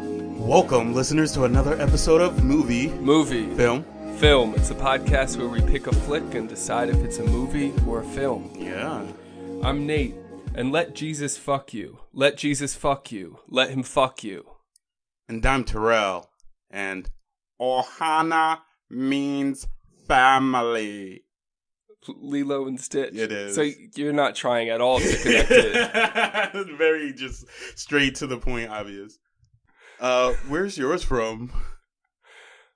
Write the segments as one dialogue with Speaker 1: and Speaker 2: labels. Speaker 1: Welcome, listeners, to another episode of Movie
Speaker 2: Movie.
Speaker 1: Film.
Speaker 2: Film. It's a podcast where we pick a flick and decide if it's a movie or a film.
Speaker 1: Yeah.
Speaker 2: I'm Nate, and let Jesus fuck you. Let Jesus fuck you. Let him fuck you.
Speaker 1: And I'm Terrell. And Ohana means family.
Speaker 2: Lilo and Stitch.
Speaker 1: It is.
Speaker 2: So you're not trying at all to connect it.
Speaker 1: Very just straight to the point, obvious. Uh, where's yours from?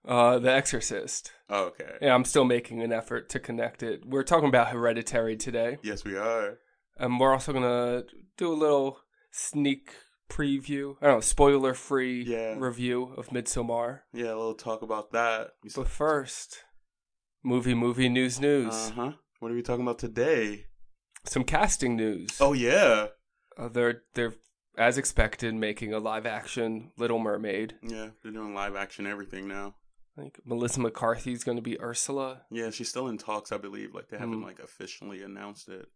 Speaker 2: Uh, the Exorcist.
Speaker 1: Oh, okay.
Speaker 2: Yeah, I'm still making an effort to connect it. We're talking about Hereditary today,
Speaker 1: Yes, we are.
Speaker 2: and we're also gonna do a little sneak preview. I don't know, spoiler free
Speaker 1: Yeah.
Speaker 2: review of Midsommar.
Speaker 1: Yeah, a little talk about that. We
Speaker 2: But first, movie, movie, news, news.
Speaker 1: Uh huh. What are we talking about today?
Speaker 2: Some casting news.
Speaker 1: Oh yeah,
Speaker 2: Uh, they're they're as expected making a live action Little Mermaid.
Speaker 1: yeah. They're doing live action everything now.
Speaker 2: I think Melissa McCarthy's going to be Ursula.
Speaker 1: Yeah, she's still in talks, I believe. Like they haven't
Speaker 2: Mm.
Speaker 1: like officially announced it,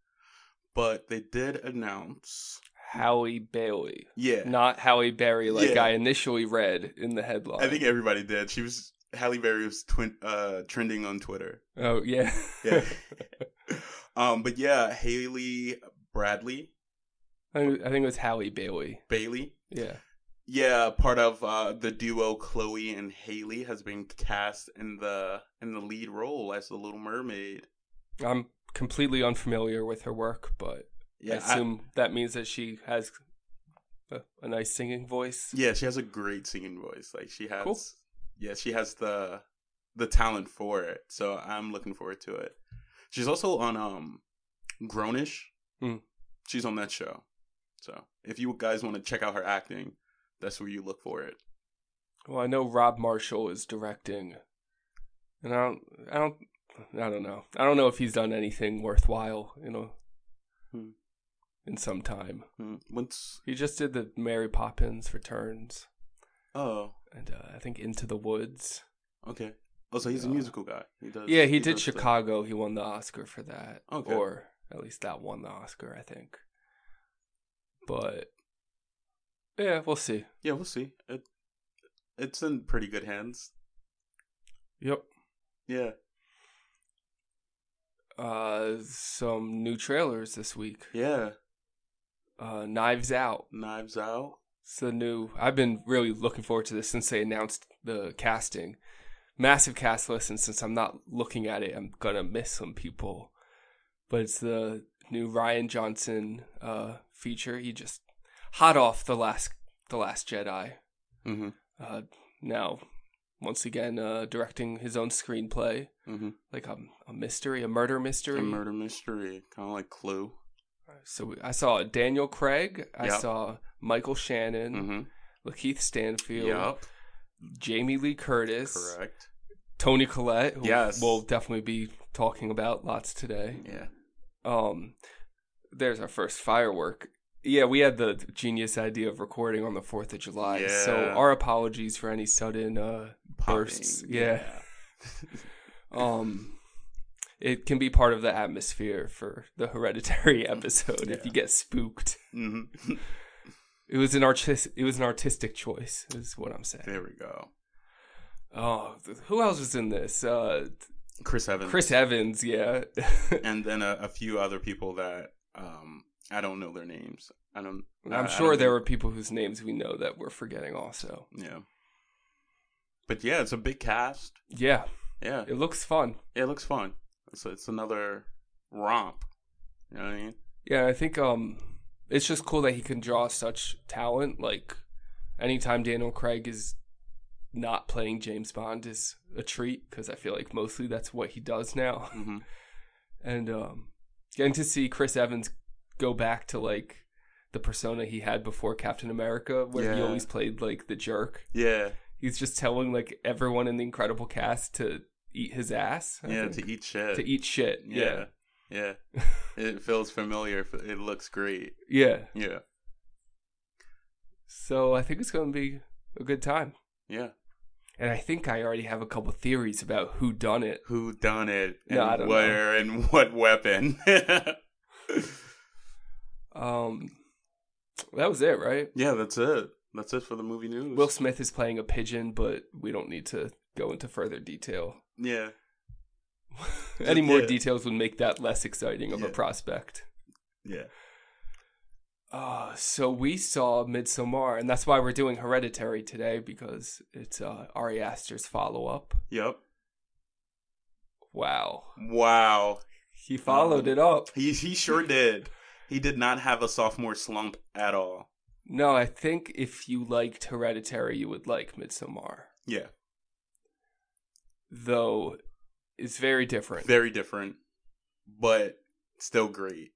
Speaker 1: but they did announce.
Speaker 2: Howie Bailey,
Speaker 1: Yeah,
Speaker 2: not Howie Berry, like
Speaker 1: Yeah.
Speaker 2: I initially read in the headline.
Speaker 1: I think everybody did. She was Halle Berry was twin, uh, trending on Twitter.
Speaker 2: Oh yeah.
Speaker 1: Yeah. um, but yeah, Haley Bradley
Speaker 2: I think I think it was Howie Bailey.
Speaker 1: Bailey.
Speaker 2: Yeah.
Speaker 1: Yeah, part of uh, the duo Chloe and Haley has been cast in the in the lead role as the Little Mermaid.
Speaker 2: I'm completely unfamiliar with her work, but I
Speaker 1: Yeah, I-
Speaker 2: assume that means that she has a, a nice singing voice.
Speaker 1: Yeah, she has a great singing voice. Like she has
Speaker 2: Cool.
Speaker 1: Yeah, she has the the talent for it. So I'm looking forward to it. She's also on um Grownish.
Speaker 2: Hmm.
Speaker 1: She's on that show. So if you guys want to check out her acting, that's where you look for it.
Speaker 2: Well, I know Rob Marshall is directing, and I don't, I don't, I don't know. I don't know if he's done anything worthwhile, you know,
Speaker 1: Hmm.
Speaker 2: in some time.
Speaker 1: Hmm. Once
Speaker 2: He just did the Mary Poppins Returns,
Speaker 1: oh,
Speaker 2: and uh, I think Into the Woods.
Speaker 1: okay. Oh, so he's a
Speaker 2: Yeah.
Speaker 1: musical guy. He does
Speaker 2: Yeah, he did
Speaker 1: does the-
Speaker 2: Chicago. He won the Oscar for that,
Speaker 1: Okay.
Speaker 2: or at least that won the Oscar, I think. But yeah, we'll see.
Speaker 1: Yeah, we'll see. It it's in pretty good hands.
Speaker 2: Yep.
Speaker 1: Yeah.
Speaker 2: Uh, some new trailers this week.
Speaker 1: Yeah.
Speaker 2: Uh, Knives Out.
Speaker 1: Knives out.
Speaker 2: It's the new. I've been really looking forward to this since they announced the casting. Massive cast list, and since I'm not looking at it, I'm gonna miss some people. But it's the new Ryan Johnson uh, feature. He just hot off the last the Last Jedi.
Speaker 1: Mhm.
Speaker 2: Uh, now, once again, uh, directing his own screenplay,
Speaker 1: Mhm.
Speaker 2: like a, a mystery, a murder mystery.
Speaker 1: A murder mystery, kind of like Clue.
Speaker 2: So we, I saw Daniel Craig. I
Speaker 1: Yep.
Speaker 2: saw Michael Shannon,
Speaker 1: Mm-hmm.
Speaker 2: Lakeith Stanfield.
Speaker 1: Yep.
Speaker 2: Jamie Lee Curtis,
Speaker 1: Correct.
Speaker 2: Tony Collette, who
Speaker 1: Yes.
Speaker 2: we'll definitely be talking about lots today.
Speaker 1: Yeah.
Speaker 2: Um, there's our first firework. Yeah, we had the genius idea of recording on the Fourth of July, so
Speaker 1: Yeah.
Speaker 2: our apologies for any sudden. Uh, Bursts,
Speaker 1: Popping,
Speaker 2: yeah. um, it can be part of the atmosphere for the Hereditary episode if
Speaker 1: Yeah.
Speaker 2: you get spooked.
Speaker 1: Mhm.
Speaker 2: It was an artis- It was an artistic choice, is what I'm saying.
Speaker 1: There we go.
Speaker 2: Oh, th- who else was in this? Uh,
Speaker 1: Chris Evans.
Speaker 2: Chris Evans, yeah.
Speaker 1: And then a, a few other people that um I don't know their names. I don't. I-
Speaker 2: I'm
Speaker 1: I
Speaker 2: sure
Speaker 1: don't
Speaker 2: there were people whose names we know that we're forgetting also.
Speaker 1: think- Yeah. But yeah, it's a big cast.
Speaker 2: Yeah,
Speaker 1: Yeah.
Speaker 2: it looks fun.
Speaker 1: It looks fun. So it's another romp. You know what I mean?
Speaker 2: Yeah, I think um it's just cool that he can draw such talent. Like anytime Daniel Craig is not playing James Bond is a treat because I feel like mostly that's what he does now.
Speaker 1: Mm-hmm.
Speaker 2: And um getting to see Chris Evans go back to like the persona he had before Captain America where he
Speaker 1: Yeah.
Speaker 2: always played like the jerk.
Speaker 1: Yeah.
Speaker 2: he's just telling like everyone in the incredible cast to eat his ass I
Speaker 1: yeah.
Speaker 2: think.
Speaker 1: To eat shit.
Speaker 2: to eat shit yeah
Speaker 1: Uh, Yeah. Yeah. it feels familiar. It looks great.
Speaker 2: yeah,
Speaker 1: Yeah.
Speaker 2: so i think it's going to be a good time
Speaker 1: Yeah.
Speaker 2: and i think i already have a couple theories about who done it
Speaker 1: who done it and
Speaker 2: No, I don't know.
Speaker 1: where and what weapon.
Speaker 2: um that was it right
Speaker 1: yeah, that's it. That's it for the movie news.
Speaker 2: Will Smith is playing a pigeon, but we don't need to go into further detail.
Speaker 1: yeah,
Speaker 2: Any more
Speaker 1: yeah.
Speaker 2: details would make that less exciting of a
Speaker 1: Yeah.
Speaker 2: prospect.
Speaker 1: yeah.
Speaker 2: Uh, so we saw Midsommar, and that's why we're doing Hereditary today because it's uh, Ari Aster's follow up.
Speaker 1: Yep.
Speaker 2: Wow,
Speaker 1: Wow.
Speaker 2: he followed
Speaker 1: Um,
Speaker 2: it up.
Speaker 1: He he sure did. He did not have a sophomore slump at all.
Speaker 2: No, I think if you liked Hereditary, you would like Midsommar,
Speaker 1: Yeah.
Speaker 2: though it's very different.
Speaker 1: Very different, but still great.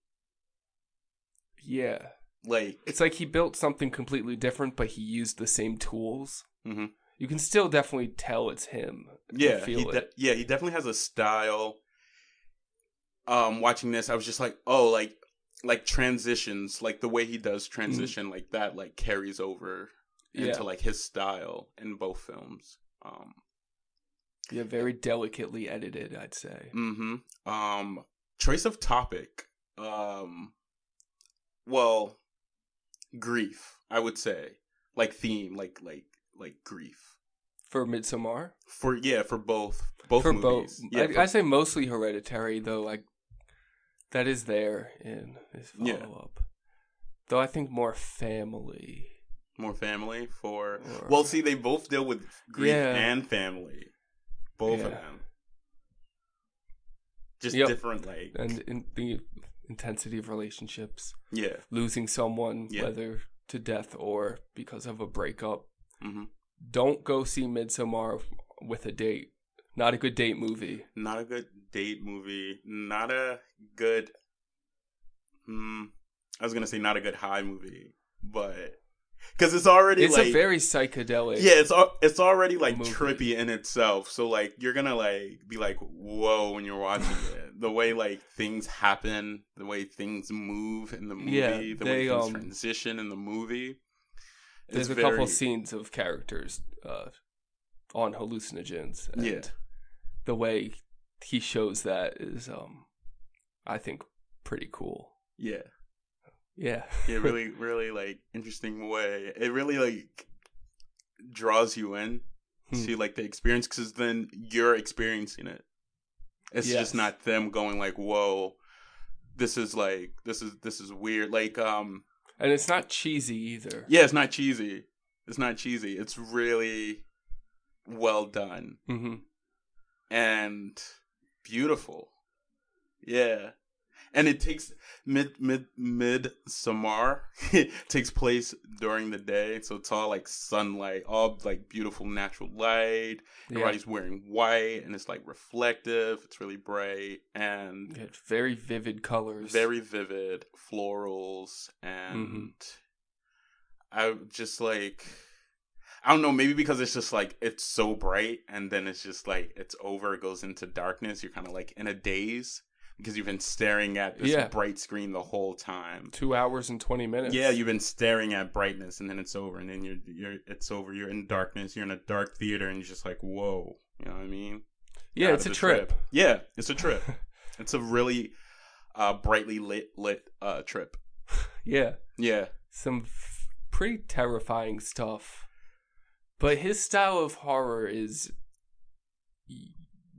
Speaker 2: yeah,
Speaker 1: Like
Speaker 2: it's like he built something completely different, but he used the same tools.
Speaker 1: Mhm.
Speaker 2: You can still definitely tell it's him.
Speaker 1: yeah,
Speaker 2: feel
Speaker 1: he
Speaker 2: it.
Speaker 1: de- yeah, he definitely has a style. Um, watching this, I was just like, oh, like like transitions, like the way he does transition, like that, like carries over
Speaker 2: yeah,
Speaker 1: into like his style in both films. Um,
Speaker 2: yeah, very delicately edited, I'd say.
Speaker 1: Mm-hmm. Um, choice of topic. Um, well, grief. I would say, like theme, like like like grief
Speaker 2: For Midsommar,
Speaker 1: for yeah for both both
Speaker 2: for
Speaker 1: movies.
Speaker 2: both.
Speaker 1: Yeah,
Speaker 2: I,
Speaker 1: for-
Speaker 2: I say mostly hereditary, though. Like that is there in his follow
Speaker 1: Yeah.
Speaker 2: up. Though I think more family.
Speaker 1: more family for.
Speaker 2: Or-
Speaker 1: Well, see, they both deal with grief
Speaker 2: Yeah.
Speaker 1: and family, both of
Speaker 2: Yeah.
Speaker 1: them. Just
Speaker 2: Yep.
Speaker 1: different, like
Speaker 2: and in the intensity of relationships,
Speaker 1: yeah,
Speaker 2: losing someone,
Speaker 1: Yeah.
Speaker 2: whether to death or because of a breakup.
Speaker 1: hmm
Speaker 2: Don't go see Midsommar with a date. Not a good date movie.
Speaker 1: not a good date movie. Not a good. Hmm, I was gonna say not a good high movie, but because it's already
Speaker 2: It's
Speaker 1: like
Speaker 2: a very psychedelic.
Speaker 1: yeah, it's al- it's already like
Speaker 2: movie.
Speaker 1: trippy in itself. So like you're gonna like be like whoa when you're watching it. The way like things happen, the way things move in the movie,
Speaker 2: Yeah,
Speaker 1: the way
Speaker 2: they,
Speaker 1: things
Speaker 2: um,
Speaker 1: transition in the movie.
Speaker 2: There's
Speaker 1: It's
Speaker 2: a
Speaker 1: very-
Speaker 2: couple scenes of characters uh, on hallucinogens. And
Speaker 1: Yeah.
Speaker 2: The way he shows that is, um, I think, pretty cool.
Speaker 1: Yeah.
Speaker 2: Yeah.
Speaker 1: yeah really really like interesting way it really like draws you in
Speaker 2: Hmm.
Speaker 1: to like the experience because then you're experiencing it it's
Speaker 2: Yes.
Speaker 1: just not them going like whoa this is like this is this is weird like um
Speaker 2: and it's not cheesy either.
Speaker 1: yeah it's not cheesy it's not cheesy it's really well done
Speaker 2: hmm
Speaker 1: and beautiful. Yeah. And it takes mid mid mid Samar takes place during the day, so it's all like sunlight, all like beautiful natural light.
Speaker 2: Yeah.
Speaker 1: Everybody's wearing white and it's like reflective, it's really bright and
Speaker 2: Yeah, Very vivid colors.
Speaker 1: very vivid florals and i just like i don't know maybe because it's just like it's so bright and then it's just like it's over it goes into darkness you're kind of like in a daze because you've been staring at this
Speaker 2: Yeah.
Speaker 1: bright screen the whole time
Speaker 2: two hours and 20 minutes.
Speaker 1: yeah you've been staring at brightness and then it's over and then you're you're it's over you're in darkness you're in a dark theater and you're just like whoa you know what i mean
Speaker 2: yeah
Speaker 1: out
Speaker 2: it's
Speaker 1: of the
Speaker 2: a trip.
Speaker 1: Yeah, it's a trip. it's a really uh, brightly lit lit uh, trip.
Speaker 2: Yeah.
Speaker 1: Yeah,
Speaker 2: Some f- pretty terrifying stuff. But his style of horror is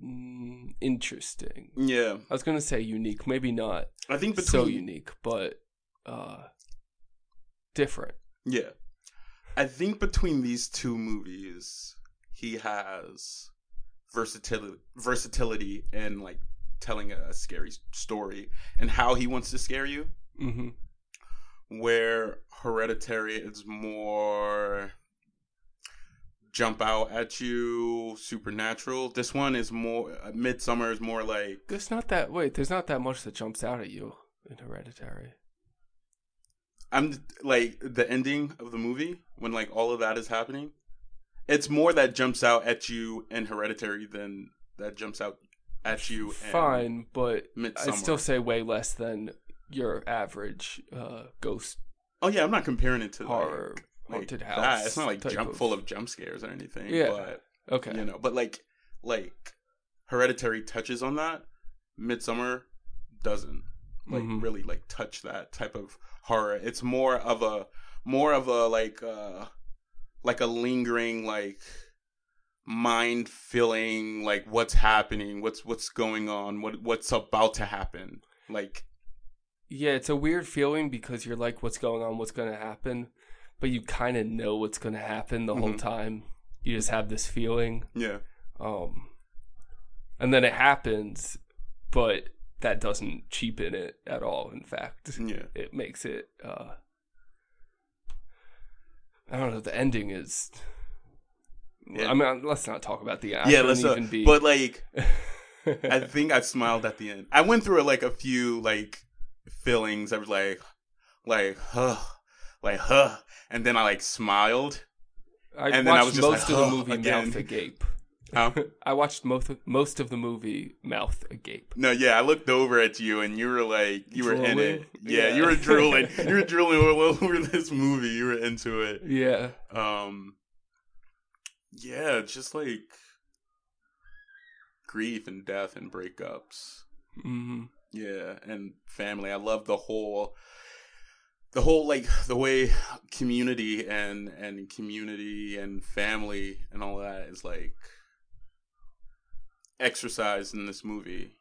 Speaker 2: mm, interesting.
Speaker 1: yeah.
Speaker 2: I was going to say unique, maybe not
Speaker 1: I think Mm. between
Speaker 2: so unique, but uh different.
Speaker 1: yeah, I think between these two movies, he has versatility versatility and like telling a scary s- story and how he wants to scare you.
Speaker 2: Mhm.
Speaker 1: Where Hereditary is more jump out at you supernatural. This one is more uh, Midsummer is more like
Speaker 2: There's not that wait, there's not that much that jumps out at you in hereditary.
Speaker 1: I'm like the ending of the movie when like all of that is happening. It's more that jumps out at you in Hereditary than that jumps out at you. In
Speaker 2: Fine, but
Speaker 1: Midsummer.
Speaker 2: I'd still say way less than your average uh ghost
Speaker 1: Oh yeah, I'm not comparing it to like,
Speaker 2: horror
Speaker 1: like,
Speaker 2: haunted
Speaker 1: that.
Speaker 2: house.
Speaker 1: It's not like
Speaker 2: type
Speaker 1: jump full of jump scares or anything.
Speaker 2: Yeah.
Speaker 1: but
Speaker 2: Okay.
Speaker 1: you know, but like like Hereditary touches on that. Midsummer doesn't. like
Speaker 2: Mhm.
Speaker 1: really like touch that type of horror. It's more of a more of a like uh like a lingering like mind filling like what's happening what's what's going on what what's about to happen like
Speaker 2: Yeah, it's a weird feeling because you're like, what's going on? What's going to happen? But you kind of know what's going to happen the whole
Speaker 1: Mhm.
Speaker 2: time. You just have this feeling.
Speaker 1: yeah
Speaker 2: Um, and then it happens, but that doesn't cheapen it at all. In fact,
Speaker 1: yeah
Speaker 2: it makes it, uh, I don't know, the ending is.
Speaker 1: Yeah.
Speaker 2: I mean, let's not talk about the. I
Speaker 1: yeah
Speaker 2: shouldn't
Speaker 1: let's uh,
Speaker 2: even be.
Speaker 1: but like i think i smiled at the end i went through like a few like feelings i was like like huh like huh and then i like smiled
Speaker 2: I
Speaker 1: and then I
Speaker 2: watched
Speaker 1: was just
Speaker 2: most
Speaker 1: like,
Speaker 2: of the
Speaker 1: "Ugh,"
Speaker 2: movie
Speaker 1: again.
Speaker 2: mouth agape.
Speaker 1: Huh?
Speaker 2: I watched most of, most of the movie mouth agape.
Speaker 1: No, yeah, I looked over at you and you were like, you were in
Speaker 2: Drooling?
Speaker 1: it. Yeah,
Speaker 2: Yeah.
Speaker 1: you were drooling. you were drooling all over this movie. You were into it.
Speaker 2: Yeah,
Speaker 1: Um, yeah, just like grief and death and breakups.
Speaker 2: hmm
Speaker 1: Yeah, and family. I love the whole, the whole like the way community and and community and family and all that is like exercised in this movie.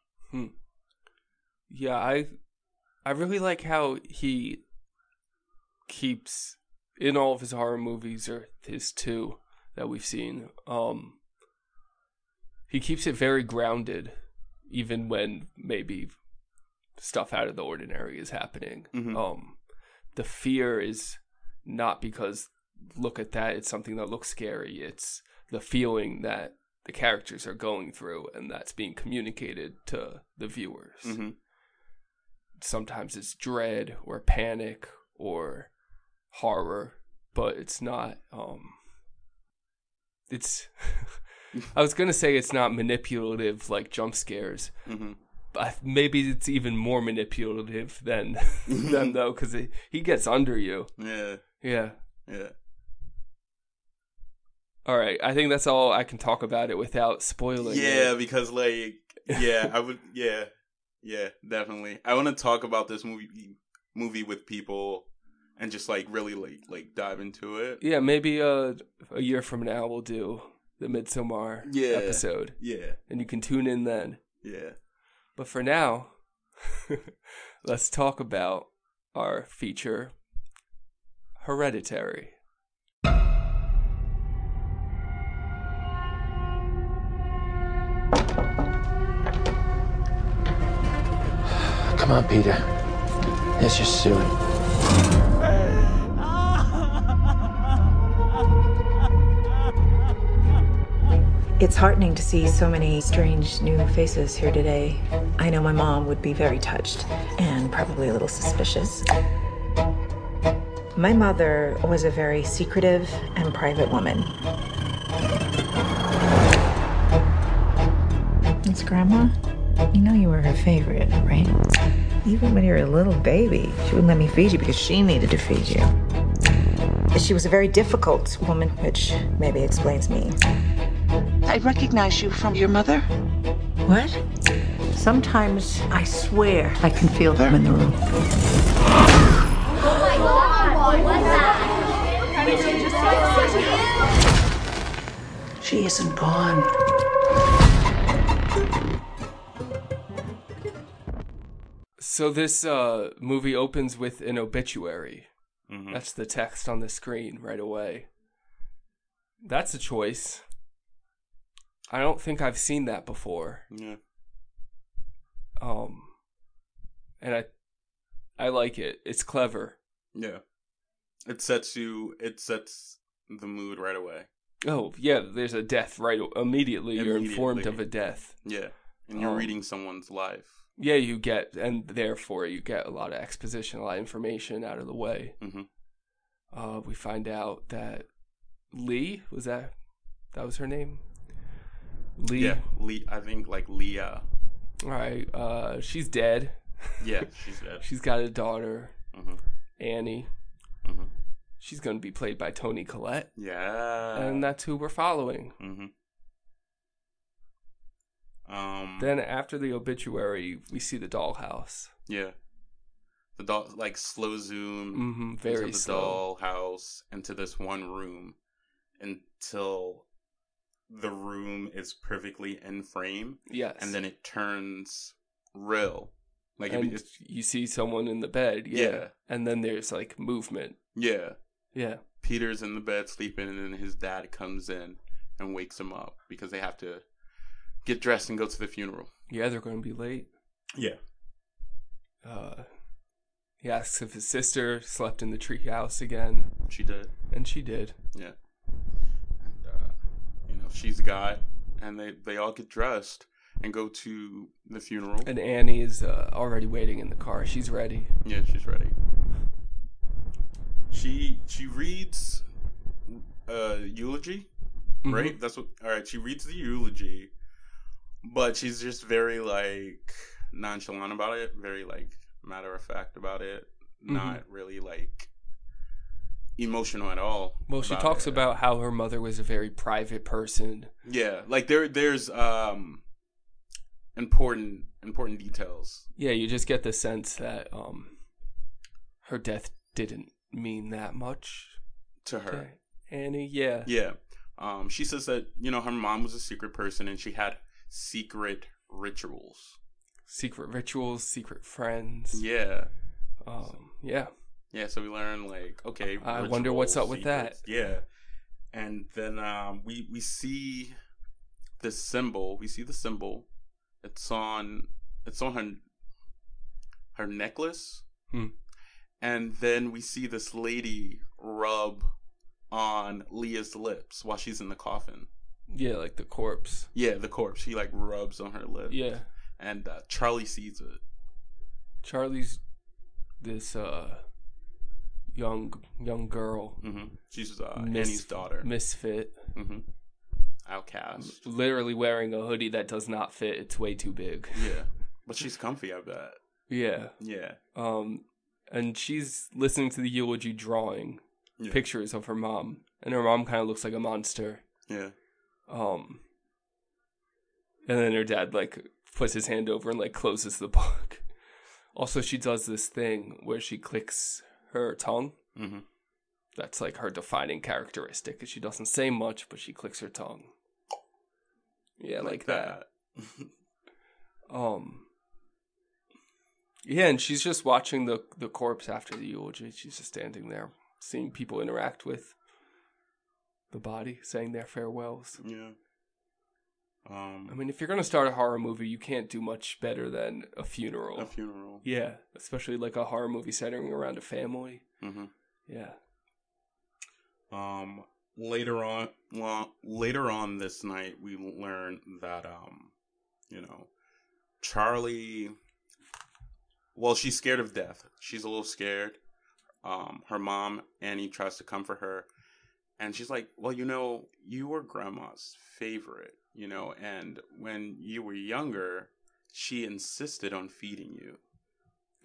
Speaker 2: yeah. I I really like how he keeps in all of his horror movies or his two that we've seen. Um, he keeps it very grounded, even when maybe stuff out of the ordinary is happening.
Speaker 1: Mhm.
Speaker 2: um the fear is not because look at that it's something that looks scary it's the feeling that the characters are going through and that's being communicated to the viewers
Speaker 1: Mhm.
Speaker 2: sometimes it's dread or panic or horror but it's not um it's i was going to say it's not manipulative like jump scares
Speaker 1: Mm-hmm.
Speaker 2: I, maybe it's even more manipulative than them though, because he gets under you.
Speaker 1: Yeah,
Speaker 2: Yeah.
Speaker 1: yeah.
Speaker 2: All right. I think that's all I can talk about it without spoiling.
Speaker 1: yeah,
Speaker 2: It.
Speaker 1: because like yeah, I would yeah. Yeah, definitely. I want to talk about this movie movie with people and just like really like like dive into it.
Speaker 2: Yeah. Maybe uh, a year from now we'll do the Midsommar
Speaker 1: Yeah.
Speaker 2: episode,
Speaker 1: Yeah.
Speaker 2: and you can tune in then.
Speaker 1: Yeah.
Speaker 2: But for now, let's talk about our feature, Hereditary.
Speaker 3: Come on, Peter. It's your suit.
Speaker 4: It's heartening to see so many strange new faces here today. I know my mom would be very touched and probably a little suspicious. My mother was a very secretive and private woman. It's Grandma. You know you were her favorite, right? Even when you were a little baby, she wouldn't let me feed you because she needed to feed you. She was a very difficult woman, which maybe explains me.
Speaker 5: I recognize you from your mother.
Speaker 4: What? Sometimes I swear I can feel them in the room.
Speaker 5: She isn't gone.
Speaker 2: So this uh, movie opens with an obituary.
Speaker 1: Mhm.
Speaker 2: That's the text on the screen right away. That's a choice. I don't think I've seen that before.
Speaker 1: Yeah.
Speaker 2: Um, and I, I like it. It's clever.
Speaker 1: Yeah. It sets you it sets the mood right away.
Speaker 2: Oh yeah, there's a death right immediately. You're informed
Speaker 1: Immediately.
Speaker 2: of a death.
Speaker 1: Yeah. And you're
Speaker 2: Um,
Speaker 1: reading someone's life.
Speaker 2: Yeah, you get, and therefore you get a lot of exposition, a lot of information out of the way.
Speaker 1: Mhm.
Speaker 2: Uh, we find out that Lee was that that was her name. Lee.
Speaker 1: Yeah. Lee I think like Leah.
Speaker 2: All right. Uh, she's dead.
Speaker 1: Yeah, she's dead.
Speaker 2: She's got a daughter,
Speaker 1: Mhm.
Speaker 2: Annie.
Speaker 1: Mhm.
Speaker 2: She's going to be played by Tony Collette,
Speaker 1: Yeah.
Speaker 2: and that's who we're following.
Speaker 1: Mm-hmm. Um.
Speaker 2: Then after the obituary, we see the dollhouse.
Speaker 1: yeah, the doll like slow zoom
Speaker 2: hmm Very
Speaker 1: into Mm. the
Speaker 2: slow.
Speaker 1: doll house into this one room, until the room is perfectly in frame
Speaker 2: Yes.
Speaker 1: and then it turns real. Like it,
Speaker 2: And
Speaker 1: it's
Speaker 2: you see someone in the bed. Yeah.
Speaker 1: Yeah.
Speaker 2: And then there's like movement.
Speaker 1: yeah.
Speaker 2: Yeah.
Speaker 1: Peter's in the bed sleeping, and then his dad comes in and wakes him up because they have to get dressed and go to the funeral.
Speaker 2: Yeah, they're going to be late.
Speaker 1: Yeah.
Speaker 2: Uh, he asks if his sister slept in the treehouse again,
Speaker 1: She did.
Speaker 2: and she did.
Speaker 1: Yeah. And, uh, you know, she's got, and they, they all get dressed and go to the funeral.
Speaker 2: And Annie is uh, already waiting in the car. She's ready.
Speaker 1: yeah, she's ready. She she reads uh eulogy,
Speaker 2: Mm-hmm.
Speaker 1: right? That's what. All right, she reads the eulogy, but she's just very like nonchalant about it, very like matter of fact about it,
Speaker 2: Mm-hmm.
Speaker 1: not really like emotional at all.
Speaker 2: Well, she talks
Speaker 1: it.
Speaker 2: about how her mother was a very private person.
Speaker 1: Yeah, like there there's um important important details.
Speaker 2: Yeah, you just get the sense that um, her death didn't mean that much
Speaker 1: to her.
Speaker 2: to Annie. Yeah.
Speaker 1: Yeah. Um, she says that, you know, her mom was a secret person and she had secret rituals.
Speaker 2: Secret rituals, secret friends.
Speaker 1: Yeah.
Speaker 2: Um, yeah.
Speaker 1: Yeah, so we learn like, okay,
Speaker 2: I wonder what's up with
Speaker 1: secrets. Yeah. And then um we we see the symbol. We see the symbol. It's on it's on her her necklace.
Speaker 2: Hmm.
Speaker 1: And then we see this lady rub on Leah's lips while she's in the coffin.
Speaker 2: Yeah, like the corpse.
Speaker 1: Yeah, the corpse. She like rubs on her lips.
Speaker 2: Yeah.
Speaker 1: and uh, Charlie sees it.
Speaker 2: Charlie's this uh young young girl
Speaker 1: Mm-hmm. She's uh,
Speaker 2: mis-
Speaker 1: Annie's daughter,
Speaker 2: misfit
Speaker 1: hmm outcast.
Speaker 2: literally wearing a hoodie that does not fit it's way too big
Speaker 1: Yeah, but she's comfy. I bet.
Speaker 2: yeah
Speaker 1: Yeah,
Speaker 2: um and she's listening to the eulogy drawing
Speaker 1: Yeah.
Speaker 2: pictures of her mom and her mom kind of looks like a monster
Speaker 1: yeah,
Speaker 2: um and then her dad like puts his hand over and like closes the book also she does this thing where she clicks her tongue
Speaker 1: hmm
Speaker 2: that's like her defining characteristic. is She doesn't say much, but she clicks her tongue. Yeah, like, that. Um. Yeah, and she's just watching the the corpse after the eulogy. She's just standing there, seeing people interact with the body, saying their farewells.
Speaker 1: Yeah. Um,
Speaker 2: I mean, if you're gonna start a horror movie, you can't do much better than a funeral.
Speaker 1: a funeral.
Speaker 2: yeah, especially like a horror movie centering around a family.
Speaker 1: hmm
Speaker 2: Yeah.
Speaker 1: Um, later on, well, later on this night, we learn that um, you know, Charlie. Well, she's scared of death. She's a little scared. Um, her mom Annie tries to comfort her, and she's like, "Well, you know, you were grandma's favorite, you know, and when you were younger, she insisted on feeding you."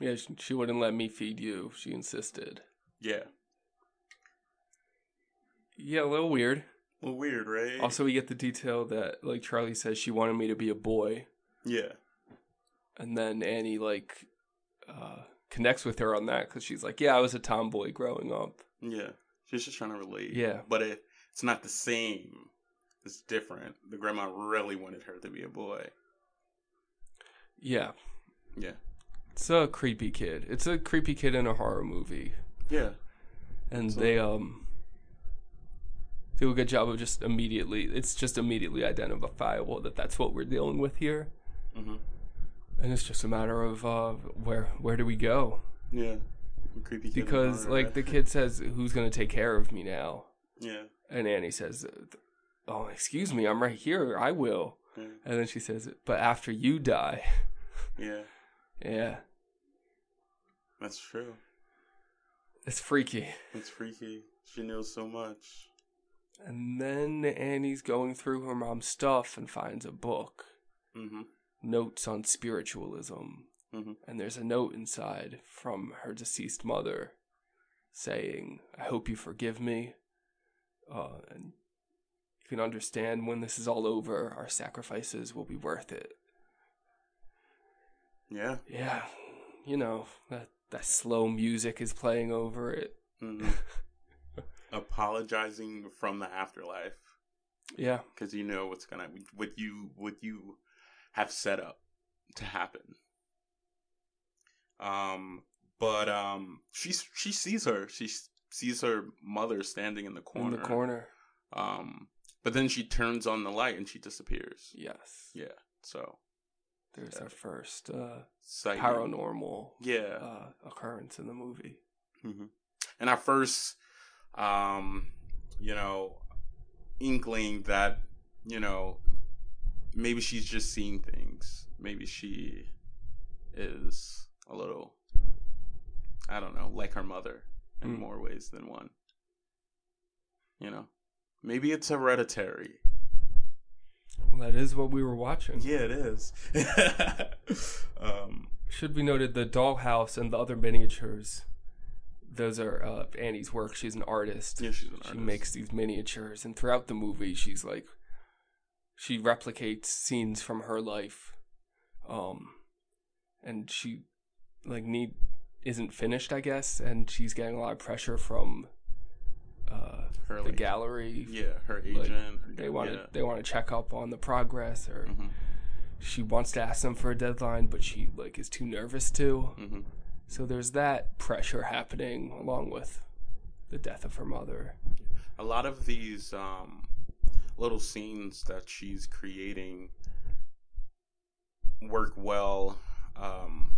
Speaker 2: Yeah, she, she wouldn't let me feed you. She insisted.
Speaker 1: Yeah,
Speaker 2: Yeah, a little weird.
Speaker 1: well, weird, right?
Speaker 2: Also, we get the detail that, like Charlie says, she wanted me to be a boy,
Speaker 1: yeah,
Speaker 2: and then Annie like uh, connects with her on that because she's like, "Yeah, I was a tomboy growing up."
Speaker 1: Yeah, she's just trying to relate.
Speaker 2: Yeah.
Speaker 1: but it it's not the same. It's different. The grandma really wanted her to be a boy.
Speaker 2: Yeah,
Speaker 1: Yeah,
Speaker 2: it's a creepy kid. It's a creepy kid in a horror movie,
Speaker 1: yeah,
Speaker 2: and they um do a good job of just immediately. It's just immediately identifiable that that's what we're dealing with here,
Speaker 1: Mhm.
Speaker 2: and it's just a matter of uh, where where do we go?
Speaker 1: yeah. I'm creepy kid in
Speaker 2: Because
Speaker 1: horror,
Speaker 2: like
Speaker 1: right?
Speaker 2: the kid says, "Who's gonna take care of me now?"
Speaker 1: yeah,
Speaker 2: And Annie says, Oh, excuse me, I'm right here. I will.
Speaker 1: Yeah.
Speaker 2: And then she says, But after you die.
Speaker 1: yeah,
Speaker 2: Yeah.
Speaker 1: that's true.
Speaker 2: It's freaky.
Speaker 1: It's freaky. She knows so much.
Speaker 2: And then Annie's going through her mom's stuff and finds a book
Speaker 1: Mm-hmm.
Speaker 2: Notes on Spiritualism.
Speaker 1: Mhm.
Speaker 2: And there's a note inside from her deceased mother saying, I hope you forgive me. Uh, and you can understand when this is all over, our sacrifices will be worth it.
Speaker 1: Yeah.
Speaker 2: yeah, you know that that slow music is playing over it.
Speaker 1: Mm-hmm. apologizing from the afterlife
Speaker 2: Yeah.
Speaker 1: because you know what's gonna what you what you have set up to happen. Um, but um, she she sees her. She s- sees her mother standing in the corner.
Speaker 2: In the corner.
Speaker 1: Um, but then she turns on the light and she disappears.
Speaker 2: Yes.
Speaker 1: Yeah. So
Speaker 2: There's our first uh,
Speaker 1: psych-
Speaker 2: paranormal
Speaker 1: Yeah.
Speaker 2: uh, occurrence in the movie.
Speaker 1: hmm And our first, um, you know, inkling that, you know, maybe she's just seeing things. Maybe she is a little, I don't know, like her mother in
Speaker 2: Mm.
Speaker 1: more ways than one. You know, maybe it's hereditary.
Speaker 2: Well, that is what we were watching.
Speaker 1: Yeah, it is. um,
Speaker 2: Should be noted the dollhouse and the other miniatures. Those are uh, Annie's work. She's an artist.
Speaker 1: yeah, she's an
Speaker 2: she
Speaker 1: artist.
Speaker 2: makes these miniatures, and throughout the movie, she's like, she replicates scenes from her life, um, and she like need isn't finished, I guess, and she's getting a lot of pressure from uh,
Speaker 1: her,
Speaker 2: the
Speaker 1: like-
Speaker 2: gallery.
Speaker 1: Yeah, her
Speaker 2: Like,
Speaker 1: agent. her-
Speaker 2: they want to
Speaker 1: yeah.
Speaker 2: they want to check up on the progress, or
Speaker 1: Mhm.
Speaker 2: she wants to ask them for a deadline, but she like is too nervous to.
Speaker 1: Mhm.
Speaker 2: So there's that pressure happening along with the death of her mother.
Speaker 1: a lot of these um, little scenes that she's creating work well um,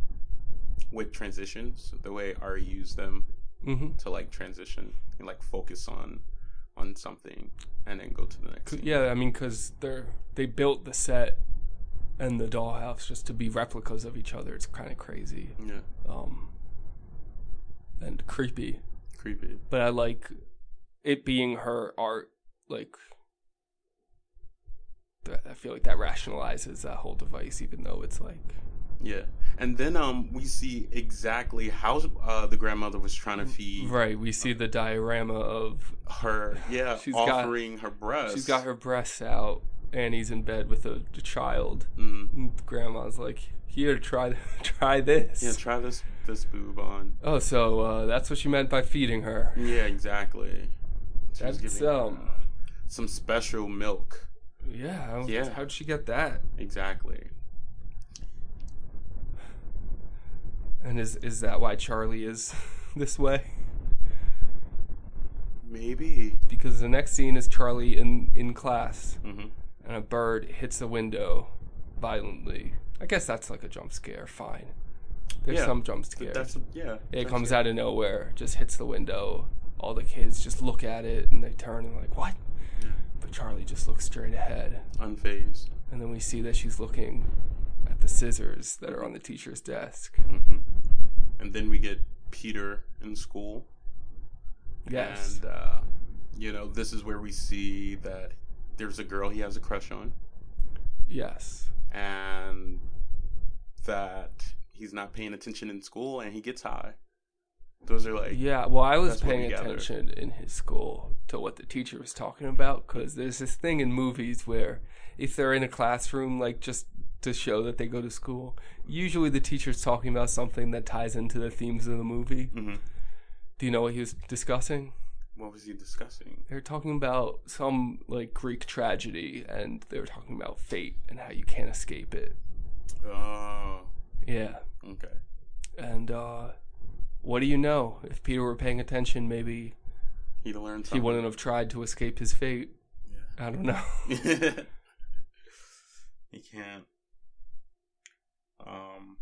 Speaker 1: with transitions the way ari used them
Speaker 2: Mm-hmm.
Speaker 1: to like transition and like focus on on something and then go to the next
Speaker 2: C-
Speaker 1: scene.
Speaker 2: Yeah, I mean, because they're they built the set and the dollhouse just to be replicas of each other. It's kind of crazy
Speaker 1: yeah
Speaker 2: um, and creepy,
Speaker 1: creepy
Speaker 2: but I like it being her art. Like, th- I feel like that rationalizes that whole device, even though it's like
Speaker 1: yeah and then um we see exactly how uh the grandmother was trying to feed
Speaker 2: right. We see the diorama of
Speaker 1: her yeah
Speaker 2: She's got-
Speaker 1: offering her breast
Speaker 2: she's got her breasts out. Annie's in bed with a, a child.
Speaker 1: mm,
Speaker 2: And grandma's like, "Here, try try this."
Speaker 1: yeah try this this boob on
Speaker 2: Oh, so uh, that's what you meant by feeding her.
Speaker 1: Yeah, exactly. She was
Speaker 2: That's
Speaker 1: giving,
Speaker 2: um,
Speaker 1: uh, some special milk.
Speaker 2: yeah. how-
Speaker 1: Yeah.
Speaker 2: How'd she get that?
Speaker 1: Exactly.
Speaker 2: And is is that why Charlie is this way?
Speaker 1: Maybe.
Speaker 2: Because the next scene is Charlie in in class,
Speaker 1: Mhm.
Speaker 2: and a bird hits the window violently. I guess that's like a jump scare. Fine. There's
Speaker 1: Yeah,
Speaker 2: some jump
Speaker 1: Th-
Speaker 2: scares.
Speaker 1: That's yeah.
Speaker 2: it comes out of nowhere, just hits the window. All the kids just look at it and they turn and like, what? But Charlie just looks straight ahead.
Speaker 1: unfazed.
Speaker 2: And then we see that she's looking at the scissors that are on the teacher's desk.
Speaker 1: Mm. And then we get Peter in school,
Speaker 2: Yes.
Speaker 1: and uh, you know this is where we see that there's a girl he has a crush on,
Speaker 2: yes.
Speaker 1: and that he's not paying attention in school, and he gets high. Those are like
Speaker 2: Yeah, well, I was
Speaker 1: That's what we
Speaker 2: paying
Speaker 1: gathered.
Speaker 2: attention in his school to what the teacher was talking about because there's this thing in movies where if they're in a classroom, like just to show that they go to school, usually the teacher's talking about something that ties into the themes of the movie.
Speaker 1: Mhm.
Speaker 2: Do you know what he was discussing?
Speaker 1: what was he discussing?
Speaker 2: They were talking about some like Greek tragedy and they were talking about fate and how you can't escape it.
Speaker 1: Oh,
Speaker 2: Yeah.
Speaker 1: okay.
Speaker 2: And uh what do you know? If Peter were paying attention, maybe
Speaker 1: He learned
Speaker 2: he
Speaker 1: something.
Speaker 2: wouldn't have tried to escape his fate. I don't know.
Speaker 1: he can't. Um,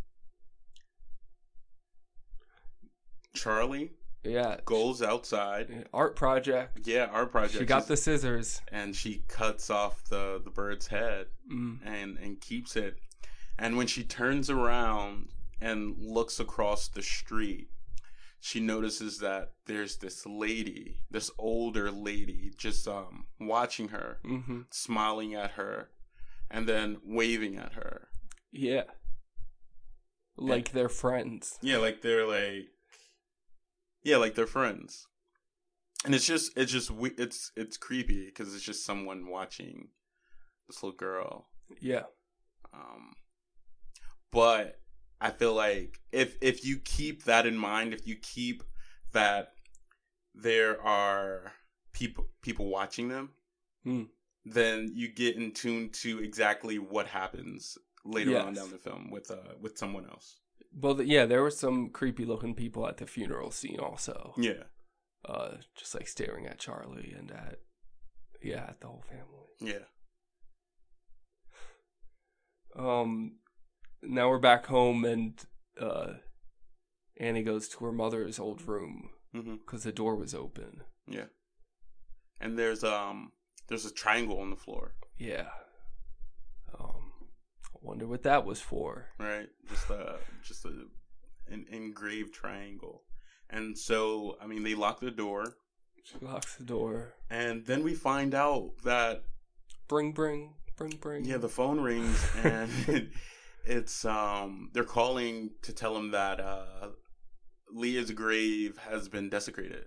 Speaker 1: Charlie
Speaker 2: yeah.
Speaker 1: goes outside.
Speaker 2: Art project.
Speaker 1: Yeah, our project.
Speaker 2: She got
Speaker 1: is-
Speaker 2: the scissors.
Speaker 1: and she cuts off the the bird's head
Speaker 2: Mm.
Speaker 1: and and keeps it. And when she turns around and looks across the street, she notices that there's this lady, this older lady, just um watching her
Speaker 2: hmm
Speaker 1: smiling at her and then waving at her.
Speaker 2: Yeah. Like they're friends.
Speaker 1: Yeah, like they're like Yeah, like they're friends. And it's just it's just we- it's it's creepy cuz it's just someone watching this little girl.
Speaker 2: Yeah.
Speaker 1: Um but I feel like if if you keep that in mind, if you keep that there are people people watching them,
Speaker 2: Hmm.
Speaker 1: then you get in tune to exactly what happens later on
Speaker 2: Yes.
Speaker 1: down the film with uh with someone else.
Speaker 2: Well, th- yeah, there were some creepy looking people at the funeral scene also.
Speaker 1: Yeah,
Speaker 2: Uh, just like staring at Charlie and at, yeah, at the whole family.
Speaker 1: yeah,
Speaker 2: Um, now we're back home and uh, Annie goes to her mother's old room
Speaker 1: hmm
Speaker 2: because the door was open.
Speaker 1: yeah. And there's um there's a triangle on the floor,
Speaker 2: Yeah. Um, I wonder what that was for.
Speaker 1: right? Just a just a an engraved triangle. And so I mean they lock the door,
Speaker 2: She locks the door.
Speaker 1: and then we find out that
Speaker 2: Bring, bring, bring, bring.
Speaker 1: Yeah, the phone rings and it's um they're calling to tell him that uh Leah's grave has been desecrated.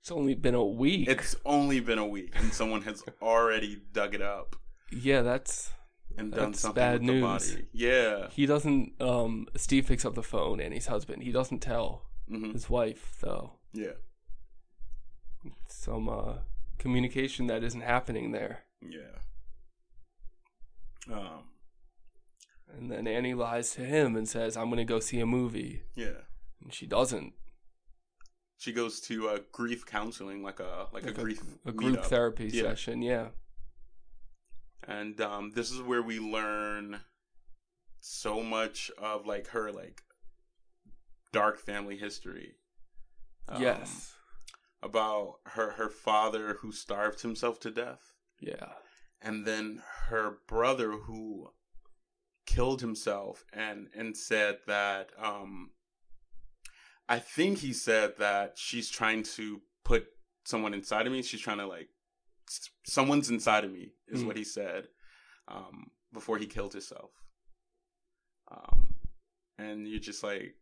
Speaker 2: it's only been a week.
Speaker 1: It's only been a week and someone has already dug it up
Speaker 2: yeah, that's
Speaker 1: and done
Speaker 2: That's
Speaker 1: something
Speaker 2: bad
Speaker 1: with
Speaker 2: news.
Speaker 1: the body. Yeah.
Speaker 2: he doesn't. Um, Steve picks up the phone. Annie's husband. He doesn't tell
Speaker 1: hmm
Speaker 2: his wife though.
Speaker 1: Yeah.
Speaker 2: Some uh, communication that isn't happening there.
Speaker 1: Yeah. Um
Speaker 2: And then Annie lies to him and says, "I'm gonna go see a movie,"
Speaker 1: yeah.
Speaker 2: and she doesn't.
Speaker 1: She goes to uh, grief counseling like a like,
Speaker 2: Like
Speaker 1: a, grief
Speaker 2: a group
Speaker 1: meetup.
Speaker 2: therapy
Speaker 1: Yeah.
Speaker 2: session. Yeah,
Speaker 1: and um, this is where we learn so much of like her like dark family history Um,
Speaker 2: yes,
Speaker 1: about her her father who starved himself to death
Speaker 2: yeah,
Speaker 1: and then her brother who killed himself and and said that um i think he said that she's trying to put someone inside of me she's trying to like s- someone's inside of me is
Speaker 2: Mhm.
Speaker 1: what he said um before he killed himself um and you're just like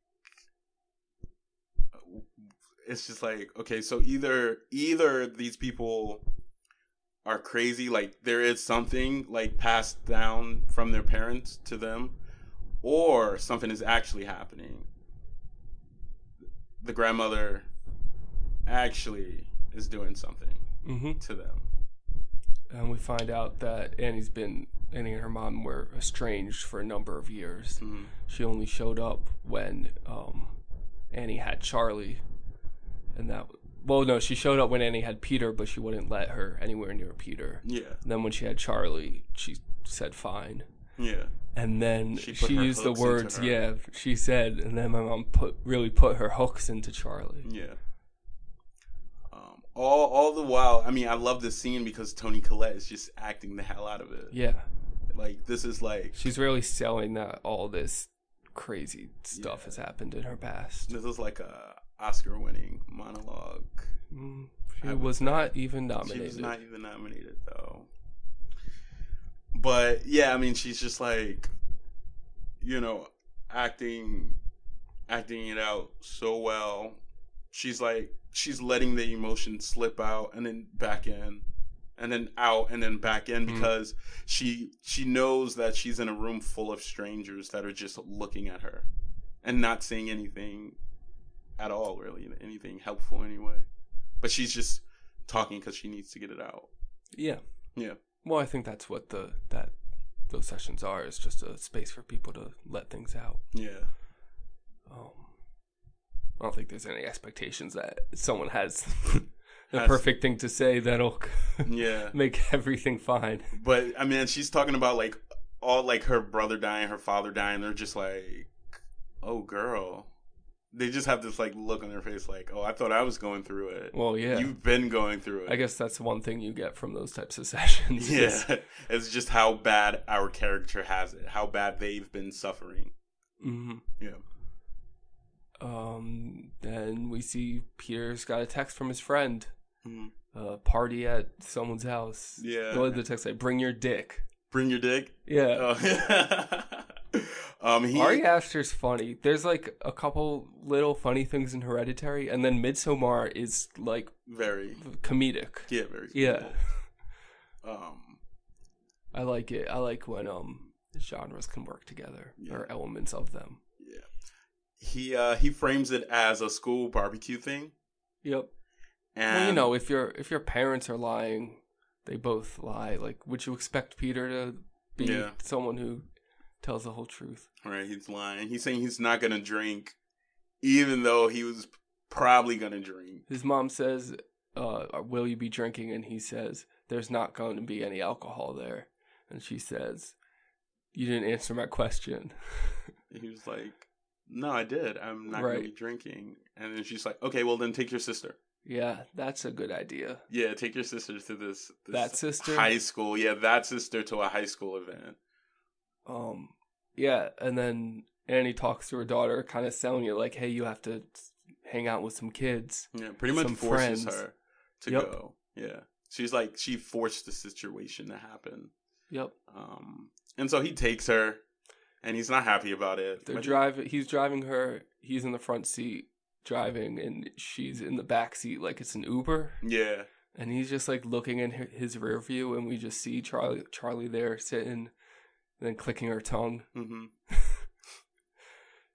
Speaker 1: it's just like okay so either either these people are crazy like there is something like passed down from their parents to them or something is actually happening the grandmother actually is doing something
Speaker 2: hmm
Speaker 1: to them
Speaker 2: and we find out that Annie's been Annie and her mom were estranged for a number of years.
Speaker 1: Mhm.
Speaker 2: She only showed up when um, Annie had Charlie, and that. Well, no, she showed up when Annie had Peter, but she wouldn't let her anywhere near Peter.
Speaker 1: yeah
Speaker 2: And then when she had Charlie, she said fine.
Speaker 1: yeah
Speaker 2: And then
Speaker 1: She
Speaker 2: she,
Speaker 1: put her
Speaker 2: used the
Speaker 1: hooks into
Speaker 2: words,
Speaker 1: her.
Speaker 2: yeah, she said, and then my mom put really put her hooks into Charlie.
Speaker 1: yeah um, all all the while i mean i love this scene because tony collette is just acting the hell out of it
Speaker 2: Yeah.
Speaker 1: like this is like
Speaker 2: She's really selling that all this crazy stuff
Speaker 1: Yeah.
Speaker 2: has happened in her past.
Speaker 1: this is like a oscar winning monologue
Speaker 2: Mm, She
Speaker 1: I would
Speaker 2: was not even
Speaker 1: She was
Speaker 2: nominated.
Speaker 1: not even nominated though. But yeah, I mean, she's just like, you know, acting, acting it out so well. She's like, she's letting the emotion slip out and then back in, and then out and then back in
Speaker 2: Mm.
Speaker 1: because she she knows that she's in a room full of strangers that are just looking at her and not saying anything at all, really, anything helpful anyway. But she's just talking because she needs to get it out.
Speaker 2: yeah.
Speaker 1: Yeah.
Speaker 2: Well, I think that's what the that those sessions are is just a space for people to let things out.
Speaker 1: Yeah.
Speaker 2: Um, I don't think there's any expectations that someone has the
Speaker 1: Has-
Speaker 2: perfect thing to say that'll
Speaker 1: Yeah.
Speaker 2: make everything fine.
Speaker 1: But I mean, she's talking about like all like her brother dying, her father dying. They're just like, oh, girl. They just have this like look on their face, like, oh, I thought I was going through it.
Speaker 2: Well, yeah.
Speaker 1: You've been going through it.
Speaker 2: I guess that's one thing you get from those types of sessions.
Speaker 1: Yeah.
Speaker 2: is-
Speaker 1: it's just how bad our character has it, how bad they've been suffering.
Speaker 2: Mhm.
Speaker 1: Yeah.
Speaker 2: Um, then we see Peter's got a text from his friend.
Speaker 1: Mhm.
Speaker 2: Uh, party at someone's house.
Speaker 1: Yeah.
Speaker 2: What did the text say? Bring your dick.
Speaker 1: Bring your dick.
Speaker 2: Yeah.
Speaker 1: Oh. um, he,
Speaker 2: Ari Aster's funny. There's like a couple little funny things in Hereditary, and then Midsommar is like
Speaker 1: Very.
Speaker 2: comedic.
Speaker 1: Yeah, very.
Speaker 2: Yeah.
Speaker 1: cool. Um,
Speaker 2: I like it. I like when um genres can work together
Speaker 1: Yeah.
Speaker 2: or elements of them.
Speaker 1: Yeah. He uh he frames it as a school barbecue thing
Speaker 2: Yep.
Speaker 1: And
Speaker 2: Well, you know, if your if your parents are lying, they both lie. Like, would you expect Peter to be
Speaker 1: Yeah.
Speaker 2: someone who tells the whole truth?
Speaker 1: right, he's lying. He's saying he's not gonna drink, even though he was probably gonna drink.
Speaker 2: His mom says, uh, "Will you be drinking?" And he says, "There's not going to be any alcohol there." And she says, "You didn't answer my question."
Speaker 1: He was like, "No, I did. I'm not gonna be
Speaker 2: Right.
Speaker 1: drinking." And then she's like, "Okay, well then take your sister.
Speaker 2: yeah, that's a good idea.
Speaker 1: Yeah, take your sister to this, this
Speaker 2: That sister?
Speaker 1: high school. Yeah, that sister to a high school event.
Speaker 2: Um, yeah, and then Annie talks to her daughter, kind of selling it like, "Hey, you have to hang out with some kids."
Speaker 1: Yeah, pretty much
Speaker 2: Some
Speaker 1: forces
Speaker 2: friends.
Speaker 1: her to
Speaker 2: Yep.
Speaker 1: go. Yeah, she's like she forced the situation to happen.
Speaker 2: Yep.
Speaker 1: Um, and so he takes her, and he's not happy about it.
Speaker 2: They're
Speaker 1: But-
Speaker 2: driving. He's driving her. He's in the front seat driving, and she's in the back seat like it's an Uber.
Speaker 1: Yeah,
Speaker 2: And he's just like looking in hi- his rear view, and we just see Charlie Charlie there sitting, and then clicking her tongue.
Speaker 1: hmm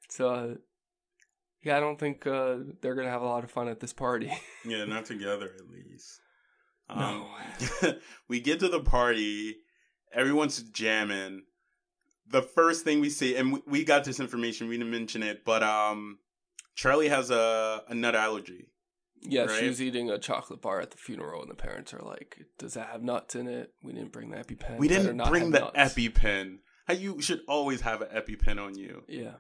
Speaker 2: So, uh, yeah, I don't think uh, they're gonna have a lot of fun at this party.
Speaker 1: yeah, not together at least. Um,
Speaker 2: No.
Speaker 1: we get to the party. Everyone's jamming. The first thing we see, and we, we got this information. We didn't mention it, but um, Charlie has a a nut allergy.
Speaker 2: yeah,
Speaker 1: Right.
Speaker 2: she was eating a chocolate bar at the funeral, and the parents are like, "Does that have nuts in it? We didn't bring the EpiPen.
Speaker 1: we
Speaker 2: Better
Speaker 1: didn't
Speaker 2: not
Speaker 1: bring
Speaker 2: have
Speaker 1: the
Speaker 2: nuts."
Speaker 1: EpiPen. How you should always have an EpiPen on you.
Speaker 2: Yeah,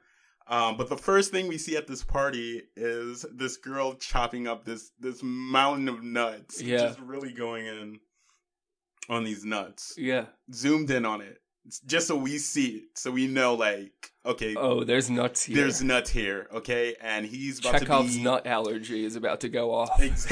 Speaker 1: Um, but the first thing we see at this party is this girl chopping up this this mountain of nuts.
Speaker 2: Yeah.
Speaker 1: Just really going in on these nuts.
Speaker 2: yeah.
Speaker 1: Zoomed in on it. It's just so we see it. So we know like, okay,
Speaker 2: Oh, there's nuts here.
Speaker 1: there's nuts here, okay? And he's about
Speaker 2: Chekhov's
Speaker 1: to be
Speaker 2: nut allergy is about to go off.
Speaker 1: Ex-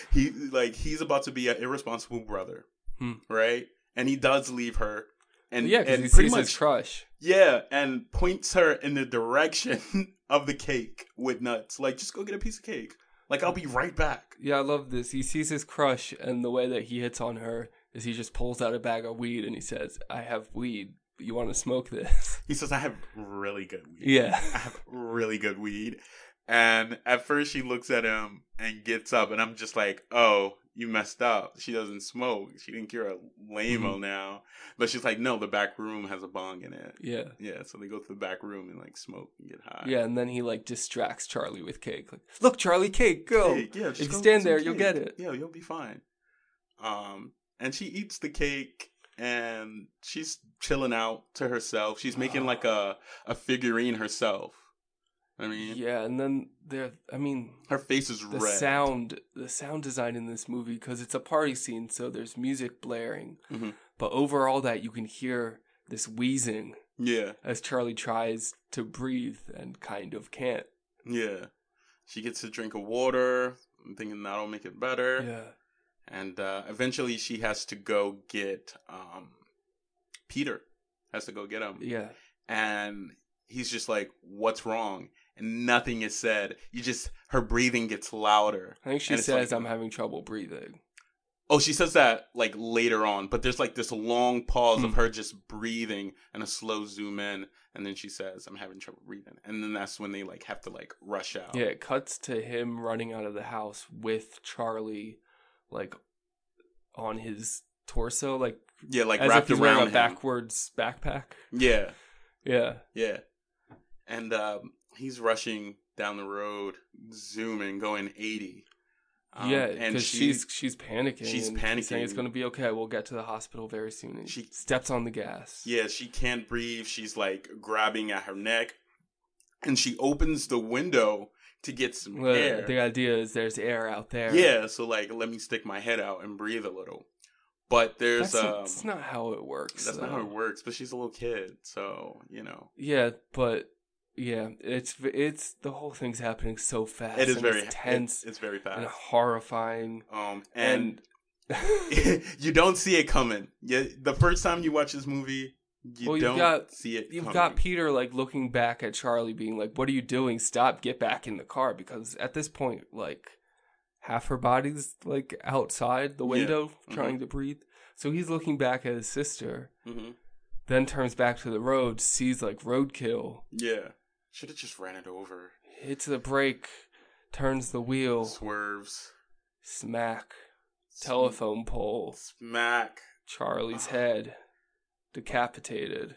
Speaker 1: he like he's about to be an irresponsible brother.
Speaker 2: Hmm.
Speaker 1: Right? And he does leave her. And
Speaker 2: yeah, because
Speaker 1: and
Speaker 2: he
Speaker 1: pretty
Speaker 2: sees
Speaker 1: much
Speaker 2: his crush.
Speaker 1: Yeah, and points her in the direction of the cake with nuts. Like, just go get a piece of cake. Like, I'll be right back.
Speaker 2: Yeah, I love this. He sees his crush, and the way that he hits on her is he just pulls out a bag of weed and he says, "I have weed. You want to smoke this?"
Speaker 1: He says, I have really good weed.
Speaker 2: yeah,
Speaker 1: I have really good weed. And at first, she looks at him and gets up, and I'm just like, oh, you messed up. She doesn't smoke. She think you're a lame o now. But she's like, no, the back room has a bong in it.
Speaker 2: yeah,
Speaker 1: Yeah, so they go to the back room and like smoke and get high.
Speaker 2: yeah. And then he like distracts Charlie with cake. Like, look, Charlie, cake, go.
Speaker 1: Cake, yeah, just
Speaker 2: if you
Speaker 1: go get
Speaker 2: stand
Speaker 1: some
Speaker 2: there, you'll
Speaker 1: cake.
Speaker 2: get it.
Speaker 1: Yeah, you'll be fine. Um, and she eats the cake and she's chilling out to herself. She's making like a a figurine herself. I mean,
Speaker 2: Yeah, and then there. I mean,
Speaker 1: her face is
Speaker 2: the
Speaker 1: red.
Speaker 2: sound, the sound design in this movie, because it's a party scene, so there's music blaring,
Speaker 1: Mhm.
Speaker 2: but over all that, you can hear this wheezing
Speaker 1: Yeah,
Speaker 2: as Charlie tries to breathe and kind of can't.
Speaker 1: yeah. She gets a drink of water. I'm thinking that'll make it better.
Speaker 2: Yeah.
Speaker 1: And uh, eventually, she has to go get um, Peter. Has to go get him.
Speaker 2: Yeah.
Speaker 1: and he's just like, "What's wrong?" And nothing is said. You just her breathing gets louder.
Speaker 2: I think she
Speaker 1: And it's
Speaker 2: says
Speaker 1: like-
Speaker 2: I'm having trouble breathing.
Speaker 1: Oh, she says that like later on, but there's like this long pause
Speaker 2: Hmm.
Speaker 1: of her just breathing and a slow zoom in, and then she says, "I'm having trouble breathing," and then that's when they like have to like rush out.
Speaker 2: Yeah, it cuts to him running out of the house with Charlie like on his torso, like
Speaker 1: yeah, like
Speaker 2: as if
Speaker 1: wrapped
Speaker 2: he's
Speaker 1: around
Speaker 2: wearing
Speaker 1: him.
Speaker 2: a backwards backpack.
Speaker 1: Yeah,
Speaker 2: Yeah.
Speaker 1: yeah, and um, he's rushing down the road, zooming, going eighty. Um,
Speaker 2: yeah, because
Speaker 1: she-
Speaker 2: she's she's panicking.
Speaker 1: she's
Speaker 2: and Saying it's
Speaker 1: panicking.
Speaker 2: gonna be okay. We'll get to the hospital very soon. And she
Speaker 1: She-
Speaker 2: steps on the gas.
Speaker 1: Yeah, she can't breathe. She's like grabbing at her neck, and she opens the window to get some
Speaker 2: Well,
Speaker 1: air.
Speaker 2: The idea is there's air out there.
Speaker 1: Yeah, so like let me stick my head out and breathe a little. But there's
Speaker 2: That's,
Speaker 1: um,
Speaker 2: that's not how it works.
Speaker 1: that's not
Speaker 2: though.
Speaker 1: how it works. But she's a little kid, so you know
Speaker 2: Yeah, but yeah, it's it's the whole thing's happening so fast.
Speaker 1: it is
Speaker 2: and
Speaker 1: very
Speaker 2: it's tense
Speaker 1: It's, it's very
Speaker 2: and
Speaker 1: fast.
Speaker 2: horrifying.
Speaker 1: Um, and
Speaker 2: And,
Speaker 1: you don't see it coming. Yeah, the first time you watch this movie, you
Speaker 2: Well, you've
Speaker 1: don't
Speaker 2: got-
Speaker 1: see it.
Speaker 2: you've
Speaker 1: coming.
Speaker 2: got Peter like looking back at Charlie, being like, "What are you doing? Stop! Get back in the car!" Because at this point, like half her body's like outside the
Speaker 1: Yeah.
Speaker 2: window
Speaker 1: Mhm.
Speaker 2: trying to breathe. So he's looking back at his sister,
Speaker 1: Mhm.
Speaker 2: then turns back to the road, sees like roadkill,
Speaker 1: Yeah, should have just ran it over.
Speaker 2: hits the brake, turns the wheel,
Speaker 1: Swerves.
Speaker 2: Smack. Telephone pole.
Speaker 1: Smack.
Speaker 2: Charlie's head. Decapitated.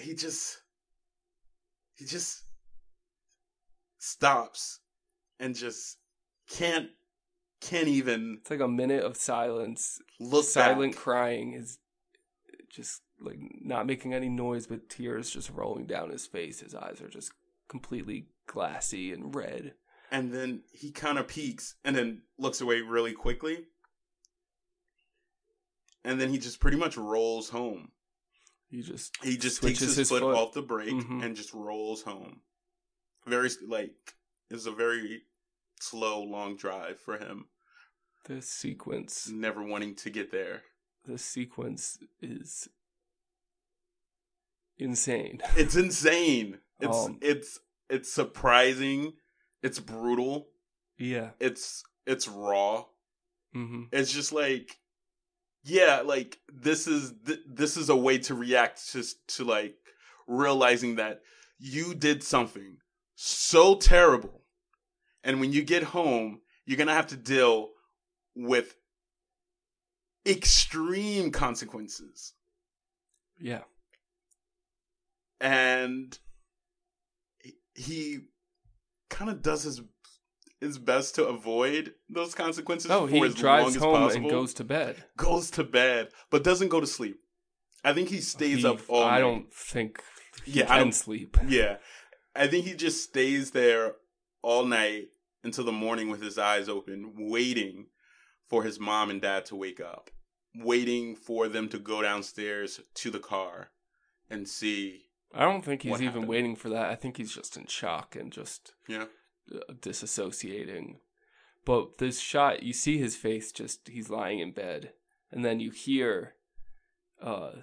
Speaker 1: He just he just stops and just can't can't even
Speaker 2: It's like a minute of silence.
Speaker 1: look
Speaker 2: Silent
Speaker 1: back.
Speaker 2: crying is just like not making any noise, but tears just rolling down his face. His eyes are just completely glassy and red.
Speaker 1: and then he kind of peeks and then looks away really quickly and then he just pretty much rolls home
Speaker 2: He just
Speaker 1: he just takes his,
Speaker 2: Switches his
Speaker 1: foot, Mm-hmm.
Speaker 2: foot.
Speaker 1: off the brake
Speaker 2: Mhm.
Speaker 1: and just rolls home very s- like it's a very slow long drive for him
Speaker 2: this sequence
Speaker 1: never wanting to get there
Speaker 2: this sequence is insane.
Speaker 1: it's insane it's
Speaker 2: Um.
Speaker 1: it's it's surprising it's brutal
Speaker 2: Yeah.
Speaker 1: it's it's raw
Speaker 2: Mm-hmm.
Speaker 1: it's just like yeah like this is th- this is a way to react to s- to like realizing that you did something so terrible and when you get home you're going to have to deal with extreme consequences
Speaker 2: Yeah.
Speaker 1: and he- he kind of does his his best to avoid those consequences
Speaker 2: Oh,
Speaker 1: for
Speaker 2: he
Speaker 1: as long
Speaker 2: drives
Speaker 1: as
Speaker 2: home
Speaker 1: possible.
Speaker 2: and goes to bed.
Speaker 1: goes to bed, but doesn't go to sleep. I think he stays
Speaker 2: He-
Speaker 1: up all
Speaker 2: I
Speaker 1: night.
Speaker 2: don't think he
Speaker 1: Yeah, I
Speaker 2: can
Speaker 1: don't-
Speaker 2: sleep.
Speaker 1: Yeah. I think he just stays there all night until the morning with his eyes open, waiting for his mom and dad to wake up, waiting for them to go downstairs to the car and see.
Speaker 2: I don't think he's
Speaker 1: What
Speaker 2: even
Speaker 1: happened?
Speaker 2: waiting for that. I think he's just in shock and just
Speaker 1: Yeah.
Speaker 2: uh, disassociating. But this shot, you see his face just he's lying in bed and then you hear uh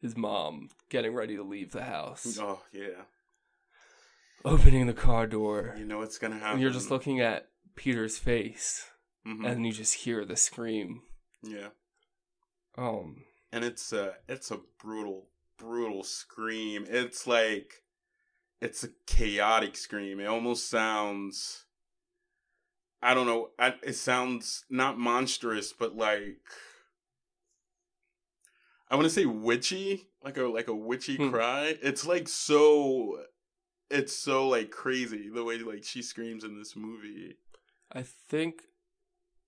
Speaker 2: his mom getting ready to leave the house,
Speaker 1: Oh, yeah.
Speaker 2: opening the car door.
Speaker 1: You know what's going to happen.
Speaker 2: and you're just looking at Peter's face,
Speaker 1: Mhm.
Speaker 2: and you just hear the scream.
Speaker 1: yeah.
Speaker 2: Um,
Speaker 1: and it's a it's a brutal brutal scream it's like it's a chaotic scream it almost sounds i don't know I, it sounds not monstrous but like i want to say witchy like a like a witchy
Speaker 2: Hmm.
Speaker 1: cry it's like so it's so like crazy the way like she screams in this movie
Speaker 2: I think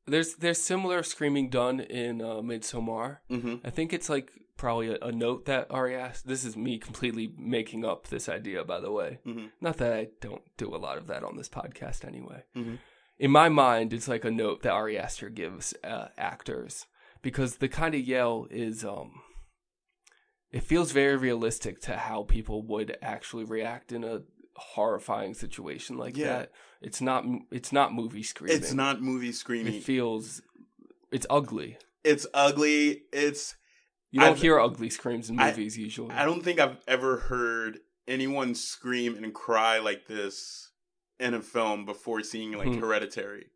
Speaker 2: there's there's similar screaming done in uh, Midsommar.
Speaker 1: mm-hmm.
Speaker 2: I think it's like probably a, a note that Ari asked. This is me completely making up this idea, by the way.
Speaker 1: Mhm.
Speaker 2: Not that I don't do a lot of that on this podcast anyway.
Speaker 1: Mhm.
Speaker 2: In my mind, it's like a note that Ari Aster gives uh, actors because the kind of yell is, um, it feels very realistic to how people would actually react in a horrifying situation like
Speaker 1: Yeah.
Speaker 2: that. It's not, it's not movie screaming.
Speaker 1: it's not movie screaming
Speaker 2: It feels, it's ugly.
Speaker 1: it's ugly it's
Speaker 2: You don't
Speaker 1: I've-
Speaker 2: hear ugly screams in
Speaker 1: I-
Speaker 2: movies usually.
Speaker 1: I don't think I've ever heard anyone scream and cry like this in a film before seeing like
Speaker 2: Hmm.
Speaker 1: Hereditary.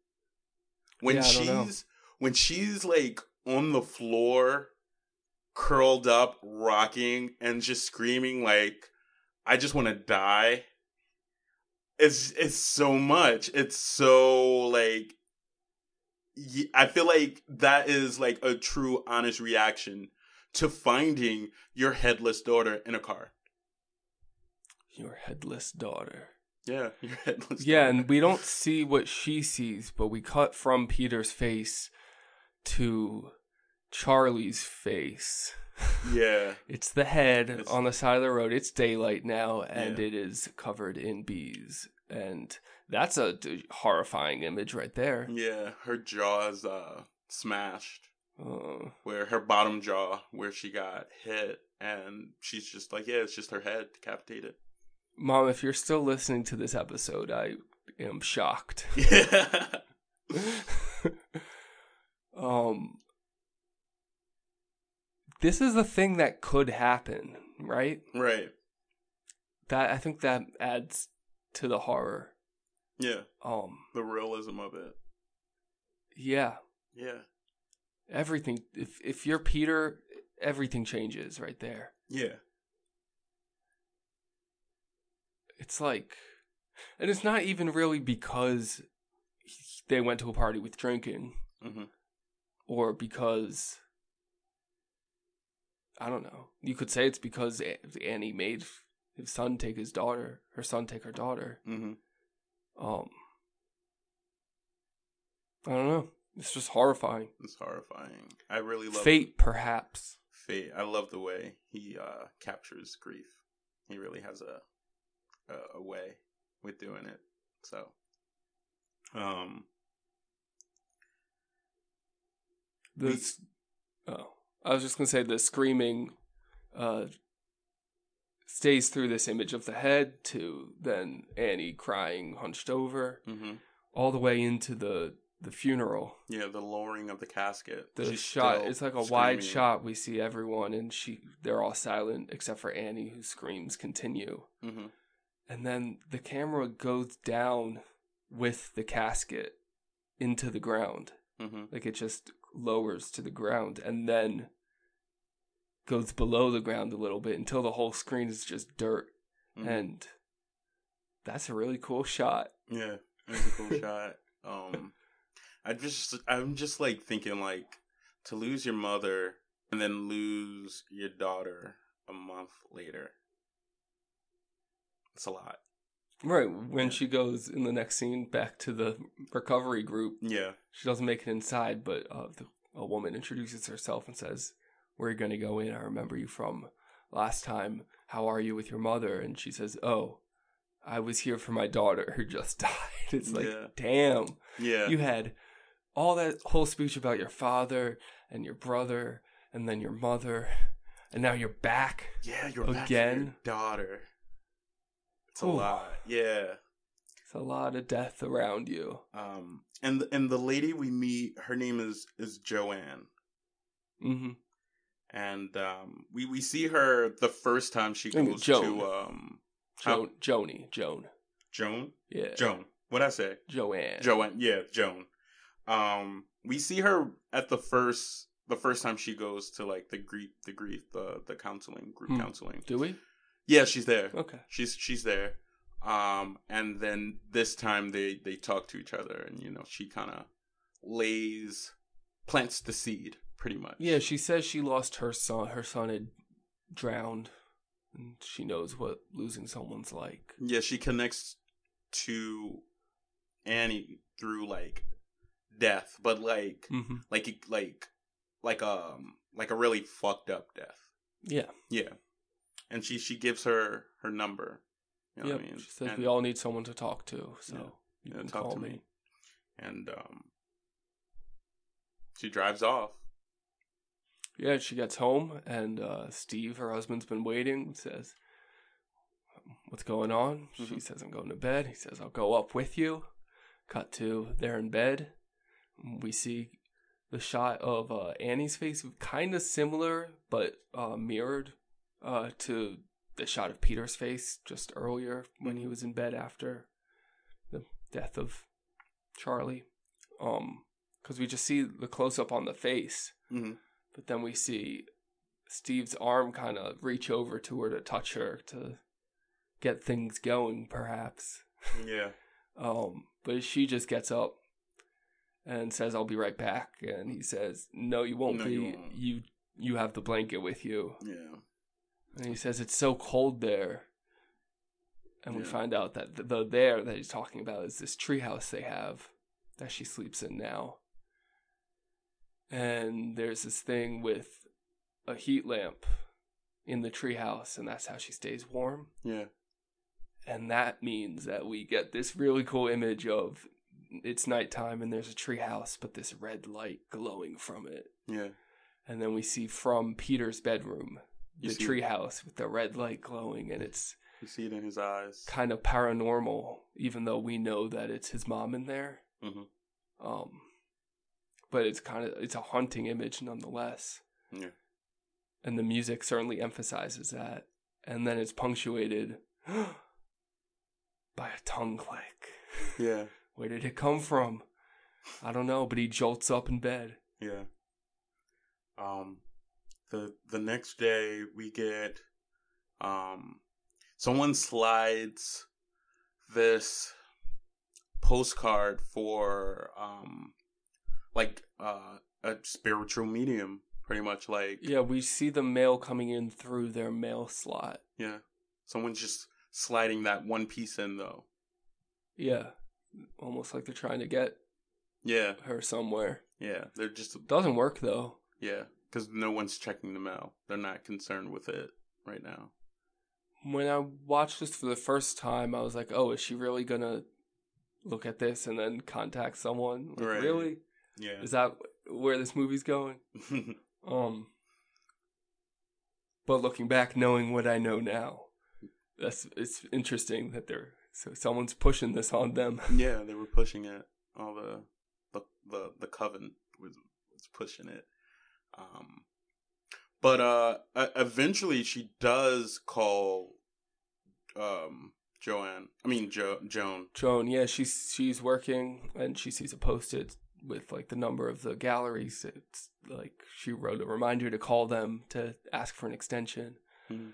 Speaker 1: When
Speaker 2: Yeah, I don't know.
Speaker 1: she's when she's like on the floor, curled up, rocking, and just screaming like, "I just want to die." It's it's so much. It's so like. y- I feel like that is like a true, honest reaction to finding your headless daughter in a car.
Speaker 2: Your headless daughter.
Speaker 1: Yeah, your headless.
Speaker 2: Yeah,
Speaker 1: daughter.
Speaker 2: and we don't see what she sees, but we cut from Peter's face to Charlie's face.
Speaker 1: Yeah,
Speaker 2: It's the head
Speaker 1: It's-
Speaker 2: on the side of the road. It's daylight now, and
Speaker 1: Yeah.
Speaker 2: it is covered in bees. And that's a d- horrifying image right there.
Speaker 1: yeah. Her jaw is uh, smashed,
Speaker 2: Uh,
Speaker 1: where her bottom jaw, where she got hit, and she's just like, yeah, it's just her head decapitated.
Speaker 2: Mom, if you're still listening to this episode, I am shocked.
Speaker 1: Yeah,
Speaker 2: um this is a thing that could happen right
Speaker 1: right.
Speaker 2: that i think that adds to the horror
Speaker 1: Yeah,
Speaker 2: um
Speaker 1: the realism of it.
Speaker 2: yeah
Speaker 1: Yeah,
Speaker 2: everything if if you're peter everything changes right there
Speaker 1: yeah.
Speaker 2: it's like and it's not even really because he- they went to a party with drinking
Speaker 1: Mhm.
Speaker 2: or because I don't know. You could say it's because A- Annie made his son take his daughter, her son take her daughter.
Speaker 1: Mm-hmm.
Speaker 2: Um, I don't know. It's just horrifying.
Speaker 1: It's horrifying. I really love
Speaker 2: Fate, perhaps.
Speaker 1: Fate. I love the way he uh, captures grief. He really has a, a a way with doing it. So, um,
Speaker 2: The,
Speaker 1: We-
Speaker 2: s- oh, I was just gonna say the screaming uh, stays through this image of the head to then Annie crying, hunched over,
Speaker 1: mhm.
Speaker 2: all the way into the the funeral.
Speaker 1: yeah, the lowering of the casket.
Speaker 2: The
Speaker 1: She's
Speaker 2: shot
Speaker 1: still
Speaker 2: it's like a wide
Speaker 1: screaming.
Speaker 2: shot. We see everyone, and she they're all silent except for Annie, who screams continue.
Speaker 1: Mhm.
Speaker 2: And then the camera goes down with the casket into the ground.
Speaker 1: Mhm.
Speaker 2: like it just lowers to the ground and then goes below the ground a little bit until the whole screen is just dirt
Speaker 1: Mhm.
Speaker 2: and that's a really cool shot
Speaker 1: Yeah, it was a cool shot. Um, I just, I'm just like thinking, like to lose your mother and then lose your daughter a month later. It's a lot.
Speaker 2: right when she goes in the next scene back to the recovery group
Speaker 1: Yeah,
Speaker 2: she doesn't make it inside but uh, the, a woman introduces herself and says we're going to go in i remember you from last time how are you with your mother and she says oh i was here for my daughter who just died it's like
Speaker 1: Yeah.
Speaker 2: damn
Speaker 1: yeah,
Speaker 2: you had all that whole speech about your father and your brother and then your mother and now you're back
Speaker 1: yeah. You're back to your
Speaker 2: Again?
Speaker 1: daughter. It's a
Speaker 2: Ooh.
Speaker 1: lot. Yeah.
Speaker 2: it's a lot of death around you
Speaker 1: Um, and and the lady we meet, her name is is Joanne.
Speaker 2: mm-hmm.
Speaker 1: And um, we, we see her the first time she
Speaker 2: I think
Speaker 1: goes
Speaker 2: it's Joan.
Speaker 1: to um, How-
Speaker 2: jo- joni joan
Speaker 1: Joan.
Speaker 2: yeah
Speaker 1: Joan. What I say?
Speaker 2: joanne
Speaker 1: Joan. Yeah, Joan. Um, we see her at the first the first time she goes to like the grief the grief the the counseling group
Speaker 2: Hmm.
Speaker 1: counseling.
Speaker 2: do we
Speaker 1: Yeah, she's there.
Speaker 2: okay
Speaker 1: She's she's there. Um, and then this time they they talk to each other, and you know she kind of lays plants the seed pretty much.
Speaker 2: yeah she says she lost her son her son had drowned and she knows what losing someone's like
Speaker 1: yeah she connects to Annie through like death, but like
Speaker 2: mm-hmm.
Speaker 1: like it- like like um like a really fucked up death.
Speaker 2: yeah
Speaker 1: Yeah, and she she gives her her number. You know
Speaker 2: yep.
Speaker 1: what I mean?
Speaker 2: she says
Speaker 1: and,
Speaker 2: we all need someone to talk to so
Speaker 1: Yeah.
Speaker 2: you
Speaker 1: Yeah,
Speaker 2: can
Speaker 1: talk
Speaker 2: call
Speaker 1: to
Speaker 2: me.
Speaker 1: me. and um, she drives off.
Speaker 2: Yeah, she gets home, and uh, Steve, her husband's been waiting, says, What's going on? She
Speaker 1: Mhm.
Speaker 2: says, I'm going to bed. He says, I'll go up with you. Cut to they're in bed. We see the shot of uh, Annie's face, kind of similar, but uh, mirrored uh, to the shot of Peter's face just earlier when he was in bed after the death of Charlie. Um, because we just see the close up on the face.
Speaker 1: Mhm.
Speaker 2: But then we see Steve's arm kind of reach over to her to touch her to get things going, perhaps.
Speaker 1: Yeah,
Speaker 2: Um, but she just gets up and says, "I'll be right back." And he says, "No, you won't
Speaker 1: No,
Speaker 2: be.
Speaker 1: you
Speaker 2: You,
Speaker 1: won't."
Speaker 2: you have the blanket with you."
Speaker 1: yeah,
Speaker 2: And he says, "It's so cold there." And we
Speaker 1: Yeah.
Speaker 2: find out that the, the there that he's talking about is this treehouse they have that she sleeps in now. And there's this thing with a heat lamp in the treehouse, and that's how she stays warm.
Speaker 1: yeah.
Speaker 2: And that means that we get this really cool image of it's nighttime and there's a treehouse, but this red light glowing from it.
Speaker 1: Yeah.
Speaker 2: And then we see from Peter's bedroom
Speaker 1: You
Speaker 2: the
Speaker 1: see-
Speaker 2: treehouse with the red light glowing, and it's
Speaker 1: You see it in his eyes.
Speaker 2: kind of paranormal, even though we know that it's his mom in there.
Speaker 1: Mhm.
Speaker 2: Um, but it's kind of it's a haunting image nonetheless,
Speaker 1: Yeah.
Speaker 2: and the music certainly emphasizes that. And then it's punctuated by a tongue click.
Speaker 1: Yeah.
Speaker 2: Where did it come from? I don't know, but he jolts up in bed.
Speaker 1: Yeah. Um, the the next day we get, um, someone slides this postcard for um, like uh, a spiritual medium, pretty much. Like
Speaker 2: Yeah, we see the mail coming in through their mail slot.
Speaker 1: yeah, someone's just sliding that one piece in though.
Speaker 2: Yeah. Almost like they're trying to get
Speaker 1: Yeah,
Speaker 2: her somewhere.
Speaker 1: yeah, they're just
Speaker 2: Doesn't work though.
Speaker 1: yeah, because no one's checking the mail. They're not concerned with it right now.
Speaker 2: When I watched this for the first time, I was like, "Oh, is she really gonna look at this and then contact someone? Like,
Speaker 1: Right.
Speaker 2: Really?
Speaker 1: Yeah,
Speaker 2: Is that where this movie's going?" Um, but looking back, knowing what I know now, that's it's interesting that they're so someone's pushing this on them.
Speaker 1: yeah, they were pushing it. All the the the, the coven was was pushing it. Um, but uh, e- eventually she does call, um, Joanne. I mean jo- Joan.
Speaker 2: Joan, yeah, she's she's working and she sees a post-it with like the number of the galleries. It's like she wrote a reminder to call them to ask for an extension.
Speaker 1: Mhm.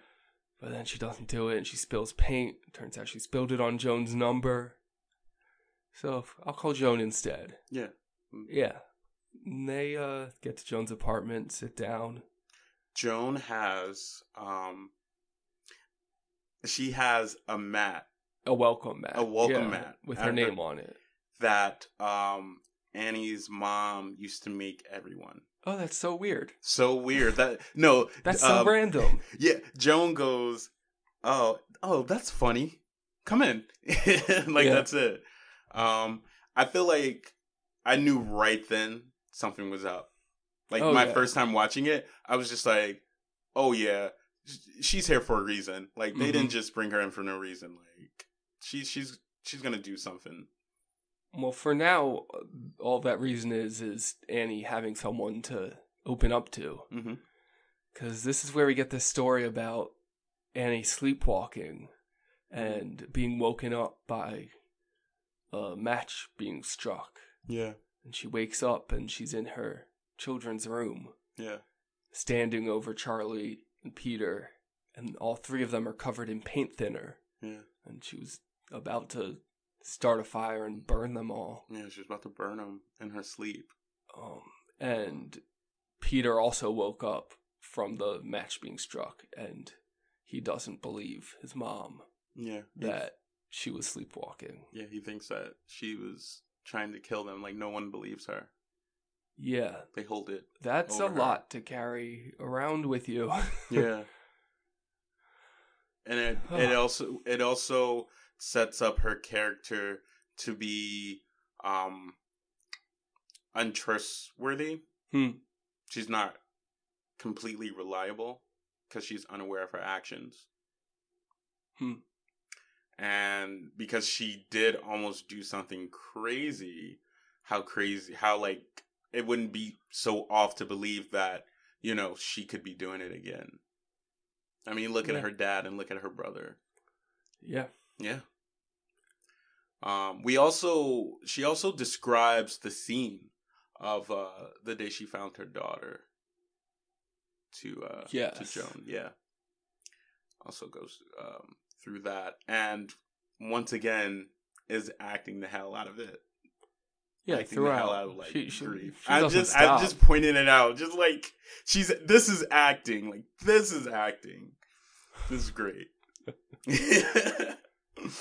Speaker 2: But then she doesn't do it and she spills paint. Turns out she spilled it on Joan's number. So I'll call Joan instead.
Speaker 1: Yeah, Hmm.
Speaker 2: Yeah. And they uh, get to Joan's apartment, sit down.
Speaker 1: Joan has um. She has a mat
Speaker 2: A welcome mat.
Speaker 1: A welcome mat.
Speaker 2: With
Speaker 1: I
Speaker 2: her name
Speaker 1: heard-
Speaker 2: on it.
Speaker 1: that um Annie's mom used to make everyone.
Speaker 2: Oh, that's so weird.
Speaker 1: So weird that no,
Speaker 2: That's so
Speaker 1: um,
Speaker 2: random.
Speaker 1: Yeah, Joan goes, "Oh, oh, that's funny. Come in." like
Speaker 2: Yeah.
Speaker 1: that's it. Um, I feel like I knew right then something was up. Like
Speaker 2: Oh,
Speaker 1: my
Speaker 2: yeah.
Speaker 1: first time watching it, I was just like, "Oh yeah, sh- she's here for a reason. Like they
Speaker 2: Mhm.
Speaker 1: didn't just bring her in for no reason. Like she she's she's gonna do something."
Speaker 2: Well, for now, all that reason is is Annie having someone to open up to,
Speaker 1: hmm
Speaker 2: because this is where we get this story about Annie sleepwalking and being woken up by a match being struck,
Speaker 1: Yeah,
Speaker 2: and she wakes up and she's in her children's room,
Speaker 1: yeah,
Speaker 2: standing over Charlie and Peter, and all three of them are covered in paint thinner,
Speaker 1: yeah,
Speaker 2: and she was about to start a fire and burn them all.
Speaker 1: yeah. She was about to burn him in her sleep.
Speaker 2: Um, and Peter also woke up from the match being struck, and he doesn't believe his mom
Speaker 1: Yeah,
Speaker 2: that she was sleepwalking.
Speaker 1: Yeah, he thinks that she was trying to kill them. Like no one believes her.
Speaker 2: Yeah,
Speaker 1: They hold it.
Speaker 2: that's a
Speaker 1: Over her.
Speaker 2: lot to carry around with you.
Speaker 1: Yeah. and it it also it also sets up her character to be um untrustworthy.
Speaker 2: Hmm.
Speaker 1: She's not completely reliable because she's unaware of her actions.
Speaker 2: Hmm.
Speaker 1: And because she did almost do something crazy, how crazy, how like it wouldn't be so off to believe that, you know, she could be doing it again. I mean, look
Speaker 2: Yeah.
Speaker 1: at her dad and look at her brother.
Speaker 2: yeah,
Speaker 1: Yeah. Um, we also she also describes the scene of uh the day she found her daughter to uh to
Speaker 2: Yes.
Speaker 1: Joan. Yeah. Also goes um through that and once again is acting the hell out of it.
Speaker 2: yeah.
Speaker 1: acting the hell
Speaker 2: throughout,
Speaker 1: out of like
Speaker 2: she, she,
Speaker 1: grief.
Speaker 2: she
Speaker 1: I'm
Speaker 2: doesn't
Speaker 1: just
Speaker 2: stop.
Speaker 1: I'm just pointing it out. Just like she's this is acting. Like this is acting. This is great.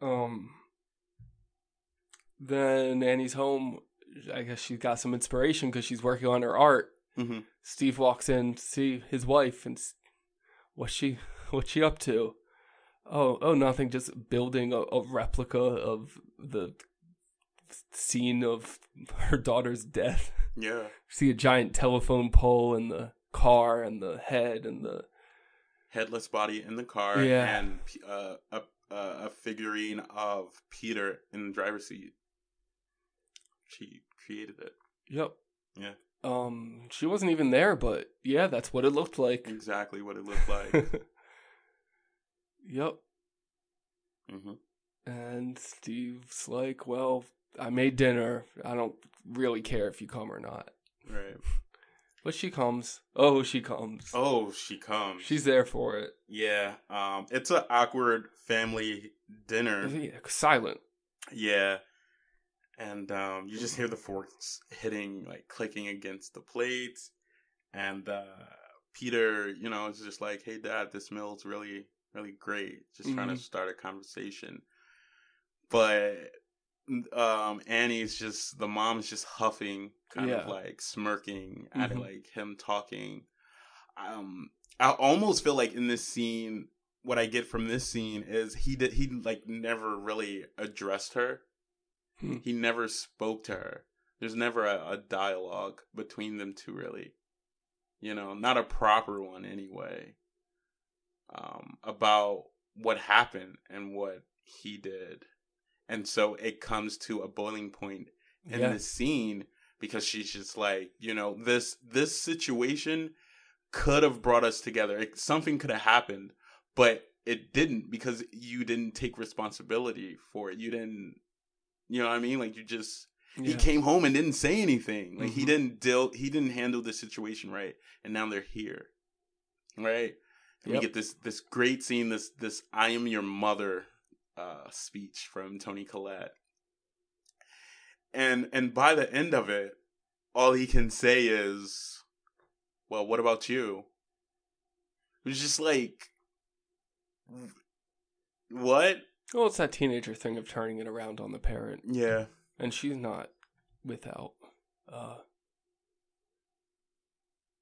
Speaker 2: Um. Then Annie's home. I guess she's got some inspiration because she's working on her art,
Speaker 1: hmm
Speaker 2: Steve walks in to see his wife and s- what's she what's she up to? Oh, oh, nothing. Just building a, a replica of the scene of her daughter's death.
Speaker 1: Yeah.
Speaker 2: See a giant telephone pole and the car and the head and the
Speaker 1: headless body in the car
Speaker 2: Yeah.
Speaker 1: and uh, a a figurine of Peter in the driver's seat. She created it.
Speaker 2: yep.
Speaker 1: Yeah.
Speaker 2: Um, she wasn't even there, but yeah, that's what it looked like.
Speaker 1: Exactly what it looked like.
Speaker 2: yep.
Speaker 1: hmm
Speaker 2: And Steve's like, "Well, I made dinner. I don't really care if you come or not."
Speaker 1: Right.
Speaker 2: But she comes. Oh, she comes.
Speaker 1: Oh, she comes.
Speaker 2: She's there for it.
Speaker 1: yeah. Um, it's an awkward family dinner.
Speaker 2: Yeah, Silent.
Speaker 1: Yeah. and um, you just hear the forks hitting, like clicking against the plates. And uh, Peter, you know, is just like, "Hey, Dad, this meal's really, really great." Just trying to
Speaker 2: Mhm.
Speaker 1: start a conversation, but um, Annie's just the mom's just huffing, kind of
Speaker 2: Yeah.
Speaker 1: like smirking at
Speaker 2: Mhm.
Speaker 1: like him talking. Um, I almost feel like in this scene, what I get from this scene is he did he like never really addressed her.
Speaker 2: Hmm.
Speaker 1: He never spoke to her. There's never a, a dialogue between them two, really. You know, not a proper one anyway. Um, about what happened and what he did, and so it comes to a boiling point in
Speaker 2: yeah.
Speaker 1: this scene because she's just like, you know, this this situation could have brought us together. It, something could have happened, but it didn't because you didn't take responsibility for it. You didn't, you know what I mean? Like you just he
Speaker 2: Yeah.
Speaker 1: came home and didn't say anything. Like he
Speaker 2: Mhm.
Speaker 1: didn't deal he didn't handle the situation right, and now they're here, right? And
Speaker 2: Yep.
Speaker 1: we get this this great scene this this I am your mother uh speech from Tony Collette. And and by the end of it, all he can say is, "Well, what about you?" It was just like, "What?"
Speaker 2: Well, it's that teenager thing of turning it around on the parent,
Speaker 1: Yeah,
Speaker 2: and she's not without, uh,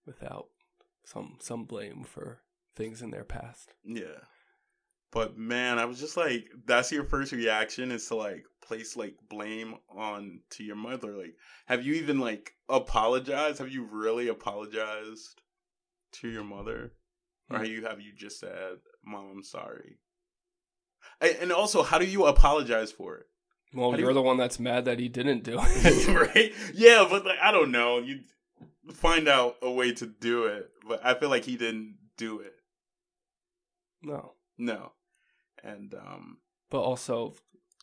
Speaker 2: without some some blame for things in their past.
Speaker 1: yeah. But man, I was just like, "That's your first reaction is to like place like blame on to your mother. Like, have you even like apologized? Have you really apologized to your mother?" or
Speaker 2: Hmm.
Speaker 1: how you have you just said, "Mom, I'm sorry." A- And also, how do you apologize for it?
Speaker 2: Well,
Speaker 1: How do
Speaker 2: you're
Speaker 1: you-
Speaker 2: the one that's mad that he didn't do it.
Speaker 1: right? Yeah, but like I don't know. You find out a way to do it, but I feel like he didn't do it.
Speaker 2: no,
Speaker 1: No, and um,
Speaker 2: but also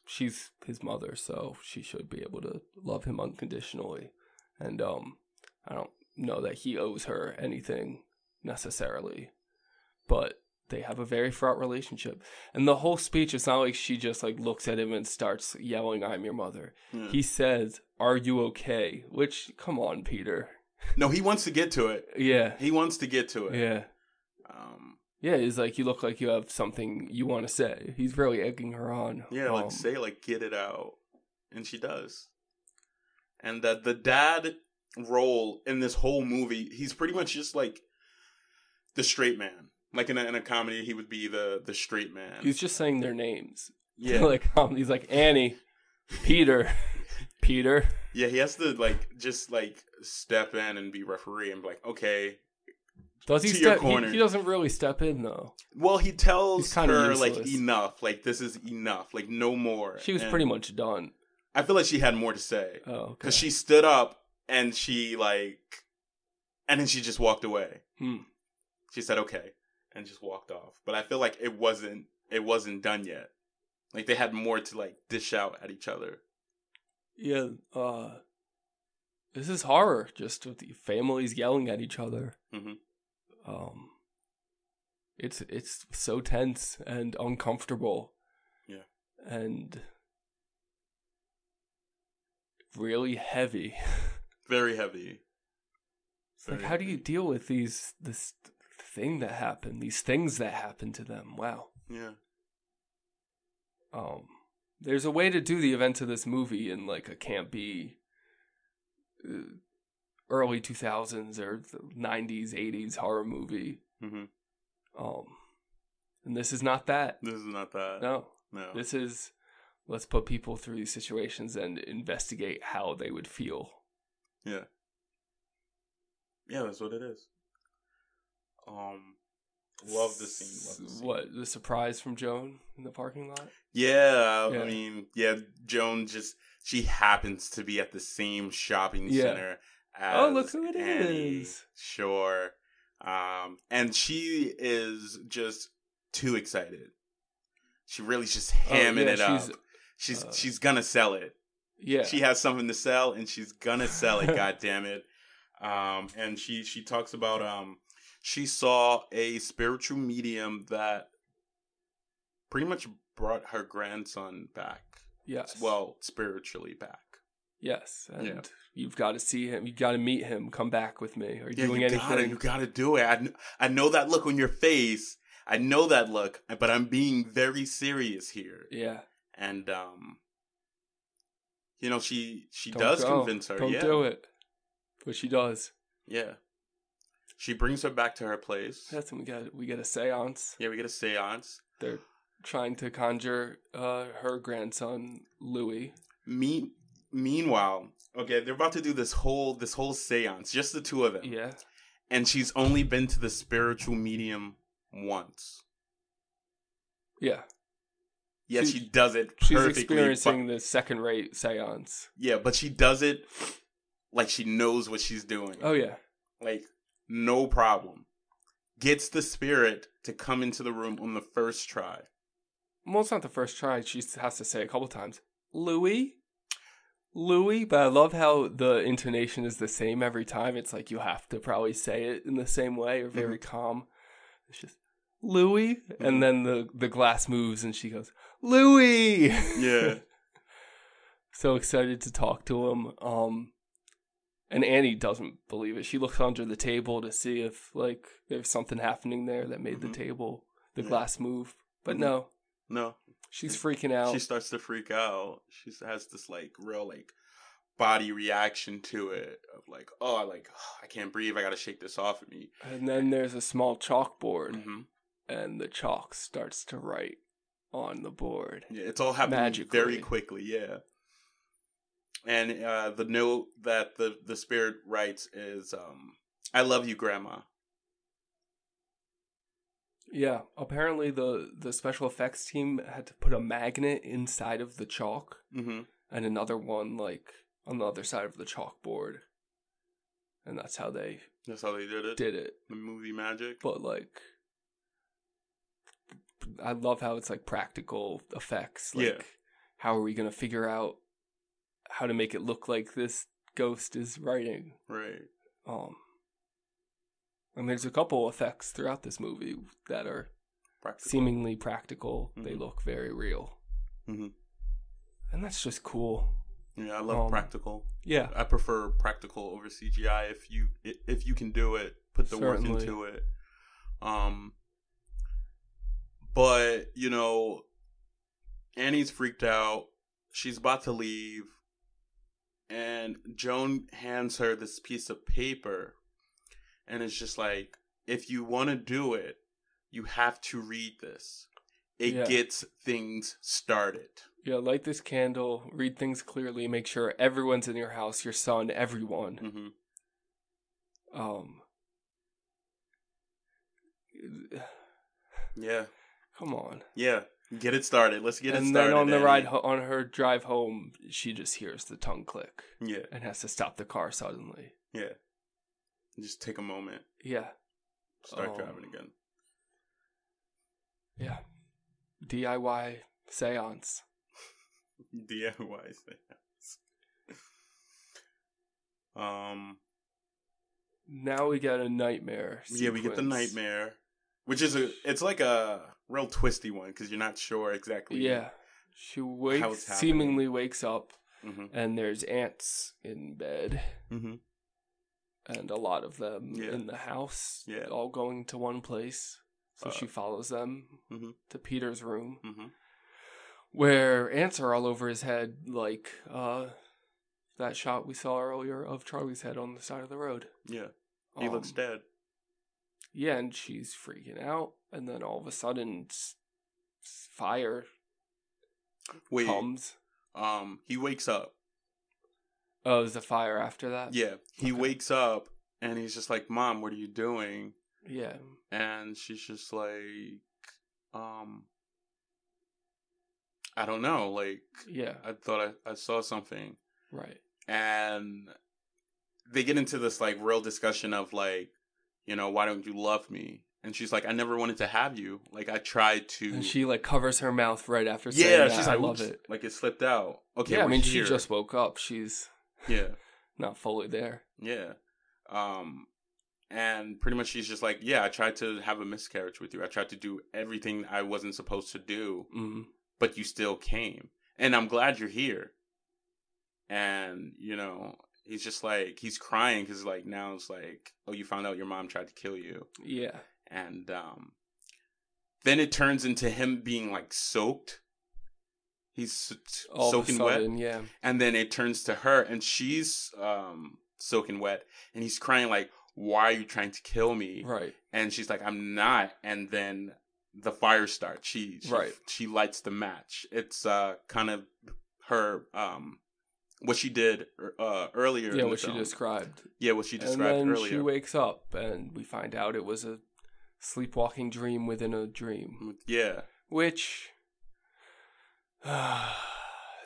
Speaker 2: she's his mother, so she should be able to love him unconditionally. And um, I don't know that he owes her anything necessarily, but they have a very fraught relationship. And the whole speech, it's not like she just like looks at him and starts yelling, "I'm your mother."
Speaker 1: yeah.
Speaker 2: He says, "Are you okay?" Which, come on, Peter.
Speaker 1: no, he wants to get to it.
Speaker 2: Yeah,
Speaker 1: He wants to get to it.
Speaker 2: yeah.
Speaker 1: Um,
Speaker 2: Yeah, he's like, you look like you have something you want to say. He's really egging her on.
Speaker 1: yeah, like
Speaker 2: Um,
Speaker 1: say, like get it out, and she does. And that the dad role in this whole movie, he's pretty much just like the straight man. Like in a, in a comedy, he would be the the straight man.
Speaker 2: He's just saying their names.
Speaker 1: yeah,
Speaker 2: like, um, he's like, Annie, Peter, Peter.
Speaker 1: yeah. He has to like just like step in and be referee and be like, okay.
Speaker 2: Does he
Speaker 1: To your
Speaker 2: step? he-
Speaker 1: corner.
Speaker 2: He, doesn't really step in though.
Speaker 1: Well, he tells
Speaker 2: He's kinda
Speaker 1: her like
Speaker 2: useless.
Speaker 1: enough, like this is enough, like no more.
Speaker 2: She was
Speaker 1: And
Speaker 2: pretty much done.
Speaker 1: I feel like she had more to say
Speaker 2: Oh, okay.
Speaker 1: because she stood up and she like, and then she just walked away.
Speaker 2: Hmm.
Speaker 1: she said okay and just walked off but i feel like it wasn't it wasn't done yet like they had more to like dish out at each other
Speaker 2: Yeah. Uh, this is horror. Just with the families yelling at each other.
Speaker 1: Mhm.
Speaker 2: Um, it's it's so tense and uncomfortable.
Speaker 1: Yeah.
Speaker 2: And really heavy.
Speaker 1: very heavy
Speaker 2: It's like,
Speaker 1: Very
Speaker 2: how do
Speaker 1: heavy.
Speaker 2: you deal with these this thing that happened? These things that happened to them. Wow.
Speaker 1: yeah
Speaker 2: um there's a way to do the events of this movie in like a campy uh, early 2000s or the 90s 80s horror movie
Speaker 1: hmm
Speaker 2: um and this is not that
Speaker 1: this is not that no,
Speaker 2: no
Speaker 1: no.
Speaker 2: this is let's put people through these situations and investigate how they would feel
Speaker 1: yeah that's what it is um love the scene, love the scene.
Speaker 2: what the surprise from joan in the parking lot Oh,
Speaker 1: yeah,
Speaker 2: Yeah.
Speaker 1: i mean yeah joan just she happens to be at the same shopping
Speaker 2: Yeah.
Speaker 1: center as
Speaker 2: Oh, look who it
Speaker 1: Annie.
Speaker 2: is.
Speaker 1: sure um and she is just too excited she really is just
Speaker 2: Oh,
Speaker 1: hamming
Speaker 2: yeah,
Speaker 1: it up
Speaker 2: she's-
Speaker 1: She's
Speaker 2: Uh,
Speaker 1: she's gonna sell it.
Speaker 2: yeah
Speaker 1: She has something to sell, and she's gonna sell it. God damn it! Um, and she she talks about um she saw a spiritual medium that pretty much brought her grandson back.
Speaker 2: yes
Speaker 1: Well, spiritually back.
Speaker 2: Yes, and
Speaker 1: Yeah.
Speaker 2: you've got to see him. You've got to meet him. Come back with me. Are you
Speaker 1: Yeah,
Speaker 2: doing
Speaker 1: you
Speaker 2: anything?
Speaker 1: gotta, you gotta do it. I, kn- I know that look on your face. I know that look, but I'm being very serious here.
Speaker 2: yeah,
Speaker 1: And um, you know, she she
Speaker 2: don't
Speaker 1: does
Speaker 2: go.
Speaker 1: convince her.
Speaker 2: Don't
Speaker 1: yeah,
Speaker 2: do it, but she does.
Speaker 1: yeah. She brings her back to her place.
Speaker 2: That's when we get we get a séance.
Speaker 1: yeah, we get a séance.
Speaker 2: They're trying to conjure uh, her grandson Louis.
Speaker 1: Me- meanwhile, okay, they're about to do this whole this whole séance, just the two of them.
Speaker 2: Yeah,
Speaker 1: And she's only been to the spiritual medium once.
Speaker 2: yeah.
Speaker 1: Yeah,
Speaker 2: She-
Speaker 1: she, does it
Speaker 2: She's
Speaker 1: perfectly.
Speaker 2: experiencing the second rate séance.
Speaker 1: but, yeah, but she does it like she knows what she's doing.
Speaker 2: Oh yeah,
Speaker 1: Like no problem. Gets the spirit to come into the room on the first try.
Speaker 2: well, it's not the first try. She has to say a couple times, Louis, Louis. But I love how the intonation is the same every time. It's like you have to probably say it in the same way or very calm. It's just Louis, and then the the glass moves, and she goes, Louis.
Speaker 1: Yeah.
Speaker 2: so excited to talk to him. Um, and Annie doesn't believe it. She looks under the table to see if like there's something happening there that made
Speaker 1: Mhm.
Speaker 2: the table, the
Speaker 1: Yeah.
Speaker 2: glass move. But
Speaker 1: Mhm.
Speaker 2: no,
Speaker 1: no.
Speaker 2: Mm-hmm. she's freaking out.
Speaker 1: She starts to freak out. She has this like real like body reaction to it of like, oh, like I can't breathe. I gotta shake this off of me.
Speaker 2: and then there's a small chalkboard,
Speaker 1: hmm
Speaker 2: and the chalk starts to write on the board.
Speaker 1: Yeah, it's all happening
Speaker 2: Magically.
Speaker 1: very quickly. Yeah. And uh, the note that the the spirit writes is, um, "I love you, Grandma."
Speaker 2: Yeah, apparently the the special effects team had to put a magnet inside of the chalk
Speaker 1: Mm-hmm.
Speaker 2: and another one like on the other side of the chalkboard, and that's how they
Speaker 1: That's how they did it.
Speaker 2: did it.
Speaker 1: The movie magic.
Speaker 2: but like I love how it's like practical effects. Like
Speaker 1: Yeah.
Speaker 2: how are we gonna figure out how to make it look like this ghost is writing?
Speaker 1: Right.
Speaker 2: Um and there's a couple effects throughout this movie that are
Speaker 1: Practical.
Speaker 2: seemingly practical. They
Speaker 1: Mhm.
Speaker 2: look very real.
Speaker 1: Mhm.
Speaker 2: And that's just cool.
Speaker 1: Yeah, I love
Speaker 2: Um,
Speaker 1: practical.
Speaker 2: Yeah.
Speaker 1: I prefer practical over CGI if you i- if you can do it, put the work
Speaker 2: Certainly.
Speaker 1: into it. Um but, you know, Annie's freaked out. She's about to leave and Joan hands her this piece of paper and it's just like if you want to do it, you have to read this. It
Speaker 2: Yeah.
Speaker 1: gets things started.
Speaker 2: Yeah, light this candle, read things clearly, make sure everyone's in your house, your son, everyone.
Speaker 1: Mhm.
Speaker 2: Um,
Speaker 1: Yeah.
Speaker 2: come on.
Speaker 1: Yeah. Get it started. Let's get it
Speaker 2: and
Speaker 1: started.
Speaker 2: then on the
Speaker 1: Annie.
Speaker 2: ride ho- on her drive home, she just hears the tongue click
Speaker 1: Yeah.
Speaker 2: and has to stop the car suddenly.
Speaker 1: Yeah. Just take a moment.
Speaker 2: Yeah,
Speaker 1: Start
Speaker 2: Um,
Speaker 1: driving again.
Speaker 2: yeah. DIY seance.
Speaker 1: DIY things. Um.
Speaker 2: Now we get a nightmare.
Speaker 1: Yeah, we get the
Speaker 2: sequence.
Speaker 1: nightmare, which is a. It's like a real twisty one because you're not sure exactly.
Speaker 2: Yeah, she wakes,
Speaker 1: happening.
Speaker 2: seemingly wakes up,
Speaker 1: hmm
Speaker 2: and there's ants in bed,
Speaker 1: hmm
Speaker 2: and a lot of them
Speaker 1: Yeah.
Speaker 2: in the house.
Speaker 1: Yeah.
Speaker 2: all going to one place. So
Speaker 1: Uh,
Speaker 2: she follows them
Speaker 1: mhm.
Speaker 2: to Peter's room.
Speaker 1: hmm
Speaker 2: where ants are all over his head, like uh, that shot we saw earlier of Charlie's head on the side of the road.
Speaker 1: Yeah. He
Speaker 2: Um,
Speaker 1: looks dead.
Speaker 2: Yeah, and she's freaking out, and then all of a sudden, s- s- fire
Speaker 1: Wait.
Speaker 2: comes.
Speaker 1: Um. He wakes up.
Speaker 2: Oh, is the fire after that?
Speaker 1: Yeah. He
Speaker 2: okay.
Speaker 1: wakes up and he's just like, "Mom, what are you doing?"
Speaker 2: yeah.
Speaker 1: and she's just like um i don't know like
Speaker 2: Yeah.
Speaker 1: i thought I, I saw something
Speaker 2: Right.
Speaker 1: and they get into this like real discussion of like you know why don't you love me and she's like i never wanted to have you like i tried to
Speaker 2: And she like covers her mouth right after. Saying
Speaker 1: yeah
Speaker 2: that.
Speaker 1: she's
Speaker 2: I
Speaker 1: like
Speaker 2: love
Speaker 1: "Oops,"
Speaker 2: it.
Speaker 1: like it slipped out okay
Speaker 2: yeah, I
Speaker 1: we're
Speaker 2: mean,
Speaker 1: here.
Speaker 2: she just woke up. She's
Speaker 1: yeah
Speaker 2: not fully there.
Speaker 1: Yeah. Um and pretty much she's just like, Yeah, I tried to have a miscarriage with you. I tried to do everything I wasn't supposed to do,
Speaker 2: Mm.
Speaker 1: but you still came. And I'm glad you're here. and you know he's just like he's crying because like now it's like oh you found out your mom tried to kill you
Speaker 2: Yeah.
Speaker 1: and um then it turns into him being like soaked he's so-
Speaker 2: All
Speaker 1: soaking
Speaker 2: of a sudden,
Speaker 1: wet
Speaker 2: yeah.
Speaker 1: and then it turns to her and she's um soaking wet and he's crying like why are you trying to kill me
Speaker 2: Right.
Speaker 1: and she's like i'm not and then the fire starts she she,
Speaker 2: Right.
Speaker 1: she lights the match it's uh kind of her um what she did er- uh earlier
Speaker 2: Yeah,
Speaker 1: in the
Speaker 2: what she
Speaker 1: film.
Speaker 2: described.
Speaker 1: yeah what she
Speaker 2: And
Speaker 1: described
Speaker 2: then
Speaker 1: earlier
Speaker 2: she wakes up, and we find out it was a sleepwalking dream within a
Speaker 1: Mm.
Speaker 2: dream,
Speaker 1: yeah
Speaker 2: which.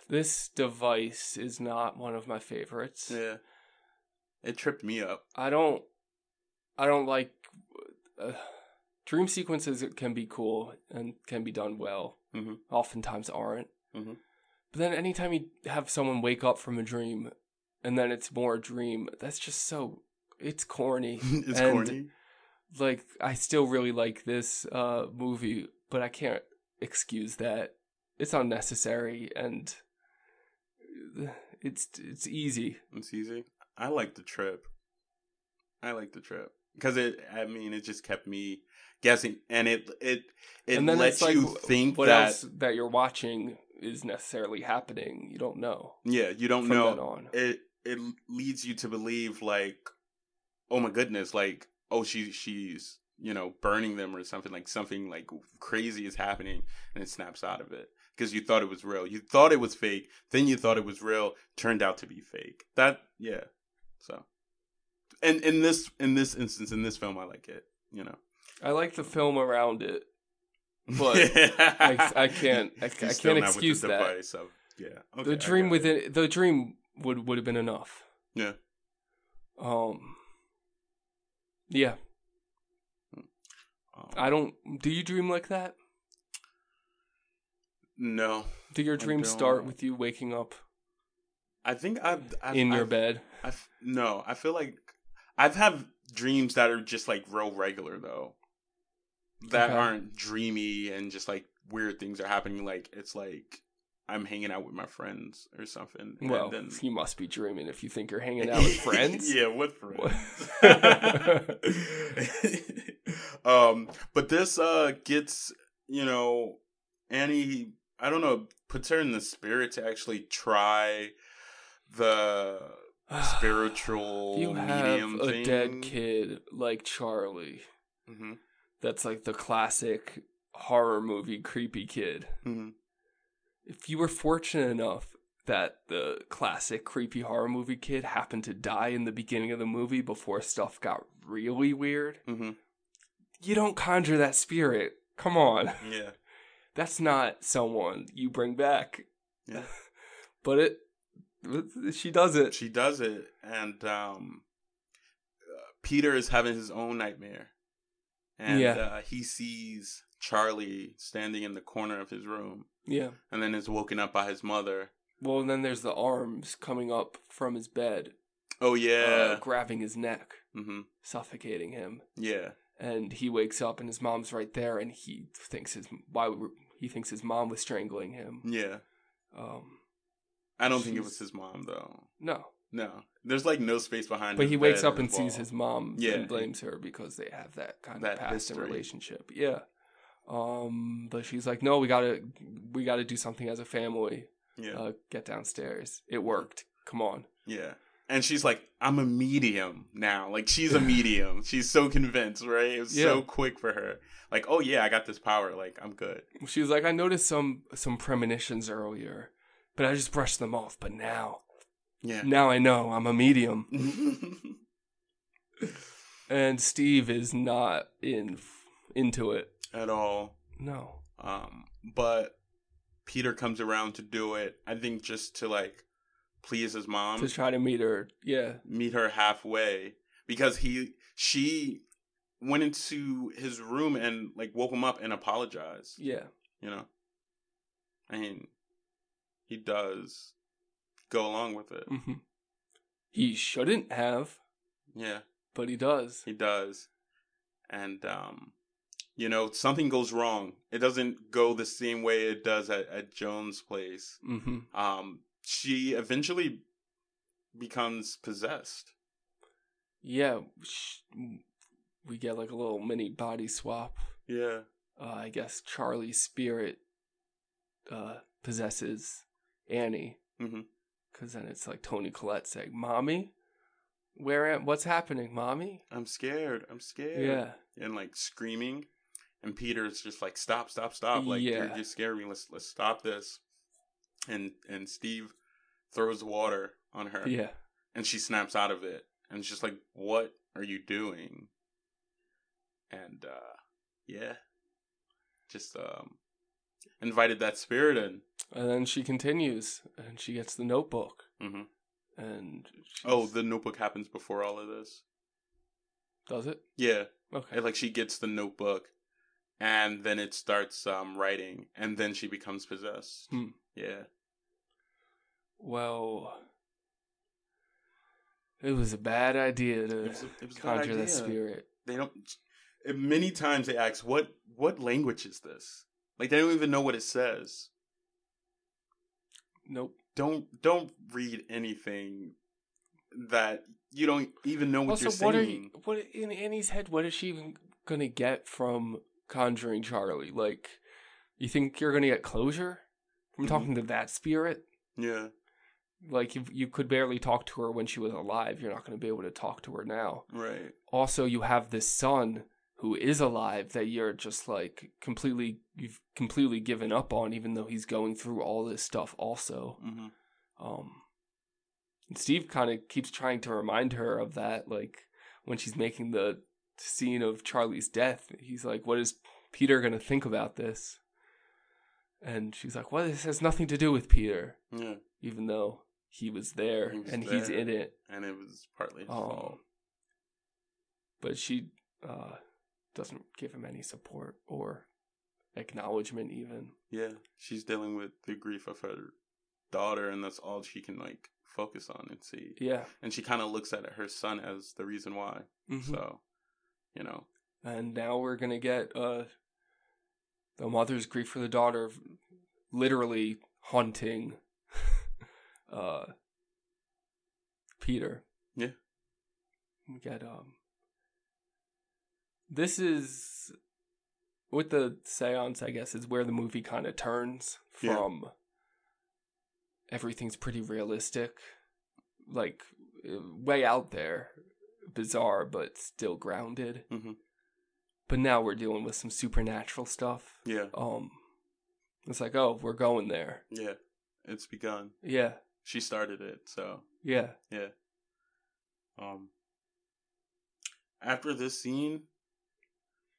Speaker 2: this device is not one of my favorites.
Speaker 1: yeah it tripped me up
Speaker 2: I don't I don't like uh, dream sequences can be cool and can be done well.
Speaker 1: Mhm.
Speaker 2: Oftentimes aren't.
Speaker 1: Mhm.
Speaker 2: But then anytime you have someone wake up from a dream and then it's more a dream, that's just so it's corny.
Speaker 1: it's
Speaker 2: And,
Speaker 1: corny
Speaker 2: Like I still really like this uh movie, but I can't excuse that. It's unnecessary and uh, it's it's easy.
Speaker 1: it's easy i like the trip i like the trip because it i mean it just kept me guessing and it it it
Speaker 2: and then
Speaker 1: lets
Speaker 2: it's like,
Speaker 1: you
Speaker 2: wh-
Speaker 1: think
Speaker 2: what
Speaker 1: that
Speaker 2: else that you're watching is necessarily happening. You don't know.
Speaker 1: yeah you don't
Speaker 2: From
Speaker 1: know
Speaker 2: then on,
Speaker 1: it it leads you to believe like oh my goodness like oh she she's you know burning them or something like something like crazy is happening and it snaps out of it because you thought it was real you thought it was fake then you thought it was real turned out to be fake that yeah so and in this in this instance in this film i like it you know
Speaker 2: I like the film around it. But I- I can't- I- I
Speaker 1: He's
Speaker 2: can't
Speaker 1: still not with the
Speaker 2: excuse that.
Speaker 1: device of- yeah okay, I
Speaker 2: the dream
Speaker 1: got it.
Speaker 2: within the dream would would have been enough.
Speaker 1: yeah
Speaker 2: Um. Yeah,
Speaker 1: Um,
Speaker 2: I don't. Do you dream like that?
Speaker 1: no
Speaker 2: Do your
Speaker 1: I
Speaker 2: dreams
Speaker 1: don't.
Speaker 2: start with you waking up
Speaker 1: I think I've, I've
Speaker 2: in your
Speaker 1: I've-
Speaker 2: bed?
Speaker 1: I f- no, I feel like I've had dreams that are just like real regular though, that
Speaker 2: Okay.
Speaker 1: aren't dreamy and just like weird things are happening. Like it's like I'm hanging out with my friends or something. and
Speaker 2: Well,
Speaker 1: then-
Speaker 2: you must be dreaming if you think you're hanging out with friends.
Speaker 1: yeah, with
Speaker 2: What?
Speaker 1: friends. um, but this uh gets you know Annie. I don't know. Puts her in the spirit to actually try the spiritual
Speaker 2: You have
Speaker 1: medium
Speaker 2: a
Speaker 1: thing.
Speaker 2: dead kid like Charlie.
Speaker 1: Mhm,
Speaker 2: that's like the classic horror movie creepy kid.
Speaker 1: mhm.
Speaker 2: If you were fortunate enough that the classic creepy horror movie kid happened to die in the beginning of the movie before stuff got really weird,
Speaker 1: Mhm.
Speaker 2: you don't conjure that spirit. Come on.
Speaker 1: Yeah.
Speaker 2: That's not someone you bring back.
Speaker 1: Yeah.
Speaker 2: But it she does it.
Speaker 1: She does it and um uh, Peter is having his own nightmare. And
Speaker 2: Yeah.
Speaker 1: uh, he sees Charlie standing in the corner of his room
Speaker 2: yeah.
Speaker 1: and then is woken up by his mother.
Speaker 2: Well, and then there's the arms coming up from his bed,
Speaker 1: Oh
Speaker 2: uh,
Speaker 1: yeah.
Speaker 2: grabbing his neck,
Speaker 1: mhm.
Speaker 2: suffocating him.
Speaker 1: Yeah.
Speaker 2: and he wakes up and his mom's right there and he thinks his why were- he thinks his mom was strangling him
Speaker 1: Yeah.
Speaker 2: um
Speaker 1: I don't think it was
Speaker 2: She's-
Speaker 1: his mom though.
Speaker 2: no
Speaker 1: No. There's like no space behind
Speaker 2: but
Speaker 1: his
Speaker 2: he wakes
Speaker 1: bed
Speaker 2: up and sees
Speaker 1: wall.
Speaker 2: his mom
Speaker 1: Yeah.
Speaker 2: and blames her because they have that kind
Speaker 1: That
Speaker 2: of past and
Speaker 1: history.
Speaker 2: relationship yeah um but she's like no we gotta we gotta do something as a family
Speaker 1: Yeah.
Speaker 2: uh get downstairs it worked come on
Speaker 1: Yeah. And she's like, I'm a medium now. Like, she's a medium. she's so convinced, right? It was so
Speaker 2: Yeah.
Speaker 1: quick for her. Like, oh, yeah, I got this power. Like, I'm good.
Speaker 2: she was like i noticed some some premonitions earlier but i just brushed them off but now
Speaker 1: Yeah.
Speaker 2: now i know i'm a medium
Speaker 1: uh,
Speaker 2: and Steve is not in into it.
Speaker 1: At all.
Speaker 2: No,
Speaker 1: Um, but Peter comes around to do it, I think, just to, like, please his mom.
Speaker 2: to try to meet her. Yeah,
Speaker 1: meet her halfway because he she went into his room and like woke him up and apologized
Speaker 2: yeah.
Speaker 1: you know i mean he does go along with it
Speaker 2: hmm He shouldn't have,
Speaker 1: yeah
Speaker 2: but he does.
Speaker 1: he does and um you know something goes wrong it doesn't go the same way it does at, at joan's place
Speaker 2: hmm
Speaker 1: um she eventually becomes possessed.
Speaker 2: Yeah, sh- we get like a little mini body swap.
Speaker 1: Yeah.
Speaker 2: Uh, I guess Charlie's spirit uh, possesses Annie.
Speaker 1: Mhm.
Speaker 2: Cause then it's like Tony Collette saying, "Mommy, where am? What's happening, mommy?"
Speaker 1: I'm scared. I'm scared.
Speaker 2: Yeah,
Speaker 1: And like screaming. And Peter's just like, stop, stop, stop. Like
Speaker 2: Yeah.
Speaker 1: you're just scaring me. Let's let's stop this. And and Steve throws water on her.
Speaker 2: yeah.
Speaker 1: And she snaps out of it. And it's just like, what are you doing? And uh yeah. Just um invited that spirit in.
Speaker 2: And then she continues, and she gets the notebook,
Speaker 1: hmm
Speaker 2: and she's-
Speaker 1: Oh, the notebook happens before all of this.
Speaker 2: does it?
Speaker 1: Yeah.
Speaker 2: Okay,
Speaker 1: And, like she gets the notebook and then it starts um writing and then she becomes possessed.
Speaker 2: Hmm.
Speaker 1: Yeah.
Speaker 2: Well, it was a bad idea to
Speaker 1: It was a- it was a bad
Speaker 2: conjure
Speaker 1: idea.
Speaker 2: that spirit.
Speaker 1: They don't and many times they ask what what language is this? Like they don't even know what it says.
Speaker 2: Nope.
Speaker 1: Don't don't read anything that you don't even know what
Speaker 2: also,
Speaker 1: you're saying.
Speaker 2: what are you? What in Annie's head? What is she even gonna get from conjuring Charlie? Like, you think you're gonna get closure from
Speaker 1: Mhm.
Speaker 2: talking to that spirit?
Speaker 1: Yeah.
Speaker 2: Like, you you could barely talk to her when she was alive. You're not gonna be able to talk to her now.
Speaker 1: Right.
Speaker 2: also you have this son who is alive that you're just like completely you've completely given up on even though he's going through all this stuff also
Speaker 1: Mm-hmm.
Speaker 2: um and steve kind of keeps trying to remind her of that like when she's making the scene of charlie's death he's like what is peter going to think about this and she's like well this has nothing to do with peter
Speaker 1: Yeah.
Speaker 2: even though he was there
Speaker 1: He was
Speaker 2: and he's
Speaker 1: there.
Speaker 2: in it
Speaker 1: And it was partly his fault.
Speaker 2: um, but she uh, doesn't give him any support or acknowledgement, even.
Speaker 1: Yeah, she's dealing with the grief of her daughter, and that's all she can like focus on and see.
Speaker 2: Yeah.
Speaker 1: And she kind of looks at her son as the reason why.
Speaker 2: Mm-hmm.
Speaker 1: So, you know,
Speaker 2: And now we're gonna get uh, the mother's grief for the daughter, of literally haunting uh, Peter.
Speaker 1: Yeah.
Speaker 2: We get um. This is with the seance, I guess, is where the movie kind of turns
Speaker 1: Yeah.
Speaker 2: from. Everything's pretty realistic, like uh, way out there, bizarre but still grounded.
Speaker 1: Mhm.
Speaker 2: But now we're dealing with some supernatural stuff.
Speaker 1: yeah,
Speaker 2: Um, it's like, oh, we're going there.
Speaker 1: yeah, it's begun.
Speaker 2: Yeah,
Speaker 1: She started it, so
Speaker 2: yeah.
Speaker 1: yeah. Um, after this scene,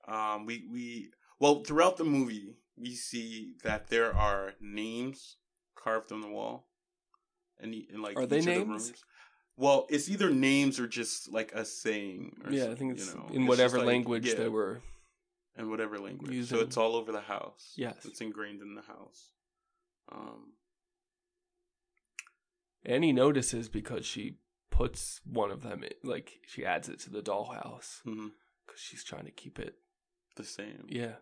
Speaker 1: um, we we well throughout the movie we see that there are names carved on the wall, and in like
Speaker 2: Are they
Speaker 1: each of the
Speaker 2: names?
Speaker 1: rooms. Well, it's either names or just like a saying. Or
Speaker 2: yeah,
Speaker 1: s-
Speaker 2: I think it's
Speaker 1: you know,
Speaker 2: in
Speaker 1: just
Speaker 2: whatever
Speaker 1: like-
Speaker 2: language
Speaker 1: yeah,
Speaker 2: they were.
Speaker 1: in whatever language.
Speaker 2: using.
Speaker 1: So it's all over the house.
Speaker 2: Yes.
Speaker 1: it's ingrained in the house. Um,
Speaker 2: Annie notices because she puts one of them, in, like she adds it to the dollhouse
Speaker 1: mhm,
Speaker 2: because she's trying to keep it.
Speaker 1: the same.
Speaker 2: Yeah,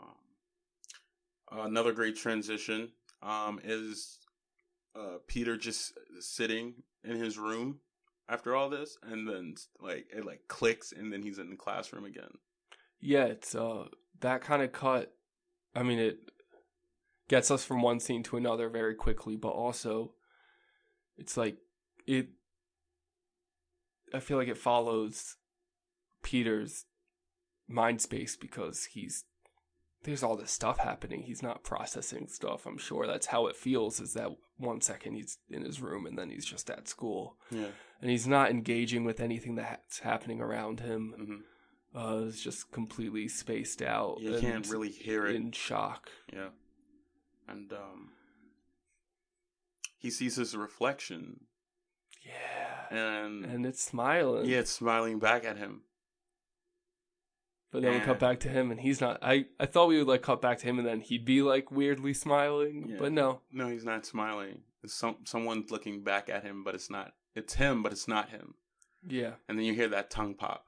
Speaker 1: Um, another great transition um, is uh, Peter just sitting in his room after all this, and then like it like clicks, and then he's in the classroom again.
Speaker 2: yeah. It's uh that kind of cut. I mean, it gets us from one scene to another very quickly, but also it's like it. I feel like it follows Peter's mind space because he's there's all this stuff happening. He's not processing stuff. I'm sure that's how it feels. Is that one second he's in his room and then he's just at school
Speaker 1: Yeah.
Speaker 2: and he's not engaging with anything that's happening around him.
Speaker 1: hmm
Speaker 2: Uh, it's just completely spaced out.
Speaker 1: You can't really hear it.
Speaker 2: in shock.
Speaker 1: Yeah. And um, he sees his reflection,
Speaker 2: Yeah.
Speaker 1: and,
Speaker 2: And uh, it's smiling.
Speaker 1: yeah, it's smiling back at him.
Speaker 2: But then we cut
Speaker 1: And-
Speaker 2: back to him, and he's not. I, I thought we would like cut back to him, and then he'd be like weirdly smiling.
Speaker 1: Yeah.
Speaker 2: But no,
Speaker 1: No, he's not smiling. It's some someone's looking back at him, but it's not. It's him, but it's not him.
Speaker 2: yeah,
Speaker 1: And then you hear that tongue pop.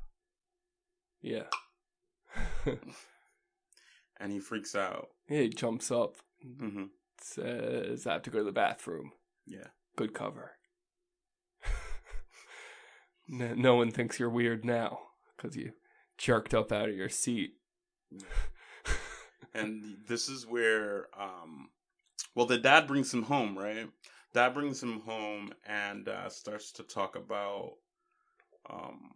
Speaker 2: yeah.
Speaker 1: and he freaks out.
Speaker 2: he jumps up,
Speaker 1: Mm-hmm.
Speaker 2: says, "I have to go to the bathroom."
Speaker 1: Yeah.
Speaker 2: Good cover. No, no one thinks you're weird now because you jerked up out of your seat.
Speaker 1: and this is where um well the dad brings him home right dad brings him home and uh starts to talk about um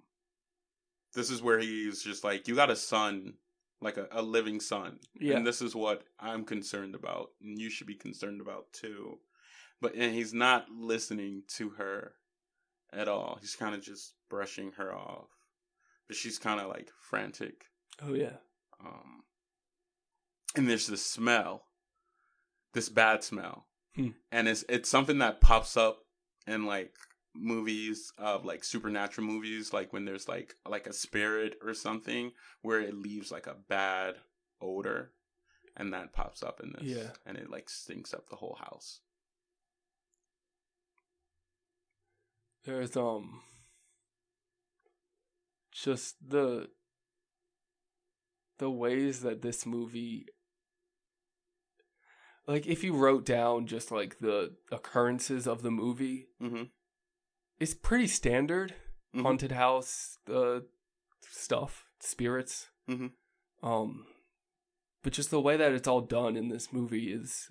Speaker 1: this is where he's just like you got a son like a, a living son
Speaker 2: Yeah.
Speaker 1: and this is what i'm concerned about and you should be concerned about too but and he's not listening to her at all he's kind of just brushing her off but she's kind of like frantic
Speaker 2: Oh yeah.
Speaker 1: um, and there's this smell, this bad smell,
Speaker 2: Hmm.
Speaker 1: and it's it's something that pops up in like movies of like supernatural movies, like when there's like like a spirit or something where it leaves like a bad odor, and that pops up in this,
Speaker 2: Yeah.
Speaker 1: and it like stinks up the whole house.
Speaker 2: There's um just the the ways that this movie like if you wrote down just like the occurrences of the movie,
Speaker 1: Mm-hmm.
Speaker 2: it's pretty standard
Speaker 1: Mhm.
Speaker 2: haunted house uh, stuff, spirits.
Speaker 1: Mhm.
Speaker 2: Um, but just the way that it's all done in this movie is,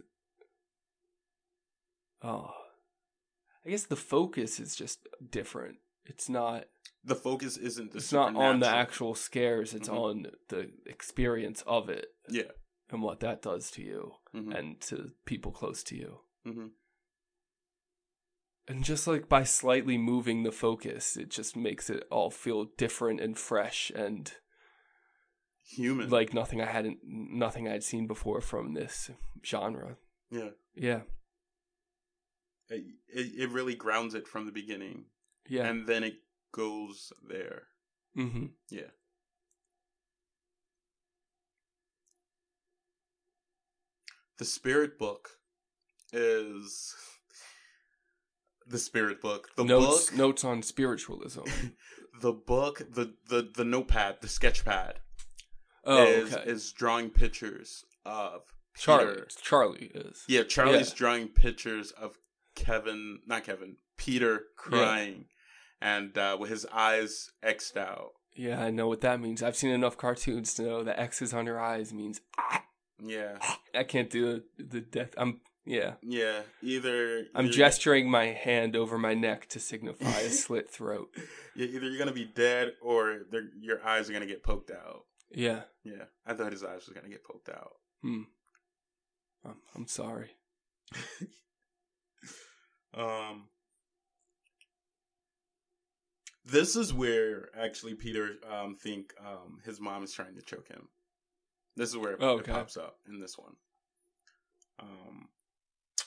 Speaker 2: oh, I guess the focus is just different. It's not.
Speaker 1: The focus isn't the
Speaker 2: it's not on the
Speaker 1: supernatural.
Speaker 2: actual scares. It's
Speaker 1: Mhm.
Speaker 2: on the experience of it
Speaker 1: yeah.
Speaker 2: and what that does to you
Speaker 1: Mm-hmm.
Speaker 2: and to people close to you.
Speaker 1: hmm
Speaker 2: And just like by slightly moving the focus, it just makes it all feel different and fresh and
Speaker 1: Human,
Speaker 2: like nothing I hadn't nothing I'd seen before from this genre.
Speaker 1: yeah.
Speaker 2: Yeah.
Speaker 1: It, it it really grounds it from the beginning,
Speaker 2: Yeah.
Speaker 1: and then it goes there.
Speaker 2: mm-hmm.
Speaker 1: Yeah. The Spirit Book is the Spirit Book. The
Speaker 2: notes
Speaker 1: book,
Speaker 2: notes on spiritualism.
Speaker 1: the book, the the the notepad, the sketchpad
Speaker 2: Oh,
Speaker 1: is
Speaker 2: okay.
Speaker 1: is drawing pictures of
Speaker 2: Charlie.
Speaker 1: Peter.
Speaker 2: Charlie is.
Speaker 1: Yeah, Charlie's
Speaker 2: Yeah.
Speaker 1: drawing pictures of Kevin, not Kevin, Peter crying, and uh, with his eyes xed out.
Speaker 2: Yeah, I know what that means. I've seen enough cartoons to know that X's on your eyes means "Ah,
Speaker 1: Yeah,
Speaker 2: I can't do the, the death. I'm yeah.
Speaker 1: yeah. Either
Speaker 2: I'm
Speaker 1: either-
Speaker 2: gesturing my hand over my neck to signify a slit throat.
Speaker 1: Yeah, either you're gonna be dead or they're- your eyes are gonna get poked out.
Speaker 2: Yeah.
Speaker 1: Yeah, I thought his eyes was gonna get poked out.
Speaker 2: Hmm. I'm, I'm sorry.
Speaker 1: Um, this is where actually Peter um think um his mom is trying to choke him. This is where it, it
Speaker 2: Okay.
Speaker 1: pops up in this one. Um,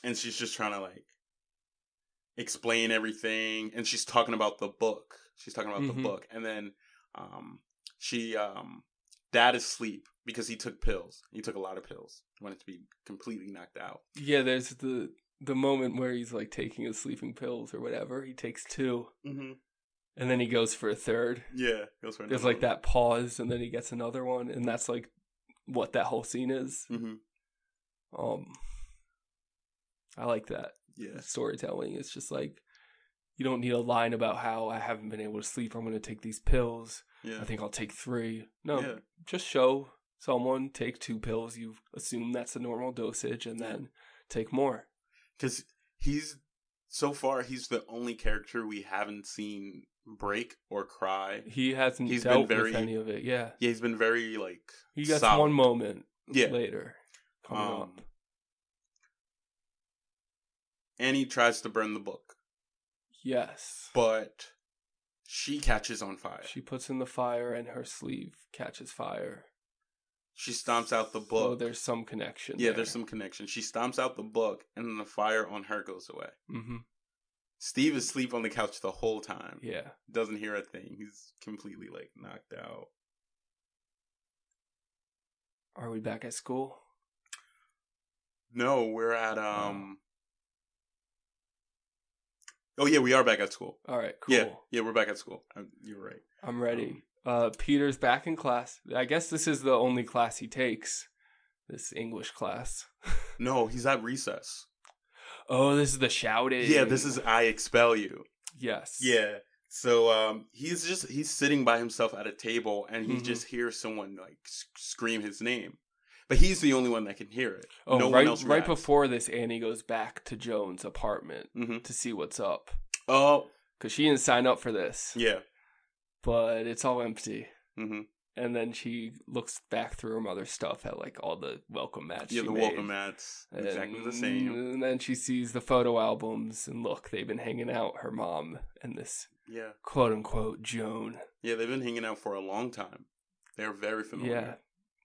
Speaker 1: and she's just trying to like explain everything, and she's talking about the book. She's talking about
Speaker 2: Mhm.
Speaker 1: the book, and then um she um dad is asleep because he took pills. He took a lot of pills. He wanted to be completely knocked out.
Speaker 2: Yeah, there's the the moment where he's like taking his sleeping pills or whatever. He takes two,
Speaker 1: Mm-hmm.
Speaker 2: and then he goes for a third.
Speaker 1: Yeah, goes for
Speaker 2: There's
Speaker 1: another
Speaker 2: like
Speaker 1: one.
Speaker 2: that pause, and then he gets another one, and that's like what that whole scene is.
Speaker 1: Mm-hmm.
Speaker 2: Um, I like that
Speaker 1: Yeah.
Speaker 2: storytelling. It's just like you don't need a line about how I haven't been able to sleep. I'm going to take these pills.
Speaker 1: Yeah.
Speaker 2: I think I'll take three. No,
Speaker 1: Yeah.
Speaker 2: just show someone take two pills. You assume that's the normal dosage, and then take more.
Speaker 1: Because he's so far he's the only character we haven't seen break or cry.
Speaker 2: He hasn't
Speaker 1: He's been
Speaker 2: dealt
Speaker 1: very-
Speaker 2: with any of it. Yeah,
Speaker 1: Yeah, he's been very like
Speaker 2: he gets
Speaker 1: solid.
Speaker 2: one moment
Speaker 1: Yeah,
Speaker 2: later coming
Speaker 1: Um,
Speaker 2: up.
Speaker 1: and he tries to burn the book,
Speaker 2: Yes,
Speaker 1: but she catches on fire.
Speaker 2: she puts in the fire, and her sleeve catches fire.
Speaker 1: She stomps out the book.
Speaker 2: Oh, there's some connection.
Speaker 1: yeah,
Speaker 2: there.
Speaker 1: there's some connection. She stomps out the book, and then the fire on her goes away.
Speaker 2: hmm
Speaker 1: Steve is asleep on the couch the whole time.
Speaker 2: Yeah,
Speaker 1: Doesn't hear a thing. He's completely like knocked out.
Speaker 2: are we back at school?
Speaker 1: No, we're at um. Oh yeah, we are back at school.
Speaker 2: All right, cool.
Speaker 1: Yeah, Um, yeah, we're back at school. Um, you're right.
Speaker 2: I'm ready. Uh, Peter's back in class. I guess this is the only class he takes. This English class.
Speaker 1: No, he's at recess.
Speaker 2: Oh, this is the shouting.
Speaker 1: Yeah, this is I expel you.
Speaker 2: yes.
Speaker 1: Yeah, So um, he's just he's sitting by himself at a table, and he just hears someone like s- scream his name, but he's the only one that can hear it.
Speaker 2: Oh,
Speaker 1: no
Speaker 2: right,
Speaker 1: one else
Speaker 2: right
Speaker 1: reacts.
Speaker 2: before this, Annie goes back to Joan's apartment
Speaker 1: Mhm.
Speaker 2: to see what's up
Speaker 1: Oh
Speaker 2: because she didn't sign up for this,
Speaker 1: yeah.
Speaker 2: but it's all empty.
Speaker 1: hmm
Speaker 2: And then she looks back through her mother's stuff at like all the welcome mats.
Speaker 1: Yeah,
Speaker 2: she
Speaker 1: the
Speaker 2: made.
Speaker 1: welcome mats exactly the same.
Speaker 2: And then she sees the photo albums, and look, they've been hanging out, her mom and this
Speaker 1: Yeah,
Speaker 2: quote unquote Joan.
Speaker 1: yeah, they've been hanging out for a long time. They're very familiar.
Speaker 2: Yeah.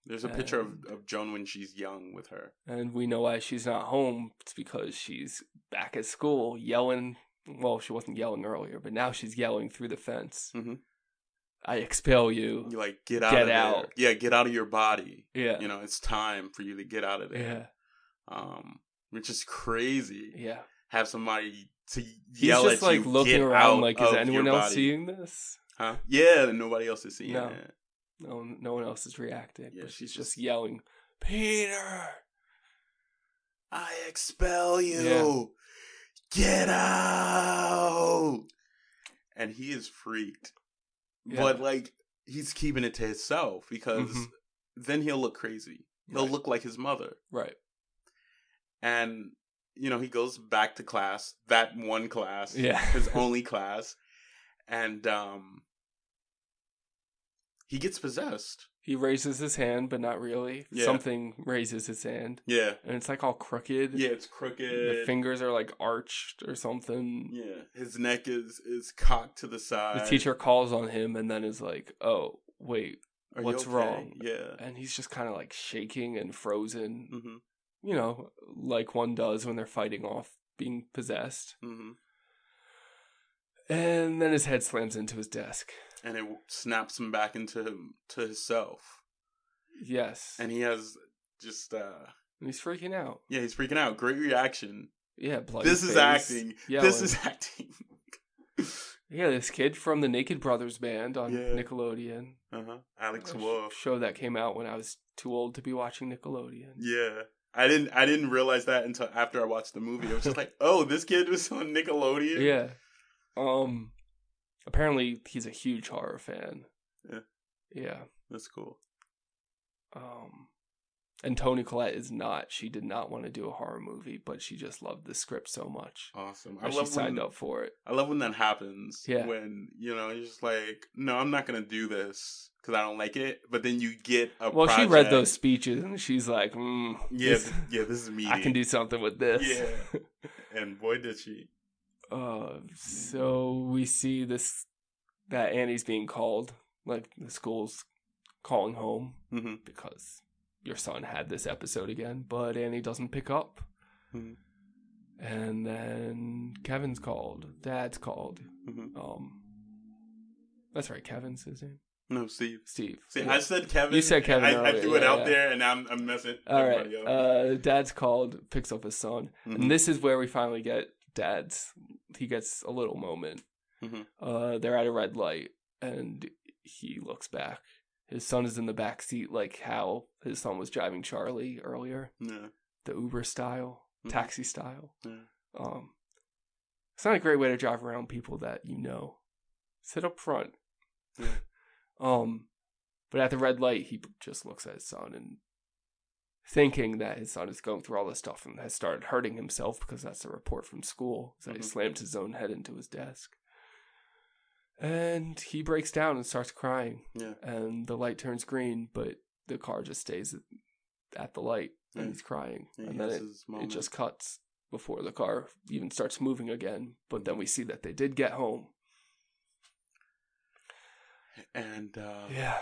Speaker 1: There's a picture of, of Joan when she's young with her.
Speaker 2: And we know why she's not home. It's because she's back at school yelling. Well, she wasn't yelling earlier, but now she's yelling through the fence.
Speaker 1: Mhm.
Speaker 2: I expel you.
Speaker 1: You like get out
Speaker 2: Get
Speaker 1: of
Speaker 2: out.
Speaker 1: there. Yeah, get out of your body.
Speaker 2: Yeah.
Speaker 1: You know, it's time for you to get out of
Speaker 2: yeah.
Speaker 1: there. Um, which is crazy.
Speaker 2: Yeah.
Speaker 1: Have somebody to
Speaker 2: He's
Speaker 1: yell at
Speaker 2: just like
Speaker 1: you,
Speaker 2: looking
Speaker 1: "Get
Speaker 2: around
Speaker 1: out
Speaker 2: like, is
Speaker 1: of
Speaker 2: anyone
Speaker 1: your
Speaker 2: else
Speaker 1: body."
Speaker 2: seeing this?
Speaker 1: Huh? Yeah, and nobody else is seeing
Speaker 2: No.
Speaker 1: it.
Speaker 2: No, no one else is reacting.
Speaker 1: Yeah,
Speaker 2: but she's
Speaker 1: she's
Speaker 2: just,
Speaker 1: just-
Speaker 2: yelling, Peter.
Speaker 1: I expel you.
Speaker 2: Yeah.
Speaker 1: Get out. And he is freaked. But
Speaker 2: Yeah.
Speaker 1: like he's keeping it to himself because
Speaker 2: Mhm.
Speaker 1: then he'll look crazy. He'll
Speaker 2: Right.
Speaker 1: look like his mother.
Speaker 2: Right.
Speaker 1: And you know, he goes back to class, that one class,
Speaker 2: Yeah.
Speaker 1: his only class. And um he gets possessed.
Speaker 2: He raises his hand, but not really.
Speaker 1: Yeah.
Speaker 2: Something raises his hand,
Speaker 1: Yeah.
Speaker 2: and it's like all crooked.
Speaker 1: Yeah, it's crooked.
Speaker 2: The fingers are like arched or something.
Speaker 1: Yeah, his neck is is cocked to the side.
Speaker 2: The teacher calls on him and then is like, oh, wait.
Speaker 1: Are you
Speaker 2: what's
Speaker 1: okay?
Speaker 2: wrong?
Speaker 1: Yeah.
Speaker 2: And he's just kind of like shaking and frozen,
Speaker 1: Mm-hmm.
Speaker 2: you know, like one does when they're fighting off being possessed.
Speaker 1: Mm-hmm.
Speaker 2: And then his head slams into his desk.
Speaker 1: And it snaps him back into him to himself,
Speaker 2: Yes.
Speaker 1: and he has just uh
Speaker 2: And he's freaking out.
Speaker 1: yeah, he's freaking out. Great reaction.
Speaker 2: Yeah, blood.
Speaker 1: this is acting. This is acting.
Speaker 2: yeah. This kid from the Naked Brothers band on
Speaker 1: Yeah.
Speaker 2: Nickelodeon.
Speaker 1: uh huh. Alex
Speaker 2: A Oh, sh-
Speaker 1: Wolf.
Speaker 2: show that came out when I was too old to be watching Nickelodeon.
Speaker 1: Yeah. I didn't. I didn't realize that until after I watched the movie. I was just like, "Oh, this kid was on Nickelodeon."
Speaker 2: Yeah. Um. Apparently, he's a huge horror fan.
Speaker 1: Yeah.
Speaker 2: Yeah.
Speaker 1: that's cool.
Speaker 2: Um. And Tony Collette is not. She did not want to do a horror movie, but she just loved the script so much.
Speaker 1: Awesome.
Speaker 2: that she signed up for it.
Speaker 1: I love when that happens.
Speaker 2: Yeah.
Speaker 1: When, you know, you're just like, no, I'm not going to do this because I don't like it. But then you get a
Speaker 2: Well, she read
Speaker 1: project.
Speaker 2: those speeches and she's like, mm,
Speaker 1: Yeah,
Speaker 2: this-
Speaker 1: th- yeah, this is me.
Speaker 2: I can do something with this.
Speaker 1: Yeah. And boy, did she.
Speaker 2: Uh, so we see this that Annie's being called, like the school's calling home
Speaker 1: Mm-hmm.
Speaker 2: because your son had this episode again, but Annie doesn't pick up.
Speaker 1: Mhm.
Speaker 2: And then Kevin's called, Dad's called.
Speaker 1: Mhm.
Speaker 2: Um, that's right, Kevin's his name,
Speaker 1: No, Steve.
Speaker 2: Steve.
Speaker 1: See,
Speaker 2: Yeah.
Speaker 1: I said Kevin.
Speaker 2: You said Kevin
Speaker 1: I, I
Speaker 2: earlier,
Speaker 1: threw it
Speaker 2: yeah,
Speaker 1: out
Speaker 2: yeah.
Speaker 1: there and I'm, I'm messing
Speaker 2: All right.
Speaker 1: everybody up.
Speaker 2: Uh, dad's called, picks up his son,
Speaker 1: Mhm.
Speaker 2: and this is where we finally get dad's. He gets a little moment.
Speaker 1: Mhm.
Speaker 2: Uh, they're at a red light, and he looks back. His son is in the back seat, like how his son was driving Charlie earlier,
Speaker 1: yeah.
Speaker 2: the Uber style,
Speaker 1: Mhm.
Speaker 2: taxi style.
Speaker 1: Yeah.
Speaker 2: Um, it's not a great way to drive around people that you know. Sit up front.
Speaker 1: Yeah.
Speaker 2: Um, but at the red light, he just looks at his son and thinking that his son is going through all this stuff and has started hurting himself because that's the report from school. is that
Speaker 1: Mhm.
Speaker 2: he slammed his own head into his desk. And he breaks down and starts crying.
Speaker 1: Yeah.
Speaker 2: And the light turns green, but the car just stays at the light and
Speaker 1: Yeah.
Speaker 2: he's crying.
Speaker 1: Hmm. He
Speaker 2: and then
Speaker 1: has
Speaker 2: it,
Speaker 1: his
Speaker 2: it
Speaker 1: moment.
Speaker 2: just cuts before the car even starts moving again. But then we see that they did get home.
Speaker 1: And uh,
Speaker 2: Yeah.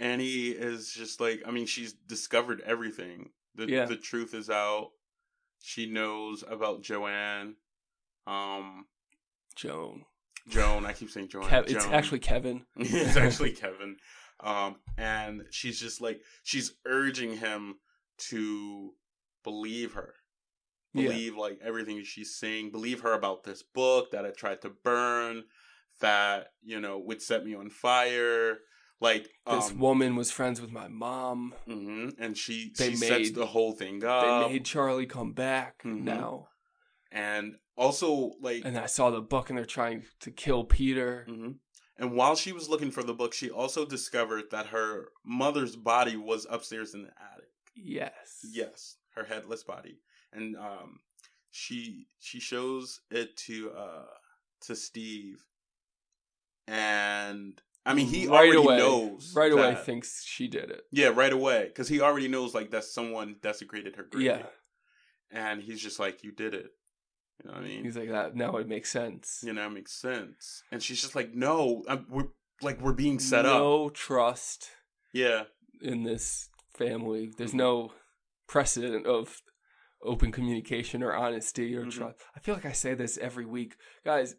Speaker 1: Annie is just like, I mean, she's discovered everything. The,
Speaker 2: Yeah.
Speaker 1: the truth is out. She knows about Joanne. Um,
Speaker 2: Joan.
Speaker 1: Joan. I keep saying Joan.
Speaker 2: Kev- it's
Speaker 1: Joan.
Speaker 2: actually Kevin.
Speaker 1: it's actually Kevin. Um, and she's just like she's urging him to believe her,
Speaker 2: Yeah.
Speaker 1: believe like everything she's saying, believe her about this book that I tried to burn, that you know would set me on fire. Like
Speaker 2: This
Speaker 1: um,
Speaker 2: woman was friends with my mom.
Speaker 1: mhm, and she
Speaker 2: They
Speaker 1: she sets
Speaker 2: made-
Speaker 1: the whole thing
Speaker 2: They
Speaker 1: up, mm-hmm.
Speaker 2: made Charlie come back
Speaker 1: mhm.
Speaker 2: now.
Speaker 1: and Also, like,
Speaker 2: And I saw the book, and they're trying to kill Peter.
Speaker 1: mhm. and while she was looking for the book, she also discovered that her mother's body was upstairs in the attic.
Speaker 2: Yes.
Speaker 1: Yes, her headless body, and um, she she shows it to uh to Steve, and I mean he already
Speaker 2: away,
Speaker 1: knows
Speaker 2: Right away,
Speaker 1: that-
Speaker 2: thinks she did it.
Speaker 1: yeah, right away, because he already knows like that someone desecrated her grave.
Speaker 2: Yeah.
Speaker 1: and he's just like, "You did it." You know what I mean?
Speaker 2: He's like that. Now it makes sense.
Speaker 1: you know, it makes sense. And she's just like, "No, I'm, we're like we're being set up."
Speaker 2: No trust
Speaker 1: Yeah,
Speaker 2: in this family. There's no precedent of open communication or honesty or
Speaker 1: Mhm.
Speaker 2: trust. I feel like I say this every week, guys.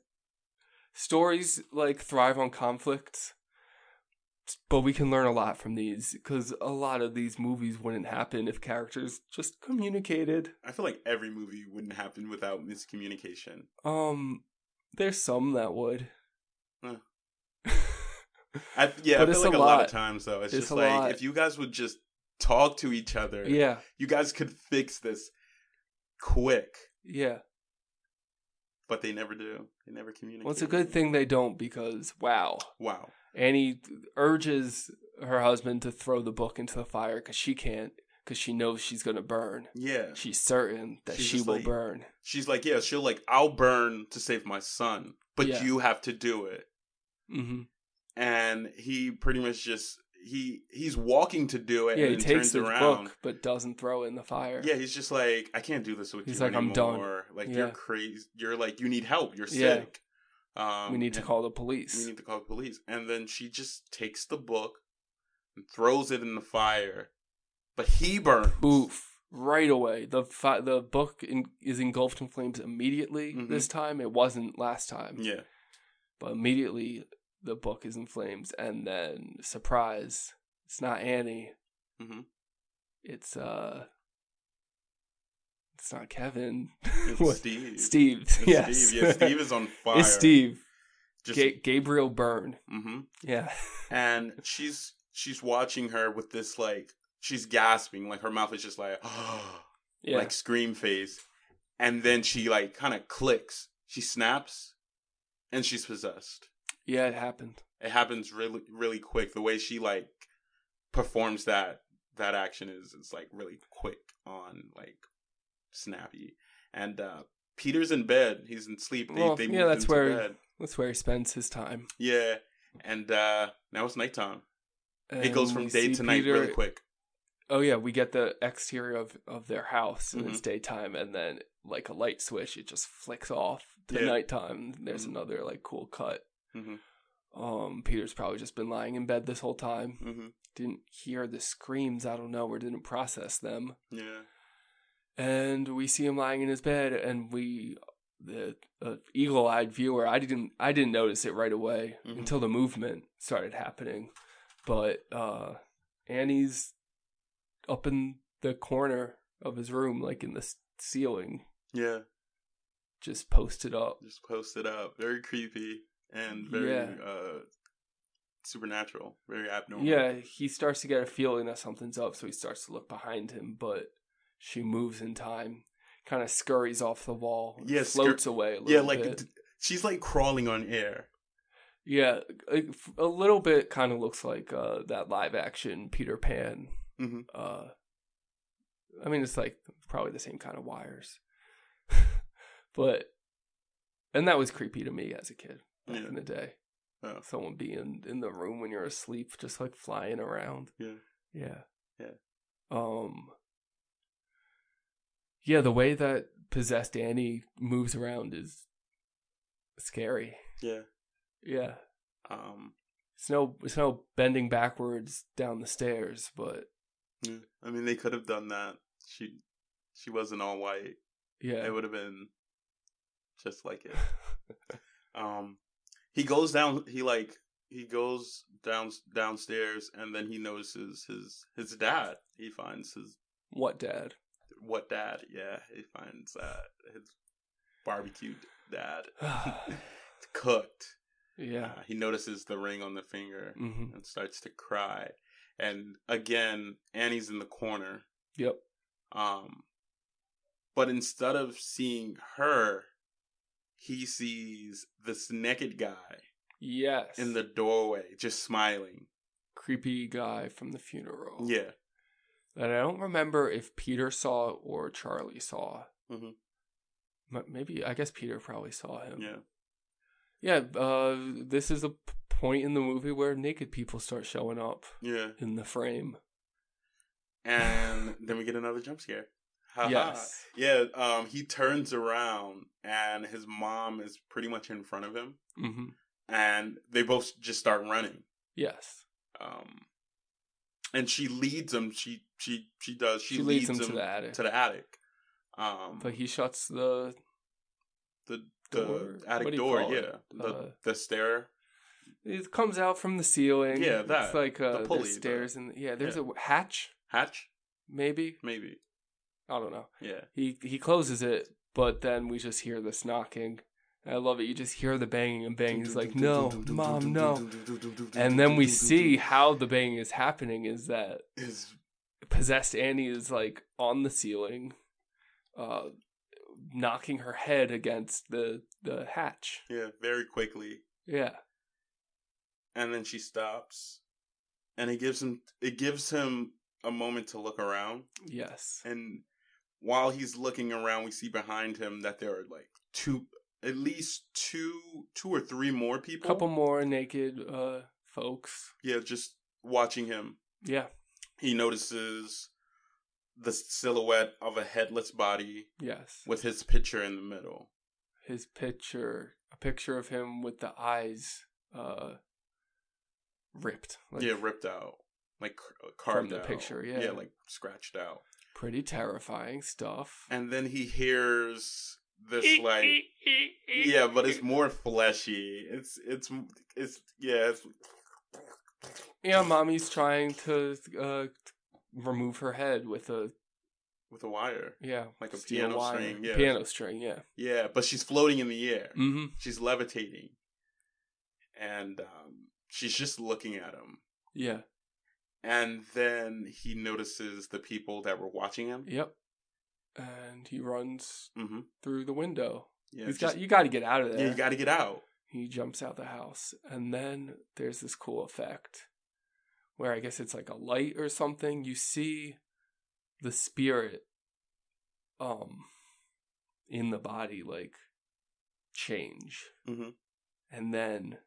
Speaker 2: Stories like thrive on conflicts, but we can learn a lot from these because a lot of these movies wouldn't happen if characters just communicated.
Speaker 1: I feel like every movie wouldn't happen without miscommunication.
Speaker 2: Um, there's some that would.
Speaker 1: I, yeah, I feel
Speaker 2: But it's
Speaker 1: like a
Speaker 2: a
Speaker 1: lot.
Speaker 2: lot.
Speaker 1: of times though, it's,
Speaker 2: It's
Speaker 1: just
Speaker 2: a
Speaker 1: like
Speaker 2: lot.
Speaker 1: if you guys would just talk to each other,
Speaker 2: Yeah,
Speaker 1: you guys could fix this quick.
Speaker 2: yeah.
Speaker 1: But they never do. They never communicate.
Speaker 2: Well, it's a good thing they don't because wow.
Speaker 1: Wow.
Speaker 2: Annie urges her husband to throw the book into the fire because she can't, because she knows she's gonna burn.
Speaker 1: Yeah,
Speaker 2: She's certain that
Speaker 1: She's
Speaker 2: she
Speaker 1: just
Speaker 2: will
Speaker 1: like-
Speaker 2: burn.
Speaker 1: she's like, yeah, she'll like, I'll burn to save my son, but
Speaker 2: Yeah.
Speaker 1: you have to do it.
Speaker 2: hmm
Speaker 1: And he pretty much just he he's walking to do it.
Speaker 2: Yeah,
Speaker 1: and
Speaker 2: he
Speaker 1: then turns
Speaker 2: takes the
Speaker 1: around.
Speaker 2: book but doesn't throw it in the fire.
Speaker 1: Yeah, he's just like, I can't do this with
Speaker 2: He's
Speaker 1: you
Speaker 2: like, "I'm done."
Speaker 1: anymore. Like you're
Speaker 2: Yeah.
Speaker 1: crazy. You're like, you need help. You're
Speaker 2: Yeah.
Speaker 1: sick. Um,
Speaker 2: we need to
Speaker 1: and-
Speaker 2: call the police.
Speaker 1: We need to call the police. And then she just takes the book and throws it in the fire. But he burns.
Speaker 2: Oof! Right away, the fi- the book in- is engulfed in flames immediately.
Speaker 1: Mhm.
Speaker 2: This time, it wasn't last time.
Speaker 1: Yeah.
Speaker 2: But immediately, the book is in flames, and then surprise, it's not Annie.
Speaker 1: Mhm.
Speaker 2: It's uh, it's not Kevin.
Speaker 1: It's
Speaker 2: What?
Speaker 1: Steve.
Speaker 2: Steve.
Speaker 1: It's
Speaker 2: yes.
Speaker 1: Steve. Yeah, Steve is on fire.
Speaker 2: It's Steve.
Speaker 1: Just,
Speaker 2: Ga- Gabriel Byrne.
Speaker 1: hmm
Speaker 2: Yeah.
Speaker 1: And she's she's watching her with this like she's gasping, like her mouth is just like
Speaker 2: yeah.
Speaker 1: like scream face. And then she like kind of clicks. She snaps and she's possessed.
Speaker 2: yeah, it happened.
Speaker 1: it happens really really quick the way she like performs that that action is is like really quick on like snappy and uh peter's in bed he's in sleep
Speaker 2: Well, Oh, yeah,
Speaker 1: moved
Speaker 2: that's
Speaker 1: him to
Speaker 2: where- That's where he spends his time.
Speaker 1: yeah and uh now it's nighttime it
Speaker 2: And
Speaker 1: goes from
Speaker 2: we
Speaker 1: day
Speaker 2: see
Speaker 1: to night
Speaker 2: Peter-
Speaker 1: really quick
Speaker 2: Oh yeah, we get the exterior of of their house and it's
Speaker 1: Mhm.
Speaker 2: daytime, and then like a light switch, it just flicks off to
Speaker 1: Yeah.
Speaker 2: nighttime. There's
Speaker 1: Mhm.
Speaker 2: another like cool cut.
Speaker 1: Mhm.
Speaker 2: Um, Peter's probably just been lying in bed this whole time.
Speaker 1: hmm
Speaker 2: Didn't hear the screams. I don't know, or didn't process them.
Speaker 1: yeah
Speaker 2: and we see him lying in his bed and we the uh, eagle-eyed viewer i didn't i didn't notice it right away
Speaker 1: Mhm.
Speaker 2: until the movement started happening but uh annie's up in the corner of his room like in the s- ceiling
Speaker 1: yeah
Speaker 2: just posted up
Speaker 1: just post it up very creepy and very
Speaker 2: Yeah.
Speaker 1: uh supernatural very abnormal
Speaker 2: yeah he starts to get a feeling that something's up so he starts to look behind him but she moves in time kind of scurries off the wall and
Speaker 1: Yeah, scur-
Speaker 2: floats away a little
Speaker 1: yeah like
Speaker 2: bit.
Speaker 1: d- she's like crawling on air
Speaker 2: Yeah, a, a little bit kind of looks like uh, that live action Peter Pan.
Speaker 1: Mhm.
Speaker 2: Uh, I mean, it's like probably the same kind of wires, but and that was creepy to me as a kid back
Speaker 1: Yeah.
Speaker 2: in the day.
Speaker 1: Oh.
Speaker 2: Someone being in the room when you're asleep, just like flying around.
Speaker 1: Yeah.
Speaker 2: yeah,
Speaker 1: Yeah.
Speaker 2: Um, yeah, the way that possessed Annie moves around is scary.
Speaker 1: yeah
Speaker 2: Yeah.
Speaker 1: um
Speaker 2: It's no, it's no bending backwards down the stairs, but
Speaker 1: Yeah. I mean, they could have done that. She she wasn't all white.
Speaker 2: yeah,
Speaker 1: It would have been just like it. Um, he goes down. He like he goes down downstairs, and then he notices his his dad. He finds his
Speaker 2: what dad?
Speaker 1: what dad? Yeah, he finds uh, his barbecue dad cooked.
Speaker 2: yeah,
Speaker 1: Uh, he notices the ring on the finger
Speaker 2: hmm
Speaker 1: and starts to cry. And again, Annie's in the corner.
Speaker 2: yep,
Speaker 1: Um, but instead of seeing her, he sees this naked guy
Speaker 2: Yes.
Speaker 1: in the doorway just smiling.
Speaker 2: creepy guy from the funeral.
Speaker 1: Yeah.
Speaker 2: That I don't remember if Peter saw or Charlie saw.
Speaker 1: Mhm.
Speaker 2: M- Maybe I guess Peter probably saw him.
Speaker 1: Yeah.
Speaker 2: Yeah, uh, this is a p- point in the movie where naked people start showing up
Speaker 1: Yeah.
Speaker 2: in the frame.
Speaker 1: And then we get another jump scare. Ha ha.
Speaker 2: Yes.
Speaker 1: Yeah, um, he turns around and his mom is pretty much in front of him,
Speaker 2: hmm
Speaker 1: and they both just start running.
Speaker 2: Yes.
Speaker 1: Um, and she leads him. She she she does. She,
Speaker 2: She leads him to the attic.
Speaker 1: To the attic. Um,
Speaker 2: But he shuts the
Speaker 1: the the
Speaker 2: door- what
Speaker 1: attic
Speaker 2: do you
Speaker 1: door.
Speaker 2: call
Speaker 1: Yeah,
Speaker 2: it?
Speaker 1: the
Speaker 2: Uh,
Speaker 1: the stair.
Speaker 2: it comes out from the ceiling.
Speaker 1: Yeah,
Speaker 2: it's
Speaker 1: that.
Speaker 2: like
Speaker 1: The
Speaker 2: uh,
Speaker 1: pulley,
Speaker 2: the
Speaker 1: the-
Speaker 2: stairs and yeah, there's
Speaker 1: yeah.
Speaker 2: a hatch
Speaker 1: Hatch,
Speaker 2: maybe.
Speaker 1: maybe.
Speaker 2: I don't know.
Speaker 1: Yeah,
Speaker 2: He he closes it, but then we just hear this knocking. I love it. You just hear the banging and banging. He's like, "No, mom, no." And then we see how the banging is happening. Is that
Speaker 1: is
Speaker 2: possessed Annie is like on the ceiling, uh, knocking her head against the the hatch.
Speaker 1: yeah very quickly,
Speaker 2: Yeah,
Speaker 1: and then she stops, and it gives him it gives him a moment to look around,
Speaker 2: yes,
Speaker 1: and while he's looking around, we see behind him that there are like two, at least two, two or three more
Speaker 2: a
Speaker 1: people.
Speaker 2: couple more naked uh folks.
Speaker 1: Yeah, just watching him.
Speaker 2: Yeah,
Speaker 1: He notices the silhouette of a headless body
Speaker 2: yes.
Speaker 1: with his picture in the middle.
Speaker 2: His picture, a picture of him with the eyes uh ripped. Like,
Speaker 1: yeah, ripped out, like cr- uh, carved
Speaker 2: From the
Speaker 1: out.
Speaker 2: picture, yeah.
Speaker 1: yeah, like scratched out.
Speaker 2: pretty terrifying stuff.
Speaker 1: And then he hears this like. Yeah, but it's more fleshy. It's it's it's yeah. It's,
Speaker 2: yeah, mommy's trying to uh remove her head with a
Speaker 1: with a wire.
Speaker 2: yeah,
Speaker 1: Like a
Speaker 2: steel
Speaker 1: piano string, yeah.
Speaker 2: Piano string, yeah.
Speaker 1: Yeah, but she's floating in the air.
Speaker 2: Mm-hmm.
Speaker 1: She's levitating. And um, she's just looking at him.
Speaker 2: Yeah.
Speaker 1: And then he notices the people that were watching him.
Speaker 2: Yep. And he runs
Speaker 1: Mm-hmm.
Speaker 2: through the window.
Speaker 1: Yeah,
Speaker 2: He's
Speaker 1: just-
Speaker 2: got you got to get out of there.
Speaker 1: yeah, you got to get out.
Speaker 2: he jumps out the house, and then there's this cool effect where I guess it's like a light or something. You see the spirit, um, in the body like change,
Speaker 1: Mhm.
Speaker 2: and then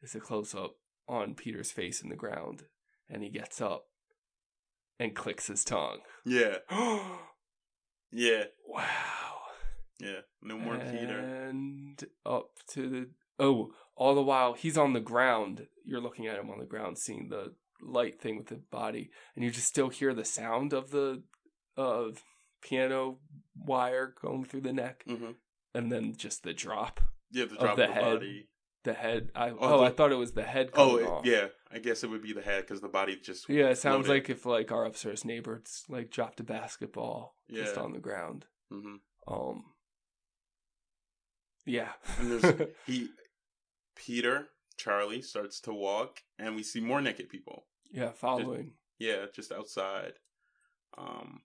Speaker 2: there's a close up on Peter's face in the ground, and he gets up and clicks his tongue.
Speaker 1: Yeah,
Speaker 2: wow.
Speaker 1: yeah, yeah. No more
Speaker 2: Uh,
Speaker 1: Peter.
Speaker 2: And up to the oh, all the while he's on the ground. You're looking at him on the ground, seeing the light thing with the body, and you just still hear the sound of the of piano wire going through the neck,
Speaker 1: Mm-hmm.
Speaker 2: and then just the drop,
Speaker 1: Yeah, the drop of
Speaker 2: the
Speaker 1: the,
Speaker 2: head.
Speaker 1: body.
Speaker 2: the head. I oh,
Speaker 1: Oh,
Speaker 2: I
Speaker 1: the-
Speaker 2: thought it was the head.
Speaker 1: Oh,
Speaker 2: coming
Speaker 1: it-
Speaker 2: off.
Speaker 1: yeah. I guess it would be the head because the body just.
Speaker 2: Yeah, it sounds
Speaker 1: floated.
Speaker 2: like if like our upstairs neighbors like dropped a basketball just
Speaker 1: Yeah.
Speaker 2: on the ground.
Speaker 1: Mhm.
Speaker 2: Um, yeah,
Speaker 1: And there's he, Peter, Charlie starts to walk, and we see more naked people.
Speaker 2: yeah, following.
Speaker 1: Yeah, just outside. Um,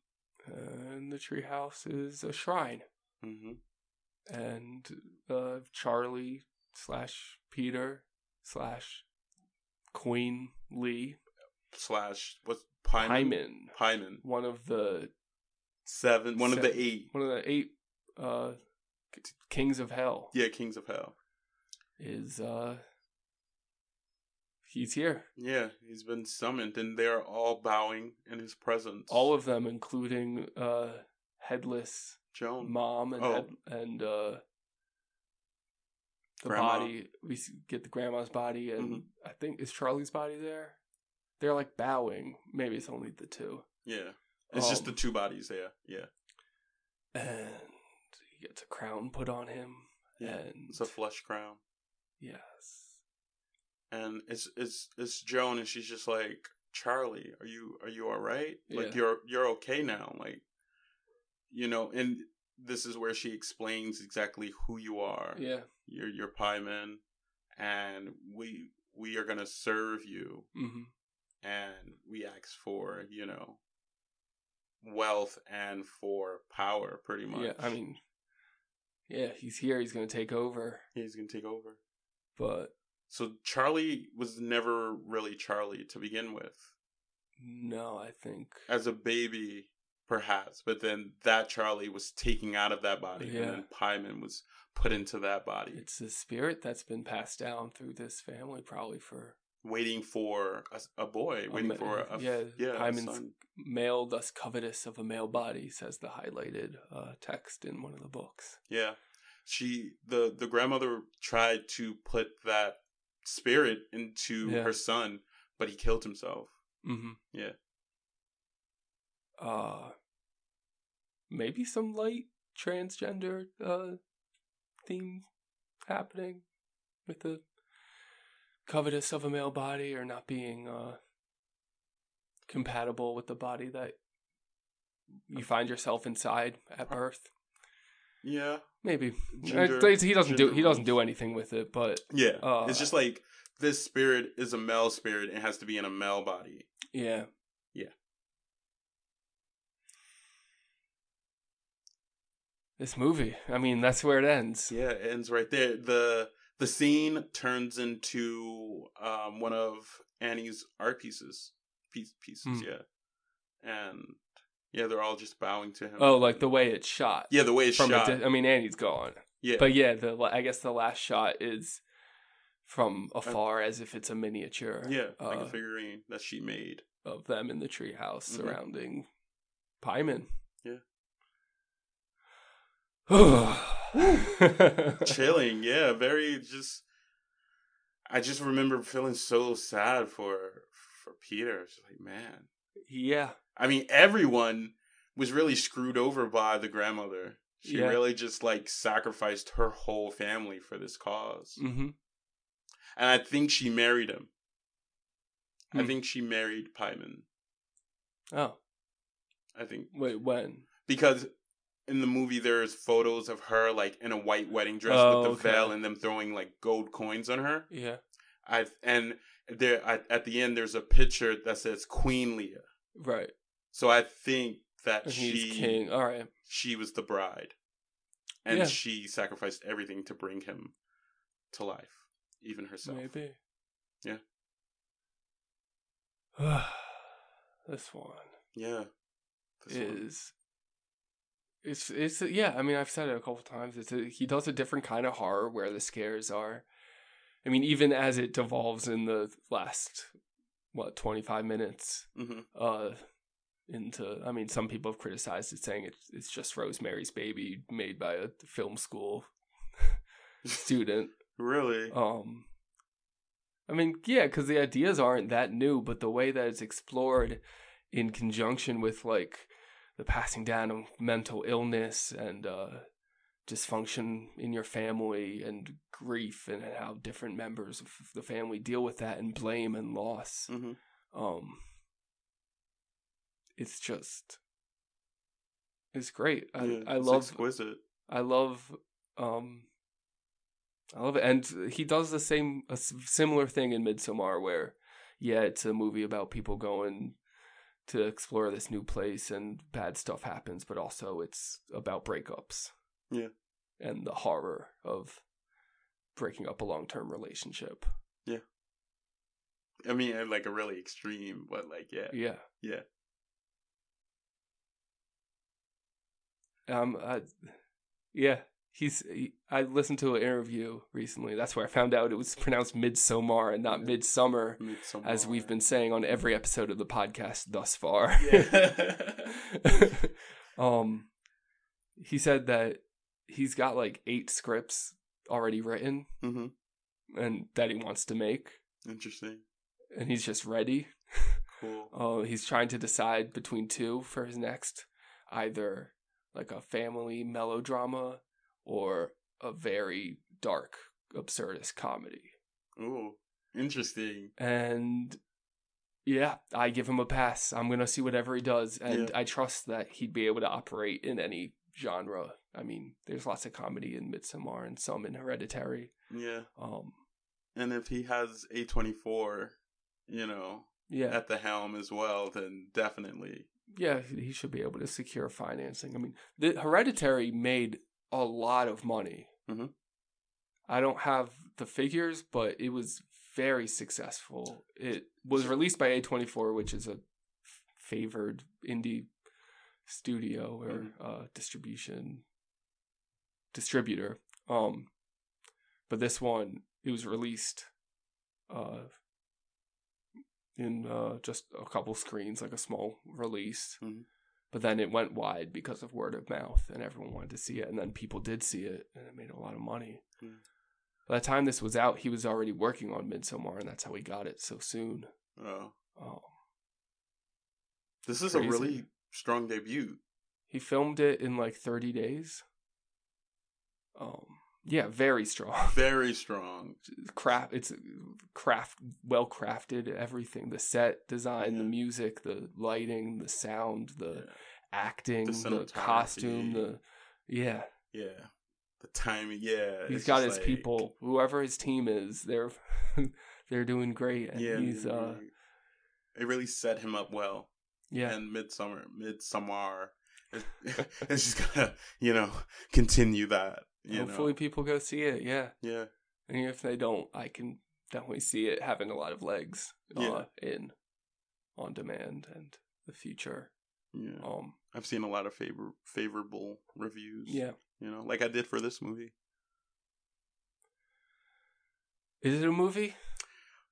Speaker 2: And the treehouse is a shrine,
Speaker 1: hmm
Speaker 2: and uh, Charlie slash Peter slash Queen Lee
Speaker 1: Slash what's Pyman?
Speaker 2: Hyman,
Speaker 1: Pyman.
Speaker 2: one of the
Speaker 1: Seven. One of
Speaker 2: Seven.
Speaker 1: the eight.
Speaker 2: one of the eight uh, k- kings of hell,
Speaker 1: Yeah, Kings of Hell.
Speaker 2: is uh, he's here.
Speaker 1: Yeah, he's been summoned, and they are all bowing in his presence.
Speaker 2: all of them, including uh, headless
Speaker 1: Joan.
Speaker 2: mom and
Speaker 1: Oh.
Speaker 2: head, and uh, the
Speaker 1: Grandma. Mm-hmm.
Speaker 2: body. We s- get the grandma's body, and I think is Charlie's body there. They're like bowing. Maybe it's only the two,
Speaker 1: yeah, it's just the
Speaker 2: Um,
Speaker 1: two bodies there. Yeah,
Speaker 2: and he gets a crown put on him.
Speaker 1: yeah.
Speaker 2: And
Speaker 1: It's a flush crown,
Speaker 2: yes,
Speaker 1: and it's it's it's Joan, and she's just like Charlie. Are you are you all right?
Speaker 2: Yeah.
Speaker 1: Like you're you're okay now. Like you know, and this is where she explains exactly who you are.
Speaker 2: yeah,
Speaker 1: You're you're pieman, and we we are gonna serve you.
Speaker 2: hmm
Speaker 1: and we ask for you know wealth and for power pretty much
Speaker 2: yeah. I mean, yeah, he's here. He's going to take over.
Speaker 1: He's gonna take over.
Speaker 2: But
Speaker 1: So Charlie was never really Charlie to begin with.
Speaker 2: no, I think.
Speaker 1: As a baby, perhaps, but then that Charlie was taken out of that body,
Speaker 2: Yeah.
Speaker 1: and then Pyman was put into that body,
Speaker 2: It's a spirit that's been passed down through this family, probably for
Speaker 1: waiting for a, a boy,
Speaker 2: A
Speaker 1: waiting
Speaker 2: ma-
Speaker 1: for a
Speaker 2: yeah,
Speaker 1: yeah a
Speaker 2: Pyman's-
Speaker 1: son.
Speaker 2: male, thus covetous of a male body, says the highlighted uh, text in one of the books.
Speaker 1: Yeah. She the the grandmother tried to put that spirit into
Speaker 2: Yeah.
Speaker 1: her son, but he killed himself.
Speaker 2: Mm-hmm.
Speaker 1: Yeah.
Speaker 2: Uh, maybe some light transgender uh, theme happening with the covetous of a male body or not being uh, compatible with the body that you find yourself inside at birth.
Speaker 1: Yeah.
Speaker 2: Maybe
Speaker 1: Ginger-
Speaker 2: Uh, he doesn't do
Speaker 1: ginger
Speaker 2: he doesn't
Speaker 1: roles.
Speaker 2: do anything with it, but
Speaker 1: Yeah.
Speaker 2: Uh,
Speaker 1: it's just like this spirit is a male spirit and has to be in a male body.
Speaker 2: yeah,
Speaker 1: Yeah.
Speaker 2: This movie, I mean, that's where it ends.
Speaker 1: Yeah, it ends right there. The the scene turns into um one of Annie's art pieces. Piece, pieces,
Speaker 2: Hmm.
Speaker 1: yeah. And yeah, they're all just bowing to him.
Speaker 2: Oh, like the way it's shot.
Speaker 1: yeah, the way it's
Speaker 2: from a
Speaker 1: shot.
Speaker 2: di- I mean, Annie's gone,
Speaker 1: yeah.
Speaker 2: but yeah, the la- I guess the last shot is from afar, as if it's a miniature.
Speaker 1: Uh, yeah, like
Speaker 2: uh,
Speaker 1: a figurine that she made.
Speaker 2: of them in the treehouse
Speaker 1: Mhm.
Speaker 2: surrounding Pyman.
Speaker 1: Yeah.
Speaker 2: yeah.
Speaker 1: chilling yeah very just i just remember feeling so sad for for peter it's just like man
Speaker 2: yeah,
Speaker 1: i mean everyone was really screwed over by the grandmother she
Speaker 2: Yeah.
Speaker 1: really just like sacrificed her whole family for this because
Speaker 2: hmm
Speaker 1: and i think she married him i
Speaker 2: Hmm.
Speaker 1: think she married pyman
Speaker 2: Oh
Speaker 1: i think
Speaker 2: wait, when?
Speaker 1: because in the movie there's photos of her like in a white wedding dress
Speaker 2: Oh,
Speaker 1: with the
Speaker 2: okay.
Speaker 1: veil and them throwing like gold coins on her
Speaker 2: Yeah.
Speaker 1: I and there I, at the end there's a picture that says Queen Leah.
Speaker 2: Right.
Speaker 1: So I think that
Speaker 2: And
Speaker 1: she
Speaker 2: he's king. All right.
Speaker 1: she was the bride, and
Speaker 2: Yeah.
Speaker 1: she sacrificed everything to bring him to life, even herself.
Speaker 2: Maybe.
Speaker 1: Yeah.
Speaker 2: this one
Speaker 1: Yeah, This one.
Speaker 2: is. It's it's yeah. I mean, I've said it a couple times. It's a, he does a different kind of horror where the scares are. I mean, even as it devolves in the last what twenty five minutes,
Speaker 1: Mhm.
Speaker 2: uh, into I mean, some people have criticized it, saying it's it's just Rosemary's Baby made by a film school student.
Speaker 1: really.
Speaker 2: Um, I mean, yeah, because the ideas aren't that new, but the way that it's explored in conjunction with like the passing down of mental illness and uh, dysfunction in your family and grief and how different members of the family deal with that and blame and loss.
Speaker 1: Mhm.
Speaker 2: Um, it's just, it's great. I,
Speaker 1: Yeah,
Speaker 2: I
Speaker 1: it's
Speaker 2: love
Speaker 1: exquisite.
Speaker 2: I love, um, I love it, and he does the same a s- similar thing in Midsommar, where yeah, it's a movie about people going to explore this new place and bad stuff happens, but also it's about breakups,
Speaker 1: Yeah.
Speaker 2: and the horror of breaking up a long term relationship.
Speaker 1: I mean, and, like a really extreme, but like yeah,
Speaker 2: Yeah,
Speaker 1: Yeah.
Speaker 2: Um, I, yeah. He's. He, I listened to an interview recently. That's where I found out it was pronounced midsomar and not midsummer,
Speaker 1: Midsommar.
Speaker 2: as we've been saying on every episode of the podcast thus far.
Speaker 1: Yeah.
Speaker 2: um, he said that he's got like eight scripts already written
Speaker 1: hmm
Speaker 2: and that he wants to make,
Speaker 1: Interesting.
Speaker 2: and he's just ready.
Speaker 1: Cool.
Speaker 2: Oh, he's trying to decide between two for his next, either like a family melodrama or a very dark absurdist comedy.
Speaker 1: Ooh, interesting.
Speaker 2: And yeah, I give him a pass. I'm gonna see whatever he does, and
Speaker 1: Yeah.
Speaker 2: I trust that he'd be able to operate in any genre. I mean, there's lots of comedy in Midsommar and some in Hereditary.
Speaker 1: Yeah.
Speaker 2: Um,
Speaker 1: And if he has A24, you know,
Speaker 2: yeah,
Speaker 1: at the helm as well, then definitely.
Speaker 2: yeah, he should be able to secure financing. I mean, the Hereditary made a lot of money.
Speaker 1: Mhm.
Speaker 2: I don't have the figures, but it was very successful. It was released by A24, which is a f- favored indie studio or
Speaker 1: Mhm.
Speaker 2: uh, distribution distributor. Um, but this one, it was released uh, in uh, just a couple screens, like a small release.
Speaker 1: Mhm.
Speaker 2: But then it went wide because of word of mouth, and everyone wanted to see it. And then people did see it, and it made a lot of money.
Speaker 1: Mm.
Speaker 2: By the time this was out, he was already working on Midsommar, and that's how he got it so soon.
Speaker 1: Oh.
Speaker 2: Um,
Speaker 1: This is
Speaker 2: Crazy.
Speaker 1: a really strong debut.
Speaker 2: he filmed it in like 30 days. Um, yeah, very strong.
Speaker 1: Very strong.
Speaker 2: craft it's craft well crafted everything the set design the
Speaker 1: Yeah.
Speaker 2: music the lighting the sound the
Speaker 1: Yeah.
Speaker 2: acting
Speaker 1: The
Speaker 2: the, costume
Speaker 1: cinematography.
Speaker 2: the yeah
Speaker 1: Yeah. The timing, yeah.
Speaker 2: he's
Speaker 1: it's
Speaker 2: got
Speaker 1: just
Speaker 2: his
Speaker 1: like-
Speaker 2: people whoever his team is they're they're doing great and
Speaker 1: Yeah. mm-hmm.
Speaker 2: he's uh
Speaker 1: it really set him up well.
Speaker 2: yeah
Speaker 1: And midsummer midsummer is is just gonna, you know, continue that. You
Speaker 2: hopefully
Speaker 1: know.
Speaker 2: people go see it yeah
Speaker 1: Yeah.
Speaker 2: and if they don't i can definitely see it having a lot of legs uh, in on demand and the future
Speaker 1: Yeah.
Speaker 2: um
Speaker 1: I've seen a lot of favor favorable reviews.
Speaker 2: yeah
Speaker 1: You know, like I did for this movie.
Speaker 2: is it a movie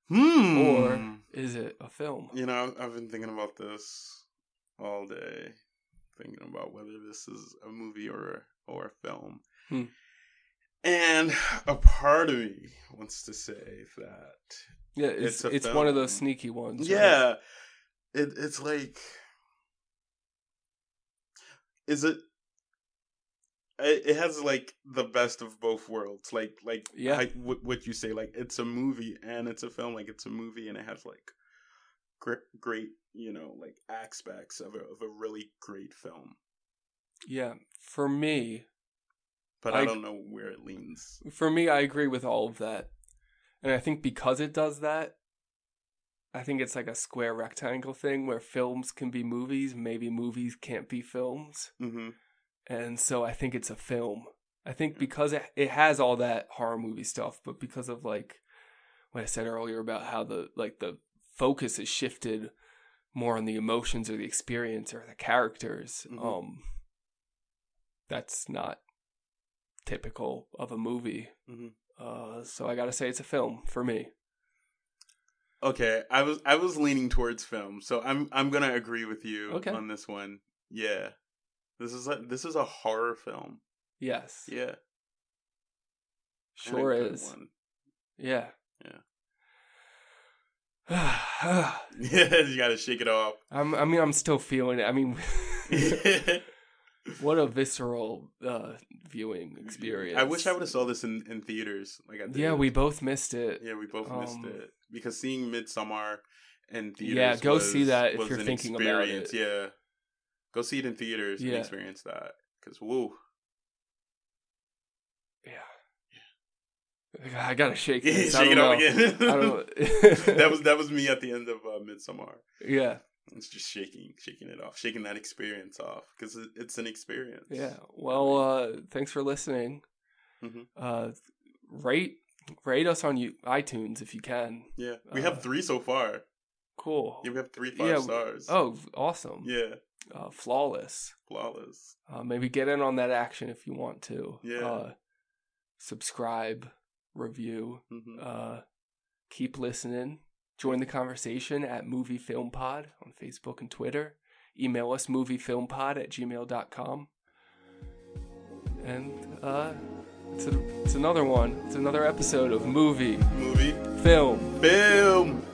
Speaker 1: Hmm.
Speaker 2: or is it a film?
Speaker 1: you know, I've been thinking about this all day, thinking about whether this is a movie or or a film.
Speaker 2: Hmm.
Speaker 1: And a part of me wants to say that
Speaker 2: Yeah, it's
Speaker 1: It's a
Speaker 2: it's one of those
Speaker 1: film.
Speaker 2: sneaky ones. right?
Speaker 1: yeah, it, it's like, is it? It it has like the best of both worlds, like like
Speaker 2: Yeah.
Speaker 1: I- what, what you say, like it's a movie and it's a film, like it's a movie and it has like great, great you know, like aspects of a of a really great film,
Speaker 2: yeah. For me,
Speaker 1: but I,
Speaker 2: I-
Speaker 1: don't know where it leans.
Speaker 2: for me, I agree with all of that, and I think because it does that, I think it's like a square rectangle thing where films can be movies, maybe movies can't be films,
Speaker 1: Mm-hmm.
Speaker 2: and so I think it's a film. I
Speaker 1: Mm.
Speaker 2: think because it it has all that horror movie stuff, but because of like what I said earlier about how the like the focus is shifted more on the emotions or the experience or the characters.
Speaker 1: Mhm.
Speaker 2: Um, that's not typical of a movie.
Speaker 1: Mhm.
Speaker 2: Uh, so I gotta say it's a film for me.
Speaker 1: Okay, I was I was leaning towards film, so I'm I'm gonna agree with you
Speaker 2: Okay.
Speaker 1: on this one. Yeah, this is a this is a horror film.
Speaker 2: Yes,
Speaker 1: Yeah, and a
Speaker 2: sure
Speaker 1: good
Speaker 2: is.
Speaker 1: one.
Speaker 2: Yeah.
Speaker 1: Yeah.
Speaker 2: Yeah.
Speaker 1: Yeah, you gotta shake it off.
Speaker 2: I'm, I mean, I'm still feeling it. I mean, what a visceral uh, viewing experience.
Speaker 1: I wish I would have saw this in in theaters. Like I did.
Speaker 2: Yeah, we both missed it.
Speaker 1: yeah we both missed
Speaker 2: um,
Speaker 1: it because seeing Midsummer in theaters.
Speaker 2: Yeah, go see
Speaker 1: was-
Speaker 2: that if
Speaker 1: was
Speaker 2: you're
Speaker 1: an
Speaker 2: thinking about it.
Speaker 1: experience, Yeah, go see it in theaters
Speaker 2: Yeah.
Speaker 1: and experience that because woo.
Speaker 2: Yeah. I gotta shake
Speaker 1: Yeah,
Speaker 2: this. I
Speaker 1: shake
Speaker 2: don't
Speaker 1: it off
Speaker 2: know.
Speaker 1: again.
Speaker 2: I don't.
Speaker 1: that was that was me at the end of uh, Midsommar.
Speaker 2: yeah,
Speaker 1: It's just shaking, shaking it off, shaking that experience off because it, it's an experience.
Speaker 2: yeah. Well, uh, thanks for listening.
Speaker 1: Mhm.
Speaker 2: Uh, rate rate us on you iTunes if you can.
Speaker 1: yeah. We
Speaker 2: uh,
Speaker 1: have three so far.
Speaker 2: Cool.
Speaker 1: Yeah, we have three five
Speaker 2: yeah,
Speaker 1: stars.
Speaker 2: Oh, awesome.
Speaker 1: yeah,
Speaker 2: Uh, flawless.
Speaker 1: flawless.
Speaker 2: Uh, maybe get in on that action if you want to.
Speaker 1: Yeah.
Speaker 2: Uh, subscribe, review,
Speaker 1: hmm
Speaker 2: uh, keep listening. Join the conversation at Movie Film Pod on Facebook and Twitter. Email us moviefilmpod at gmail.com. And uh, it's, a, it's another one. It's another episode of Movie
Speaker 1: Movie,
Speaker 2: Film
Speaker 1: film.